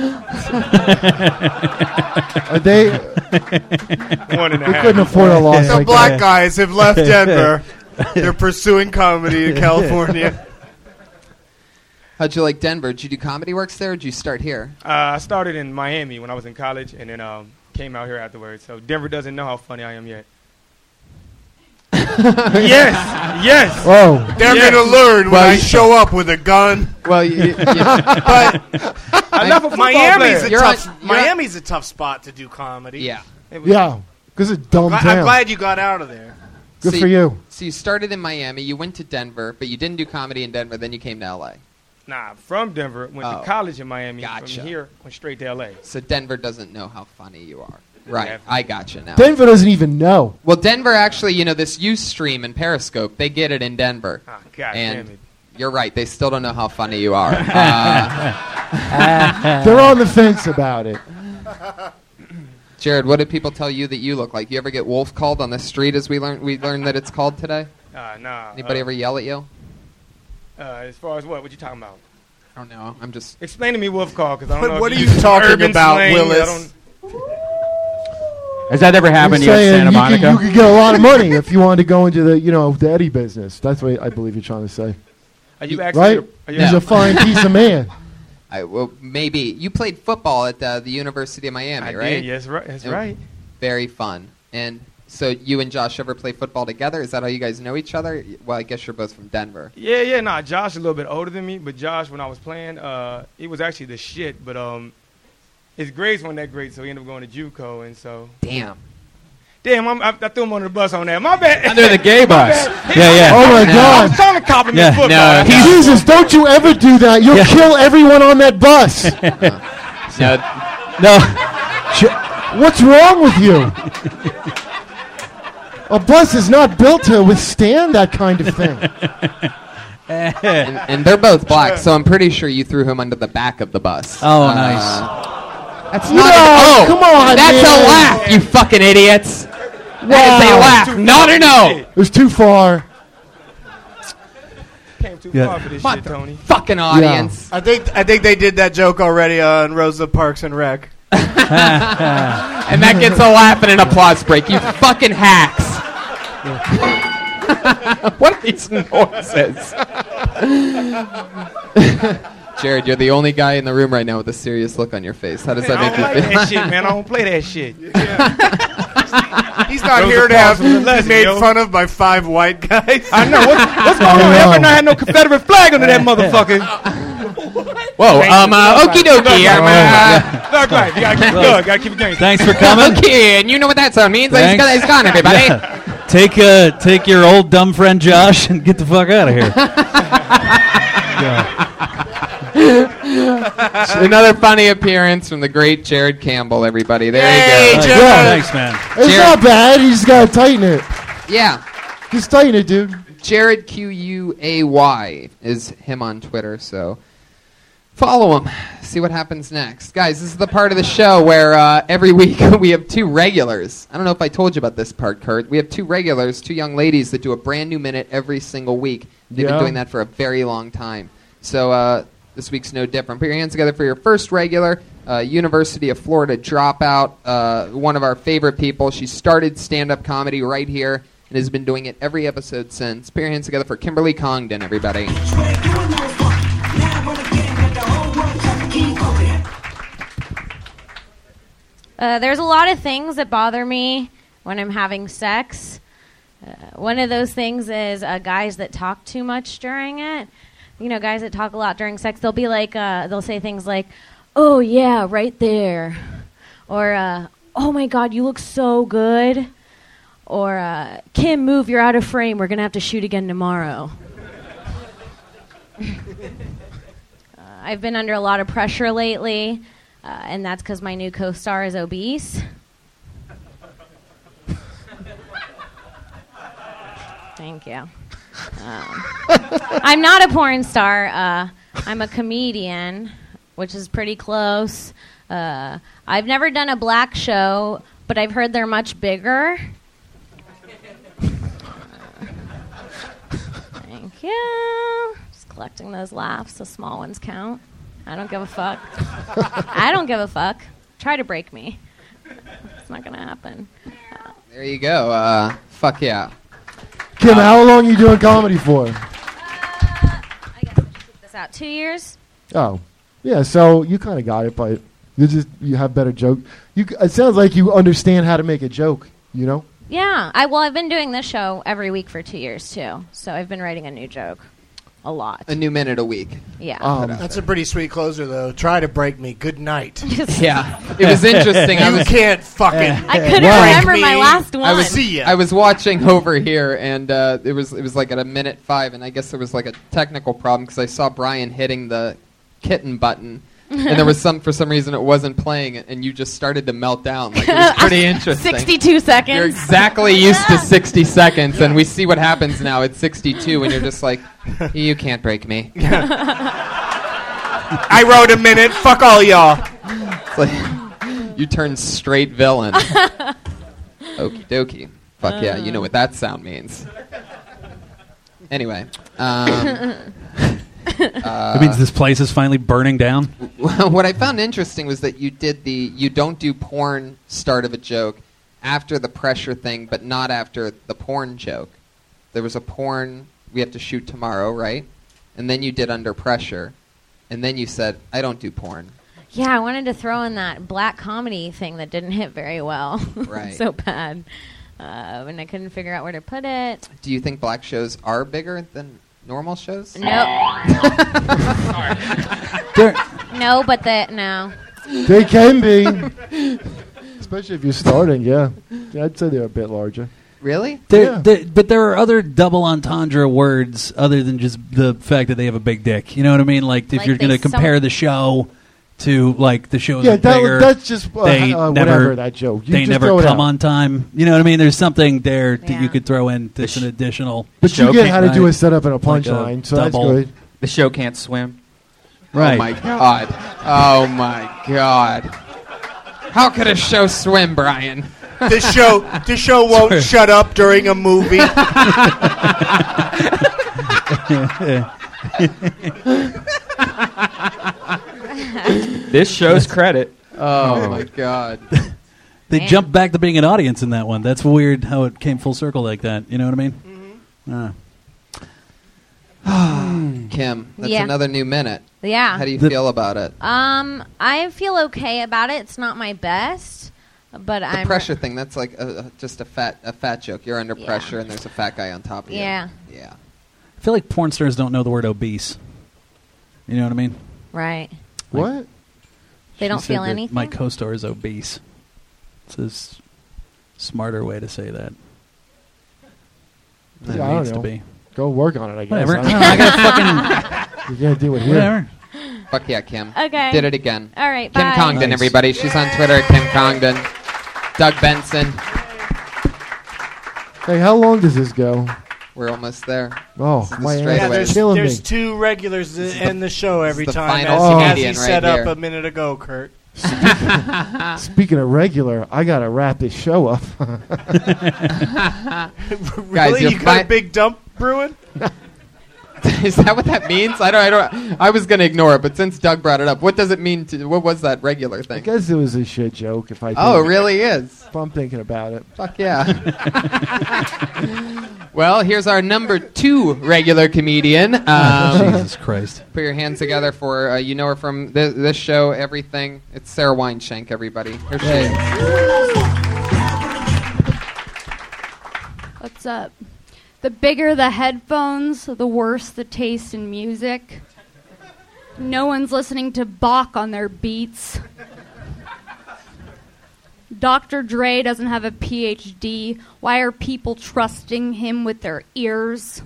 Speaker 7: Are they?
Speaker 5: One and a
Speaker 7: we
Speaker 5: half.
Speaker 7: couldn't afford a loss.
Speaker 5: The
Speaker 7: like
Speaker 5: black
Speaker 7: that.
Speaker 5: guys have left Denver. They're pursuing comedy in California.
Speaker 3: How'd you like Denver? Did you do comedy works there or did you start here?
Speaker 15: Uh, I started in Miami when I was in college, and then um, came out here afterwards. So Denver doesn't know how funny I am yet. yes, yes.
Speaker 7: Oh,
Speaker 5: They're
Speaker 15: Yes.
Speaker 5: gonna learn when
Speaker 15: Well,
Speaker 5: I
Speaker 15: you-
Speaker 5: show up with a gun.
Speaker 3: Well,
Speaker 5: but
Speaker 15: Enough of
Speaker 5: Miami's a
Speaker 15: football player.
Speaker 5: tough.
Speaker 15: You're on-
Speaker 5: Miami's a tough spot to do comedy.
Speaker 3: Yeah.
Speaker 15: It
Speaker 5: was-
Speaker 7: Yeah, because it's a dumb
Speaker 5: Gl-
Speaker 7: town.
Speaker 5: I'm glad you got out of there.
Speaker 7: Good for you.
Speaker 3: So you started in Miami, you went to Denver, but you didn't do comedy in Denver, then you came to LA.
Speaker 15: Nah, I'm from Denver. Went
Speaker 3: Oh.
Speaker 15: to college in Miami.
Speaker 3: Gotcha.
Speaker 15: From here, went straight to LA.
Speaker 3: So Denver doesn't know how funny you are. Right.
Speaker 15: Yeah.
Speaker 3: I gotcha now.
Speaker 7: Denver doesn't even know.
Speaker 3: Well, Denver actually, you know, this Ustream and Periscope, they get it in Denver.
Speaker 5: Ah,
Speaker 15: God
Speaker 3: and
Speaker 15: damn
Speaker 3: You're right. They still don't know how funny you are. Ah. Uh,
Speaker 7: They're on the fence about it.
Speaker 3: Jared, what did people tell you that you look like? You ever get wolf called on the street, as we learned we learned that it's called today?
Speaker 15: Uh, nah.
Speaker 3: Anybody
Speaker 15: uh,
Speaker 3: ever yell at you?
Speaker 15: Uh, as far as what? What you talking about?
Speaker 3: I don't know. I'm just
Speaker 15: Explain to me wolf call because I
Speaker 5: But
Speaker 15: don't know. if
Speaker 5: what are
Speaker 15: you
Speaker 5: you talking
Speaker 15: urban
Speaker 5: about,
Speaker 15: slang, I
Speaker 5: Willis?
Speaker 15: don't-
Speaker 4: Has that ever happened to you at
Speaker 7: saying
Speaker 4: Santa
Speaker 7: you could-
Speaker 4: Monica?
Speaker 7: you could get a lot of money if you wanted to go into the, you know, the Eddie business. That's what I believe you're trying to say.
Speaker 15: Are you
Speaker 7: right? He's a fine piece of man.
Speaker 3: I, well, maybe you played football at uh, the University of Miami,
Speaker 15: I did,
Speaker 3: right?
Speaker 15: yes, right- that's
Speaker 3: And
Speaker 15: right.
Speaker 3: Very fun. And so you and Josh ever play football together? Is that how you guys know each other? Well, I guess you're both from Denver.
Speaker 15: Yeah, yeah, nah. Josh a little bit older than me, but Josh, when I was playing, uh, he was actually the shit. But um, his grades weren't that great, so he ended up going to JUCO, and so.
Speaker 3: Damn.
Speaker 15: Damn, I'm, I, I threw him under the bus on that. My bad.
Speaker 4: Under the gay
Speaker 15: My
Speaker 4: bus.
Speaker 15: bad.
Speaker 4: Yeah, yeah.
Speaker 7: Oh my
Speaker 15: No.
Speaker 7: God.
Speaker 15: I was trying to compliment
Speaker 4: Yeah,
Speaker 15: football.
Speaker 4: no,
Speaker 15: That's all.
Speaker 7: Jesus, don't you ever do that. You'll kill everyone on that bus.
Speaker 3: No,
Speaker 7: Ch- What's wrong with you? A bus is not built to withstand that kind of thing.
Speaker 3: and, and they're both black, so I'm pretty sure you threw him under the back of the bus.
Speaker 6: Oh,
Speaker 3: Uh,
Speaker 6: nice.
Speaker 3: That's
Speaker 7: No,
Speaker 3: not. oh,
Speaker 7: come on,
Speaker 3: That's
Speaker 7: man.
Speaker 3: a laugh, you fucking idiots. That is a
Speaker 7: Wow.
Speaker 3: laugh, not a no.
Speaker 7: It was too far.
Speaker 15: Came too
Speaker 7: Yeah.
Speaker 15: far for this
Speaker 3: What
Speaker 15: shit,
Speaker 3: the
Speaker 15: Tony.
Speaker 3: Fucking audience.
Speaker 5: I think I think they did that joke already on Rosa Parks and Rec.
Speaker 3: And that gets a laugh and an applause break. You fucking hacks. what are these noises? Jared, you're the only guy in the room right now with a serious look on your face. How does that
Speaker 15: I
Speaker 3: make
Speaker 15: don't like
Speaker 3: you feel?
Speaker 15: that shit, man. I don't play that shit.
Speaker 5: He's not
Speaker 15: Rosa
Speaker 5: here to
Speaker 15: Parks
Speaker 5: have
Speaker 15: was a lesbian,
Speaker 5: made
Speaker 15: yo.
Speaker 5: fun of by five white guys.
Speaker 15: I know. What's, what's going on? Ever not had no Confederate flag under that motherfucker.
Speaker 3: Whoa, um, uh, okie dokie. Um, uh,
Speaker 15: Thug life. You gotta keep it going. Gotta keep it going.
Speaker 6: Thanks for coming.
Speaker 3: okay, and you know what that sound means. He's
Speaker 6: Thanks.
Speaker 3: gone, he's gone, everybody.
Speaker 6: Yeah. Take uh, take your old dumb friend Josh and get the fuck out of here. Yeah.
Speaker 3: Another funny appearance from the great Jared Campbell, everybody. There you
Speaker 6: Thanks.
Speaker 3: go.
Speaker 7: Jared.
Speaker 6: Thanks, man.
Speaker 7: It's
Speaker 3: Jared.
Speaker 7: not bad. You just gotta tighten it.
Speaker 3: Yeah.
Speaker 7: Just tighten it, dude.
Speaker 3: Jared Q U A Y is him on Twitter, so follow him. See what happens next. Guys, this is the part of the show where uh, every week we have two regulars. I don't know if I told you about this part, Kurt. We have two regulars, two young ladies that do a brand new minute every single week. They've
Speaker 7: Yeah.
Speaker 3: been doing that for a very long time. So uh, this week's no different. Put your hands together for your first regular, uh, University of Florida dropout, uh, one of our favorite people. She started stand up comedy right here and has been doing it every episode since. Put your hands together for Kimberly Congdon, everybody.
Speaker 16: Uh, there's a lot of things that bother me when I'm having sex. one of those things is uh, guys that talk too much during it. You know, guys that talk a lot during sex, they'll be like, uh, they'll say things like, "Oh yeah, right there," or uh, "Oh my God, you look so good," or uh, "Kim, move, you're out of frame. We're gonna have to shoot again tomorrow." uh, I've been under a lot of pressure lately, uh, and that's because my new co-star is obese. Thank you. Um, I'm not a porn star. Uh, I'm a comedian, which is pretty close. Uh, I've never done a black show, but I've heard they're much bigger. Thank you. Just collecting those laughs. The small ones count. I don't give a fuck. I don't give a fuck. Try to break me. It's not gonna happen.
Speaker 3: There you go. Uh, fuck yeah.
Speaker 7: Kim, how long you doing comedy for?
Speaker 16: This out two years.
Speaker 7: Oh, yeah. So you kind of got it, but you just you have better joke. You c- it sounds like you understand how to make a joke. You know.
Speaker 16: Yeah. I well, I've been doing this show every week for two years too. So I've been writing a new joke, a lot.
Speaker 3: A new minute a week.
Speaker 16: Yeah.
Speaker 15: Oh,
Speaker 5: That's a pretty sweet closer, though. Try to break me. Good night.
Speaker 3: Yeah. It was interesting. I
Speaker 5: you
Speaker 3: was-
Speaker 5: can't fucking.
Speaker 16: I couldn't
Speaker 3: Wow.
Speaker 16: remember my last one.
Speaker 3: I was,
Speaker 5: See ya.
Speaker 3: I was watching over here, and uh, it was it was like at a minute five, and I guess there was like a technical problem because I saw Brian hitting the kitten button, and there was some for some reason it wasn't playing, and you just started to melt down. Like it was pretty interesting.
Speaker 16: 62 seconds.
Speaker 3: You're exactly used to 60 seconds, and we see what happens now at 62, and you're just like, you can't break me. I
Speaker 15: wrote a minute. Fuck all y'all.
Speaker 3: It's like, you turn straight villain. Okie dokie. Fuck yeah, you know what that sound means. Anyway, um,
Speaker 6: that means this place is finally burning down.
Speaker 3: what I found interesting was that you did the you don't do porn start of a joke after the pressure thing, but not after the porn joke. There was a porn we have to shoot tomorrow, right? And then you did under pressure, and then you said I don't do porn.
Speaker 16: Yeah, I wanted to throw in that black comedy thing that didn't hit very well.
Speaker 3: Right.
Speaker 16: so bad. Uh, and I couldn't figure out where to put it.
Speaker 3: Do you think black shows are bigger than normal shows?
Speaker 16: No.
Speaker 7: They're-
Speaker 16: no, but that, no.
Speaker 7: They can be, especially if you're starting. Yeah, Yeah, I'd say they're a bit larger.
Speaker 3: Really?
Speaker 6: There, there- but there are other double entendre words other than just the fact that they have a big dick. You know what I mean? Like if
Speaker 16: Like
Speaker 6: you're
Speaker 16: they
Speaker 6: going to
Speaker 16: sell-
Speaker 6: compare the show to like the show
Speaker 7: Yeah, that-
Speaker 6: bigger,
Speaker 7: that's just, uh,
Speaker 6: they
Speaker 7: uh,
Speaker 6: never,
Speaker 7: whatever, that joke. You
Speaker 6: they
Speaker 7: just
Speaker 6: never
Speaker 7: throw it
Speaker 6: come
Speaker 7: out.
Speaker 6: on time. You know what I mean? There's something there that you could throw in that's an additional.
Speaker 7: But you
Speaker 6: joke
Speaker 7: get how to do
Speaker 6: night.
Speaker 7: a setup and a
Speaker 6: Like
Speaker 7: punchline, so that's
Speaker 6: double.
Speaker 7: good.
Speaker 4: The show can't swim.
Speaker 6: Right.
Speaker 3: Oh my god. Oh my god. How could a show swim, Brian?
Speaker 5: This show, this show won't shut up during a movie.
Speaker 4: This show's credit.
Speaker 3: Oh my god.
Speaker 6: They
Speaker 3: Man.
Speaker 6: jumped back to being an audience in that one. That's weird how it came full circle like that. You know what I mean?
Speaker 7: Mm-hmm.
Speaker 6: Uh,
Speaker 3: Kim, that's
Speaker 16: Yeah.
Speaker 3: another new minute.
Speaker 16: Yeah.
Speaker 3: How do you feel about it?
Speaker 16: Um, I feel okay about it. It's not my best, but
Speaker 3: The
Speaker 16: I'm.
Speaker 3: pressure thing, that's like a, a- just a fat a fat joke. You're under
Speaker 16: Yeah.
Speaker 3: pressure and there's a fat guy on top of you.
Speaker 16: Yeah.
Speaker 3: Yeah.
Speaker 6: I feel like porn stars don't know the word obese. You know what I mean?
Speaker 16: Right.
Speaker 7: What?
Speaker 16: They don't
Speaker 6: She said
Speaker 16: feel
Speaker 6: that
Speaker 16: anything.
Speaker 6: My co-star is obese. It's a s- smarter way to say that. Than
Speaker 7: Yeah,
Speaker 6: it
Speaker 7: I
Speaker 6: needs
Speaker 7: don't know.
Speaker 6: to be.
Speaker 7: Go work on it, I guess.
Speaker 6: Whatever.
Speaker 7: I, don't
Speaker 6: I
Speaker 7: know.
Speaker 6: gotta
Speaker 7: You gotta do it here.
Speaker 6: Whatever.
Speaker 3: Fuck yeah, Kim.
Speaker 16: Okay.
Speaker 3: Did it again.
Speaker 16: All right,
Speaker 3: Kim
Speaker 16: bye.
Speaker 3: Congdon,
Speaker 16: Nice.
Speaker 3: everybody. She's on Twitter at Kim Congdon. Doug Benson.
Speaker 7: Hey, how long does this go?
Speaker 3: We're almost there.
Speaker 7: Oh,
Speaker 3: This is
Speaker 7: my
Speaker 3: straight
Speaker 7: ass
Speaker 3: away.
Speaker 7: is killing
Speaker 5: There's
Speaker 7: me.
Speaker 5: two regulars that end the show every
Speaker 3: the
Speaker 5: time.
Speaker 3: final
Speaker 5: as, as he
Speaker 3: comedian right
Speaker 5: set
Speaker 3: here.
Speaker 5: up a minute ago, Kurt.
Speaker 7: Speaking of regular, I gotta wrap this show up.
Speaker 5: really?
Speaker 3: Guys, you're
Speaker 5: you got
Speaker 3: fi-
Speaker 5: a big dump brewing?
Speaker 3: is that what that means? I don't. I don't. I was gonna ignore it, but since Doug brought it up, what does it mean to? What was that regular
Speaker 7: I
Speaker 3: thing?
Speaker 7: guess it was a shit joke. If I
Speaker 3: Oh,
Speaker 7: think-
Speaker 3: it really is.
Speaker 7: If I'm thinking about it.
Speaker 3: Fuck yeah. well, here's our number two regular comedian.
Speaker 7: Oh,
Speaker 3: Um,
Speaker 6: Jesus Christ.
Speaker 3: Put your hands together for uh, you know her from this, this show, everything. It's Sarah Wineshank, everybody. Here she is.
Speaker 17: What's up? The bigger the headphones, the worse the taste in music. No one's listening to Bach on their beats. Dr. Dre doesn't have a PhD. Why are people trusting him with their ears?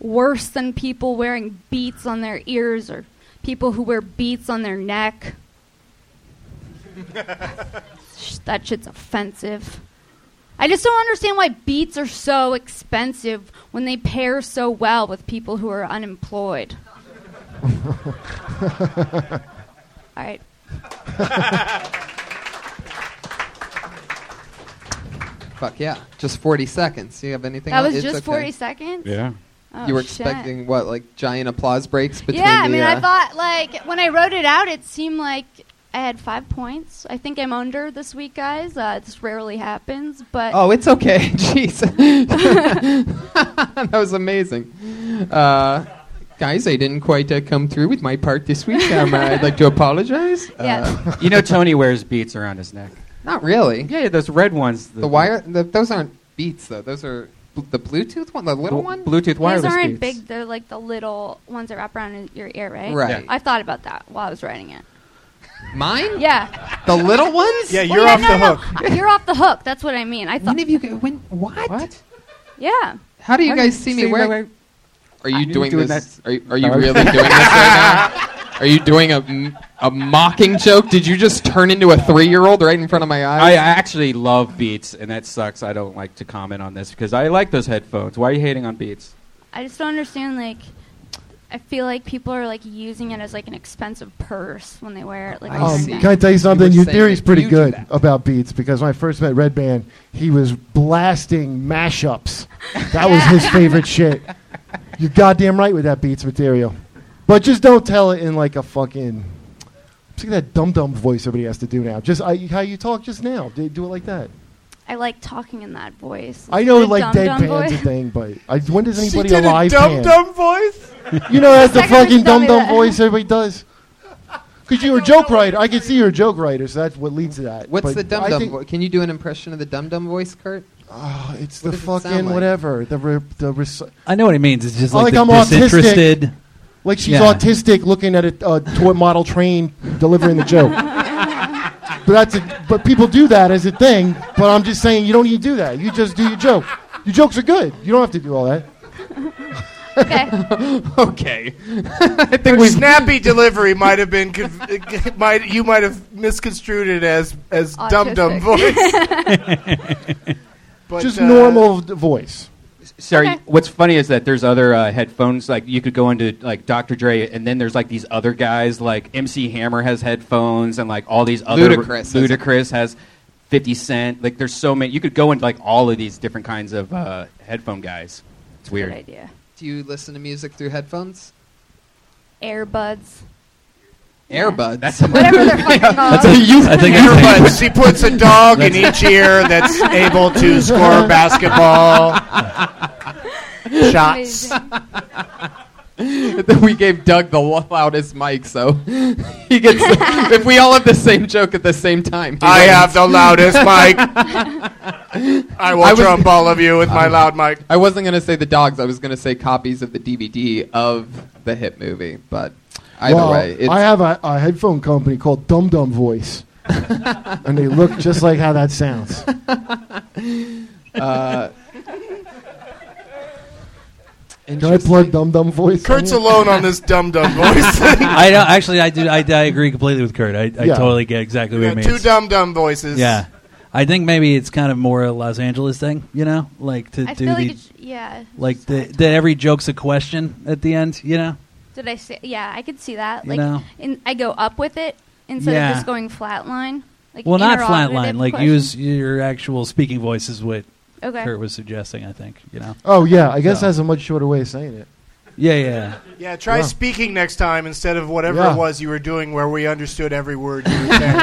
Speaker 17: Worse than people wearing beats on their ears or people who wear beats on their neck. Sh- that shit's offensive. I just don't understand why beats are so expensive when they pair so well with people who are unemployed. All right.
Speaker 3: Fuck yeah. Just 40 seconds. You have anything
Speaker 17: That
Speaker 3: else?
Speaker 17: was
Speaker 3: It's
Speaker 17: just
Speaker 3: okay.
Speaker 17: 40 seconds? Oh,
Speaker 3: you were
Speaker 17: shit.
Speaker 3: expecting what, like giant applause breaks between
Speaker 17: yeah, I
Speaker 3: the,
Speaker 17: mean, I
Speaker 3: uh,
Speaker 17: thought, like, when I wrote it out, it seemed like I had five points. I think I'm under this week, guys. Uh, this rarely happens, but.
Speaker 3: Oh, it's okay. Jeez. that was amazing. Uh, guys, I didn't quite uh, come through with my part this week. Um, I'd like to apologize.
Speaker 17: Yeah.
Speaker 3: Uh,
Speaker 4: You know Tony wears beats around his neck.
Speaker 3: Not really.
Speaker 4: Yeah, yeah those red ones. The,
Speaker 3: The wire, the, those aren't beats, though. Those are bl- the Bluetooth one, the little
Speaker 4: Bl-
Speaker 3: one?
Speaker 4: Bluetooth wireless
Speaker 17: These aren't
Speaker 4: beats.
Speaker 17: big. They're like the little ones that wrap around in your ear, right?
Speaker 3: Right. Yeah.
Speaker 17: I thought about that while I was writing it.
Speaker 3: Mine?
Speaker 17: Yeah.
Speaker 3: The little ones?
Speaker 17: Well, no, no, no. You're off the hook. That's what I mean. I thought. When
Speaker 3: have you? When? What? What?
Speaker 17: Yeah.
Speaker 3: How do you guys see me wearing? Are you
Speaker 4: I'm
Speaker 3: doing,
Speaker 4: doing
Speaker 3: this?
Speaker 4: that-
Speaker 3: Are you, are you
Speaker 4: No.
Speaker 3: really doing this right now? Are you doing a, m- a mocking joke? Did you just turn into a three year old right in front of my
Speaker 4: I I
Speaker 3: eyes?
Speaker 4: actually love Beats, and that sucks. I don't like to comment on this because I like those headphones. Why are you hating on Beats?
Speaker 17: I just don't understand. Like, I feel like people are like using it as like an expensive purse when they wear it. Like,
Speaker 7: Um,
Speaker 17: around
Speaker 7: can
Speaker 17: them.
Speaker 7: I tell you something?
Speaker 17: were
Speaker 7: Your
Speaker 17: saying
Speaker 7: theory's
Speaker 17: that
Speaker 7: pretty
Speaker 17: you
Speaker 7: good about beats because when I first met Red Band, he was blasting mashups. That was his favorite shit. You're goddamn right with that beats material. But just don't tell it in like a fucking. Look at that dumb dumb voice everybody has to do now. Just I, how you talk just now. Do, do it like that.
Speaker 17: I like talking in that voice.
Speaker 7: I know
Speaker 17: The
Speaker 7: like
Speaker 17: dumb
Speaker 7: dead
Speaker 17: dumb
Speaker 7: band's a
Speaker 17: voice.
Speaker 7: thing, but I, when does
Speaker 5: She
Speaker 7: anybody
Speaker 5: did a
Speaker 7: alive
Speaker 5: dumb
Speaker 7: band?
Speaker 5: dumb voice?
Speaker 7: you know that's the
Speaker 5: Second person
Speaker 7: fucking
Speaker 5: tell
Speaker 7: dumb
Speaker 5: me
Speaker 7: dumb
Speaker 5: that.
Speaker 7: voice everybody does. Because you're a joke writer, I can see you're a joke writer, so that's what leads to that.
Speaker 3: What's
Speaker 7: But
Speaker 3: the dum
Speaker 7: I
Speaker 3: dum?
Speaker 7: think-
Speaker 3: Vo- can you do an impression of the dum dum voice, Kurt?
Speaker 7: Oh, it's
Speaker 3: What
Speaker 7: the
Speaker 3: does it sound
Speaker 7: fucking
Speaker 3: like?
Speaker 7: whatever. The re, the res-
Speaker 6: I know what he means. It's just
Speaker 7: Oh, like
Speaker 6: like, the
Speaker 7: I'm
Speaker 6: disinterested.
Speaker 7: autistic. Like she's
Speaker 6: Yeah.
Speaker 7: autistic, looking at a uh, toy model train delivering the joke. but that's a, but people do that as a thing. But I'm just saying you don't need to do that. You just do your joke. Your jokes are good. You don't have to do all that.
Speaker 3: okay.
Speaker 5: I think snappy delivery might have been conv- might you might have misconstrued it as as dum dum voice. But,
Speaker 7: just
Speaker 5: uh,
Speaker 7: normal d- voice.
Speaker 4: Sorry, what's funny is that there's other uh, headphones. Like you could go into like Dr. Dre, and then there's like these other guys. Like MC Hammer has headphones, and like all these other
Speaker 3: Ludacris has-
Speaker 4: Ludacris has. 50 Cent, like there's so many. You could go into like all of these different kinds of uh, headphone guys. It's weird.
Speaker 17: Good idea.
Speaker 3: Do you listen to music through headphones?
Speaker 17: Airbuds.
Speaker 3: Airbuds. That's
Speaker 17: Whatever they're fucking called.
Speaker 5: That's a youth I think Airbuds. She puts a dog in each ear that's able to score basketball shots.
Speaker 3: then we gave Doug the lo- loudest mic, so he gets. if we all have the same joke at the same time, he
Speaker 5: I
Speaker 3: wins.
Speaker 5: have the loudest mic. I will trump all of you with my loud mic.
Speaker 3: Um, I wasn't gonna say the dogs. I was gonna say copies of the DVD of the hit movie, but either
Speaker 7: Well,
Speaker 3: way, it's
Speaker 7: I have a, a headphone company called Dum Dum Voice, and they look just like how that sounds.
Speaker 3: uh,
Speaker 7: Can I plug Dum Dum Voice?
Speaker 5: Kurt's alone on this dum dum voice.
Speaker 6: I don't, actually, I do. I, I agree completely with Kurt. I, I
Speaker 5: Yeah.
Speaker 6: totally get exactly what he means.
Speaker 5: Two dum dum voices.
Speaker 6: Yeah, I think maybe it's kind of more a Los Angeles thing, you know, like to
Speaker 17: I
Speaker 6: do
Speaker 17: feel
Speaker 6: the
Speaker 17: like it's- yeah.
Speaker 6: like the, that every joke's a question at the end, you know.
Speaker 17: Did I say? Yeah, I could see that.
Speaker 6: You
Speaker 17: Like,
Speaker 6: know.
Speaker 17: in, I go up with it instead
Speaker 6: Yeah.
Speaker 17: of just going flatline. Like,
Speaker 6: well, not
Speaker 17: interrogative
Speaker 6: flatline. Like
Speaker 17: question.
Speaker 6: use your actual speaking voice is what
Speaker 17: Okay.
Speaker 6: Kurt was suggesting. I think you know.
Speaker 7: Oh yeah, I guess
Speaker 6: So-
Speaker 7: that's a much shorter way of saying it.
Speaker 6: Yeah, yeah.
Speaker 5: Yeah, try
Speaker 7: Yeah.
Speaker 5: speaking next time instead of whatever
Speaker 7: Yeah.
Speaker 5: it was you were doing where we understood every word you were saying.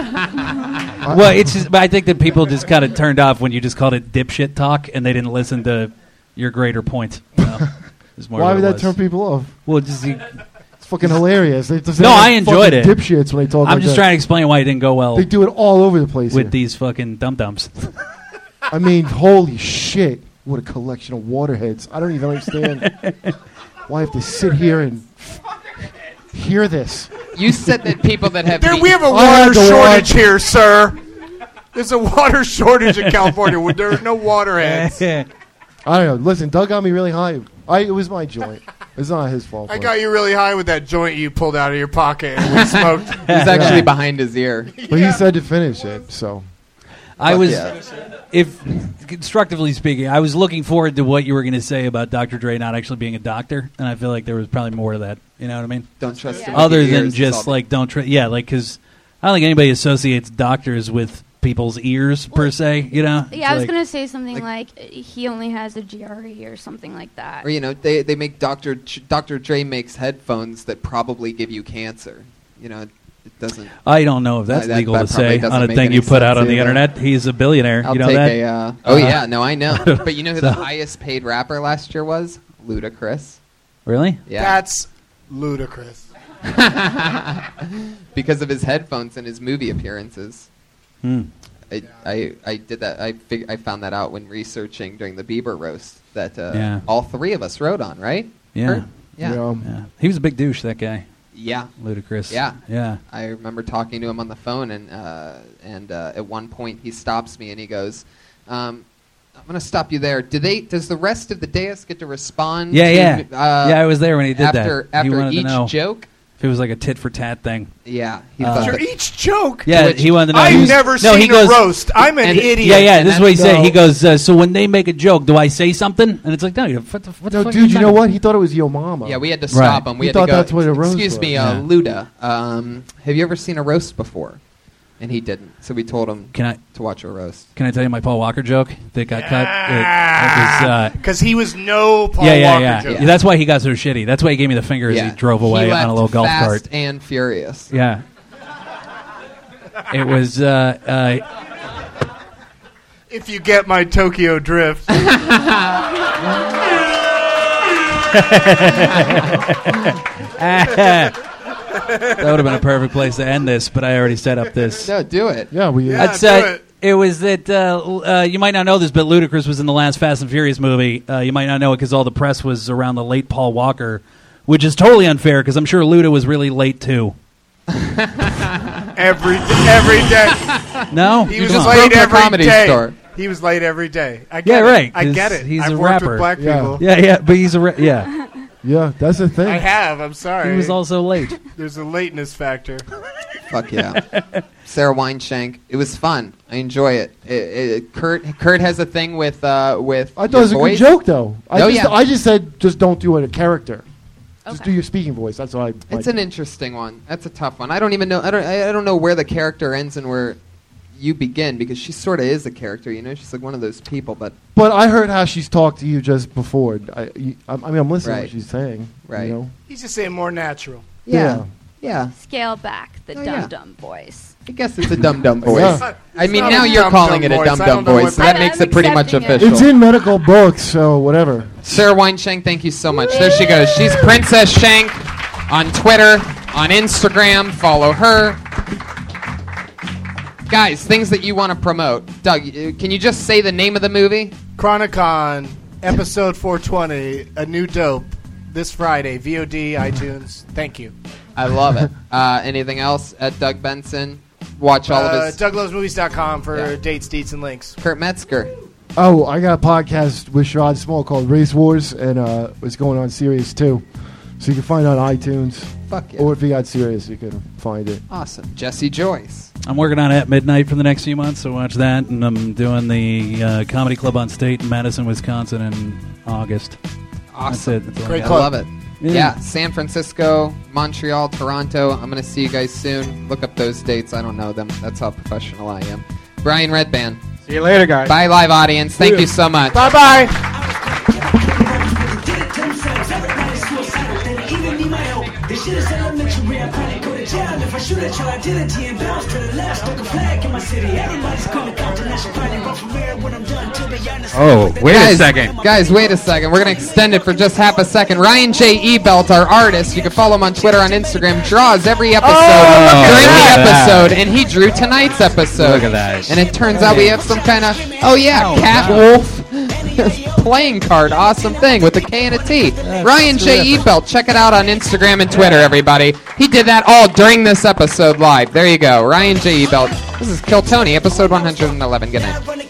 Speaker 6: well, it's just. But I think that people just kind of turned off when you just called it dipshit talk, and they didn't listen to your greater point. you know, is more
Speaker 7: Why
Speaker 6: what
Speaker 7: would
Speaker 6: it
Speaker 7: that
Speaker 6: was.
Speaker 7: turn people off?
Speaker 6: Well, just you-
Speaker 7: It's fucking hilarious. They just
Speaker 6: no,
Speaker 7: they're
Speaker 6: I enjoyed
Speaker 7: fucking
Speaker 6: it.
Speaker 7: Dipshits when they talk.
Speaker 6: I'm
Speaker 7: like
Speaker 6: just
Speaker 7: that.
Speaker 6: trying to explain why it didn't go well.
Speaker 7: They do it all over the place.
Speaker 6: with these fucking dum dums.
Speaker 7: I mean, holy shit! What a collection of waterheads! I don't even understand why I have to sit here and hear this.
Speaker 3: You said that people that have
Speaker 14: Dude, we have a
Speaker 7: I had
Speaker 14: water
Speaker 7: to
Speaker 14: shortage
Speaker 7: watch-
Speaker 14: here, sir. There's a water shortage in California. where There are no waterheads.
Speaker 7: I don't know. Listen, Doug got me really high. I, it was my joint. It's not his fault.
Speaker 14: I
Speaker 7: but-
Speaker 14: got you really high with that joint you pulled out of your pocket and we smoked.
Speaker 7: He's actually Yeah. behind
Speaker 3: his ear.
Speaker 7: But he said to finish it, so.
Speaker 6: I
Speaker 7: Fuck
Speaker 6: was,
Speaker 7: yeah.
Speaker 6: if constructively speaking, I was looking forward to what you were going to say about Dr. Dre not actually being a doctor, and I feel like there was probably more to that. You know what I mean?
Speaker 3: Don't trust him with
Speaker 6: Other
Speaker 3: your ears,
Speaker 6: than
Speaker 3: it's
Speaker 6: just
Speaker 3: all-
Speaker 6: like don't trust. Yeah, like because I don't think anybody associates doctors with people's ears per se. You know?
Speaker 17: Yeah, I was
Speaker 6: Like-
Speaker 17: gonna say something like, uh he only has a GRE or something like that.
Speaker 3: Or you know, they, they make Dr. Ch- Dr. Dre makes headphones that probably give you cancer. You know, it, it doesn't.
Speaker 6: I don't know if that's
Speaker 3: Uh, that-
Speaker 6: legal
Speaker 3: that
Speaker 6: to
Speaker 3: probably
Speaker 6: say
Speaker 3: doesn't
Speaker 6: on a
Speaker 3: make
Speaker 6: thing
Speaker 3: any
Speaker 6: you put out
Speaker 3: sense
Speaker 6: on the
Speaker 3: either.
Speaker 6: internet. He's a billionaire.
Speaker 3: I'll
Speaker 6: you know
Speaker 3: take
Speaker 6: that?
Speaker 3: a. Uh, oh
Speaker 6: Uh-huh.
Speaker 3: yeah, no, I know. but you know who the
Speaker 6: So-
Speaker 3: highest paid rapper last year was? Ludacris.
Speaker 6: Really?
Speaker 3: Yeah.
Speaker 14: That's ludicrous.
Speaker 3: because of his headphones and his movie appearances.
Speaker 6: Hmm.
Speaker 3: I, I, I did that. I fig- I found that out when researching during the Bieber roast that uh,
Speaker 6: Yeah.
Speaker 3: all three of us wrote on, right?
Speaker 6: Yeah.
Speaker 3: Or- yeah.
Speaker 6: yeah. He was a big douche. That guy.
Speaker 3: Yeah.
Speaker 6: Ludicrous.
Speaker 3: Yeah.
Speaker 6: Yeah.
Speaker 3: I remember talking to him on the phone, and uh, and uh, at one point he stops me and he goes, um, "I'm going to stop you there. Do they? Does the rest of the dais get to respond?
Speaker 6: Yeah,
Speaker 3: to,
Speaker 6: yeah.
Speaker 3: Uh,
Speaker 6: yeah, I was there when he did
Speaker 3: after,
Speaker 6: that. he
Speaker 3: After
Speaker 6: wanted
Speaker 3: each
Speaker 6: to know
Speaker 3: joke.
Speaker 6: If it was like a tit for tat thing.
Speaker 3: Yeah.
Speaker 6: Uh,
Speaker 14: After each joke.
Speaker 6: Yeah,
Speaker 14: Which-
Speaker 6: he wanted to know.
Speaker 14: I've
Speaker 6: who's-
Speaker 14: never
Speaker 6: no,
Speaker 14: seen
Speaker 6: he
Speaker 14: a
Speaker 6: goes,
Speaker 14: roast. I'm an
Speaker 6: and-
Speaker 14: idiot.
Speaker 6: Yeah, yeah. This is what he said.
Speaker 14: No.
Speaker 6: He goes, uh, so when they make a joke, do I say something? And it's like, no, you what the, what the
Speaker 7: no,
Speaker 6: fuck
Speaker 7: dude, you
Speaker 6: talking
Speaker 7: know
Speaker 6: about?
Speaker 7: what? He thought it was Yo Mama.
Speaker 3: Yeah, we had to
Speaker 6: Right.
Speaker 3: stop him. We
Speaker 7: He
Speaker 3: had
Speaker 7: thought
Speaker 3: to go.
Speaker 7: that's what a roast
Speaker 3: Excuse
Speaker 7: was."
Speaker 3: me, uh, Luda. Um, have you ever seen a roast before? And he didn't, so we told him
Speaker 6: Can I-
Speaker 3: to watch a roast.
Speaker 6: Can I tell you my Paul Walker joke that got cut? It- it was, uh,
Speaker 14: Because he was no Paul
Speaker 6: yeah, yeah,
Speaker 14: Walker
Speaker 6: yeah,
Speaker 14: joke.
Speaker 6: Yeah, That's why he got so shitty. That's why he gave me the finger as
Speaker 3: Yeah.
Speaker 6: he drove away
Speaker 3: He
Speaker 6: on
Speaker 3: left
Speaker 6: a little golf
Speaker 3: fast
Speaker 6: cart.
Speaker 3: and furious.
Speaker 6: Yeah. it was. Uh, uh,
Speaker 14: If you get my Tokyo drift.
Speaker 6: that would have been a perfect place to end this, but I already set up this.
Speaker 3: No, do it.
Speaker 7: Yeah, we.
Speaker 6: I'd say it. was that uh, l- uh, you might not know this, but Ludacris was in the last Fast and Furious movie. Uh, you might not know it because all the press was around the late Paul Walker, which is totally unfair because I'm sure Luda was really late too.
Speaker 14: every every day.
Speaker 6: No,
Speaker 14: he
Speaker 6: you
Speaker 14: was
Speaker 6: don't.
Speaker 14: late
Speaker 6: Broke the
Speaker 14: every
Speaker 6: comedy
Speaker 14: day.
Speaker 6: store.
Speaker 14: He was late every day. I
Speaker 6: yeah,
Speaker 14: get it.
Speaker 6: right.
Speaker 14: I
Speaker 6: 'cause
Speaker 14: get it.
Speaker 6: He's
Speaker 14: I've
Speaker 6: a
Speaker 14: worked
Speaker 6: rapper.
Speaker 14: with black
Speaker 6: yeah.
Speaker 14: people.
Speaker 6: Yeah, yeah, but he's a ra- yeah.
Speaker 7: Yeah, that's the thing.
Speaker 14: I have. I'm sorry.
Speaker 6: He was also late.
Speaker 14: There's a lateness factor.
Speaker 3: Fuck yeah. Sarah Wineshank. It was fun. I enjoy it. It- it- Kurt Kurt has a thing with uh, with.
Speaker 7: I thought it was a good joke, though. I,
Speaker 3: Oh,
Speaker 7: just,
Speaker 3: yeah.
Speaker 7: I just said, just don't do it a character. Just do your speaking voice. That's all I.
Speaker 3: It's an interesting one. That's a tough one. I don't even know. I don't. I I don't know where the character ends and where you begin because she sort of is a character. You know, she's like one of those people. But
Speaker 7: but I heard how she's talked to you just before. I, you- I, I mean, I'm listening to
Speaker 3: Right.
Speaker 7: what she's saying.
Speaker 3: Right.
Speaker 7: You know?
Speaker 14: He's just saying more natural.
Speaker 3: Yeah. yeah.
Speaker 17: Scale back the
Speaker 3: Oh, yeah.
Speaker 17: dum dum voice.
Speaker 3: I guess it's a dumb dumb voice.
Speaker 7: It's not-
Speaker 3: I
Speaker 14: it's
Speaker 3: mean,
Speaker 14: not
Speaker 3: now
Speaker 14: a
Speaker 3: you're
Speaker 14: dumb
Speaker 3: calling
Speaker 14: dumb
Speaker 3: it a
Speaker 14: voice.
Speaker 3: dumb
Speaker 14: I
Speaker 3: dumb
Speaker 14: don't know
Speaker 3: voice,
Speaker 14: what
Speaker 3: so
Speaker 14: that-
Speaker 3: that makes it pretty much
Speaker 17: accepting it.
Speaker 3: official.
Speaker 7: It's in medical books, so whatever.
Speaker 3: Sarah Wineshank, thank you so much. There she goes. She's Princess Shank on Twitter, on Instagram. Follow her. Guys, things that you want to promote. Doug, y- uh, can you just say the name of the movie?
Speaker 14: Chronicon, episode 420, a new dope. This Friday, VOD, iTunes. Thank you.
Speaker 3: I love it. Uh, anything else at Doug Benson? Watch all of
Speaker 14: Uh,
Speaker 3: his.
Speaker 14: DougLovesMovies.com for
Speaker 3: Yeah.
Speaker 14: dates, deets, and links.
Speaker 3: Kurt Metzger.
Speaker 7: Oh, I got a podcast with Sherrod Small called Race Wars, and uh, it's going on Sirius too. So you can find it on iTunes.
Speaker 3: Fuck yeah.
Speaker 7: Or if you got Sirius, you can find it.
Speaker 3: Awesome. Jesse Joyce.
Speaker 6: I'm working on at midnight for the next few months, so watch that. And I'm doing the uh, comedy club on State in Madison, Wisconsin, in August.
Speaker 3: Awesome.
Speaker 6: That's it. That's all I
Speaker 3: Great
Speaker 6: got.
Speaker 3: club. I love it. Yeah. San Francisco, Montreal, Toronto. I'm going to see you guys soon. Look up those dates. I don't know them. That's how professional I am. Brian Redband.
Speaker 15: See you later, guys.
Speaker 3: Bye, live audience. Thank you so much.
Speaker 14: Bye bye.
Speaker 18: themselves. Everybody's suicidal. They don't even need my help. They should have said I'd make you real. Probably go to jail if If I shoot at your identity and bounce to the left, stuck a flag in my city. Everybody's coming Compton. I should probably run from here when I'm done. To be honest,
Speaker 4: Oh, wait
Speaker 3: guys,
Speaker 4: a second.
Speaker 3: Guys, wait a second. We're going to extend it for just half a second. Ryan J. Ebelt, our artist, you can follow him on Twitter, on Instagram, draws every
Speaker 15: Oh,
Speaker 3: episode during
Speaker 4: look at
Speaker 3: the
Speaker 4: that.
Speaker 3: episode, and he drew tonight's episode.
Speaker 4: Look at that.
Speaker 3: And it turns out we have some kind of, oh yeah, Cat Wolf playing card. Awesome thing with a K and a T. Ryan J.
Speaker 4: terrific.
Speaker 3: Ebelt, check it out on Instagram and Twitter, everybody. He did that all during this episode live. There you go. Ryan J. Ebelt. This is Kill Tony, episode 111. Good night.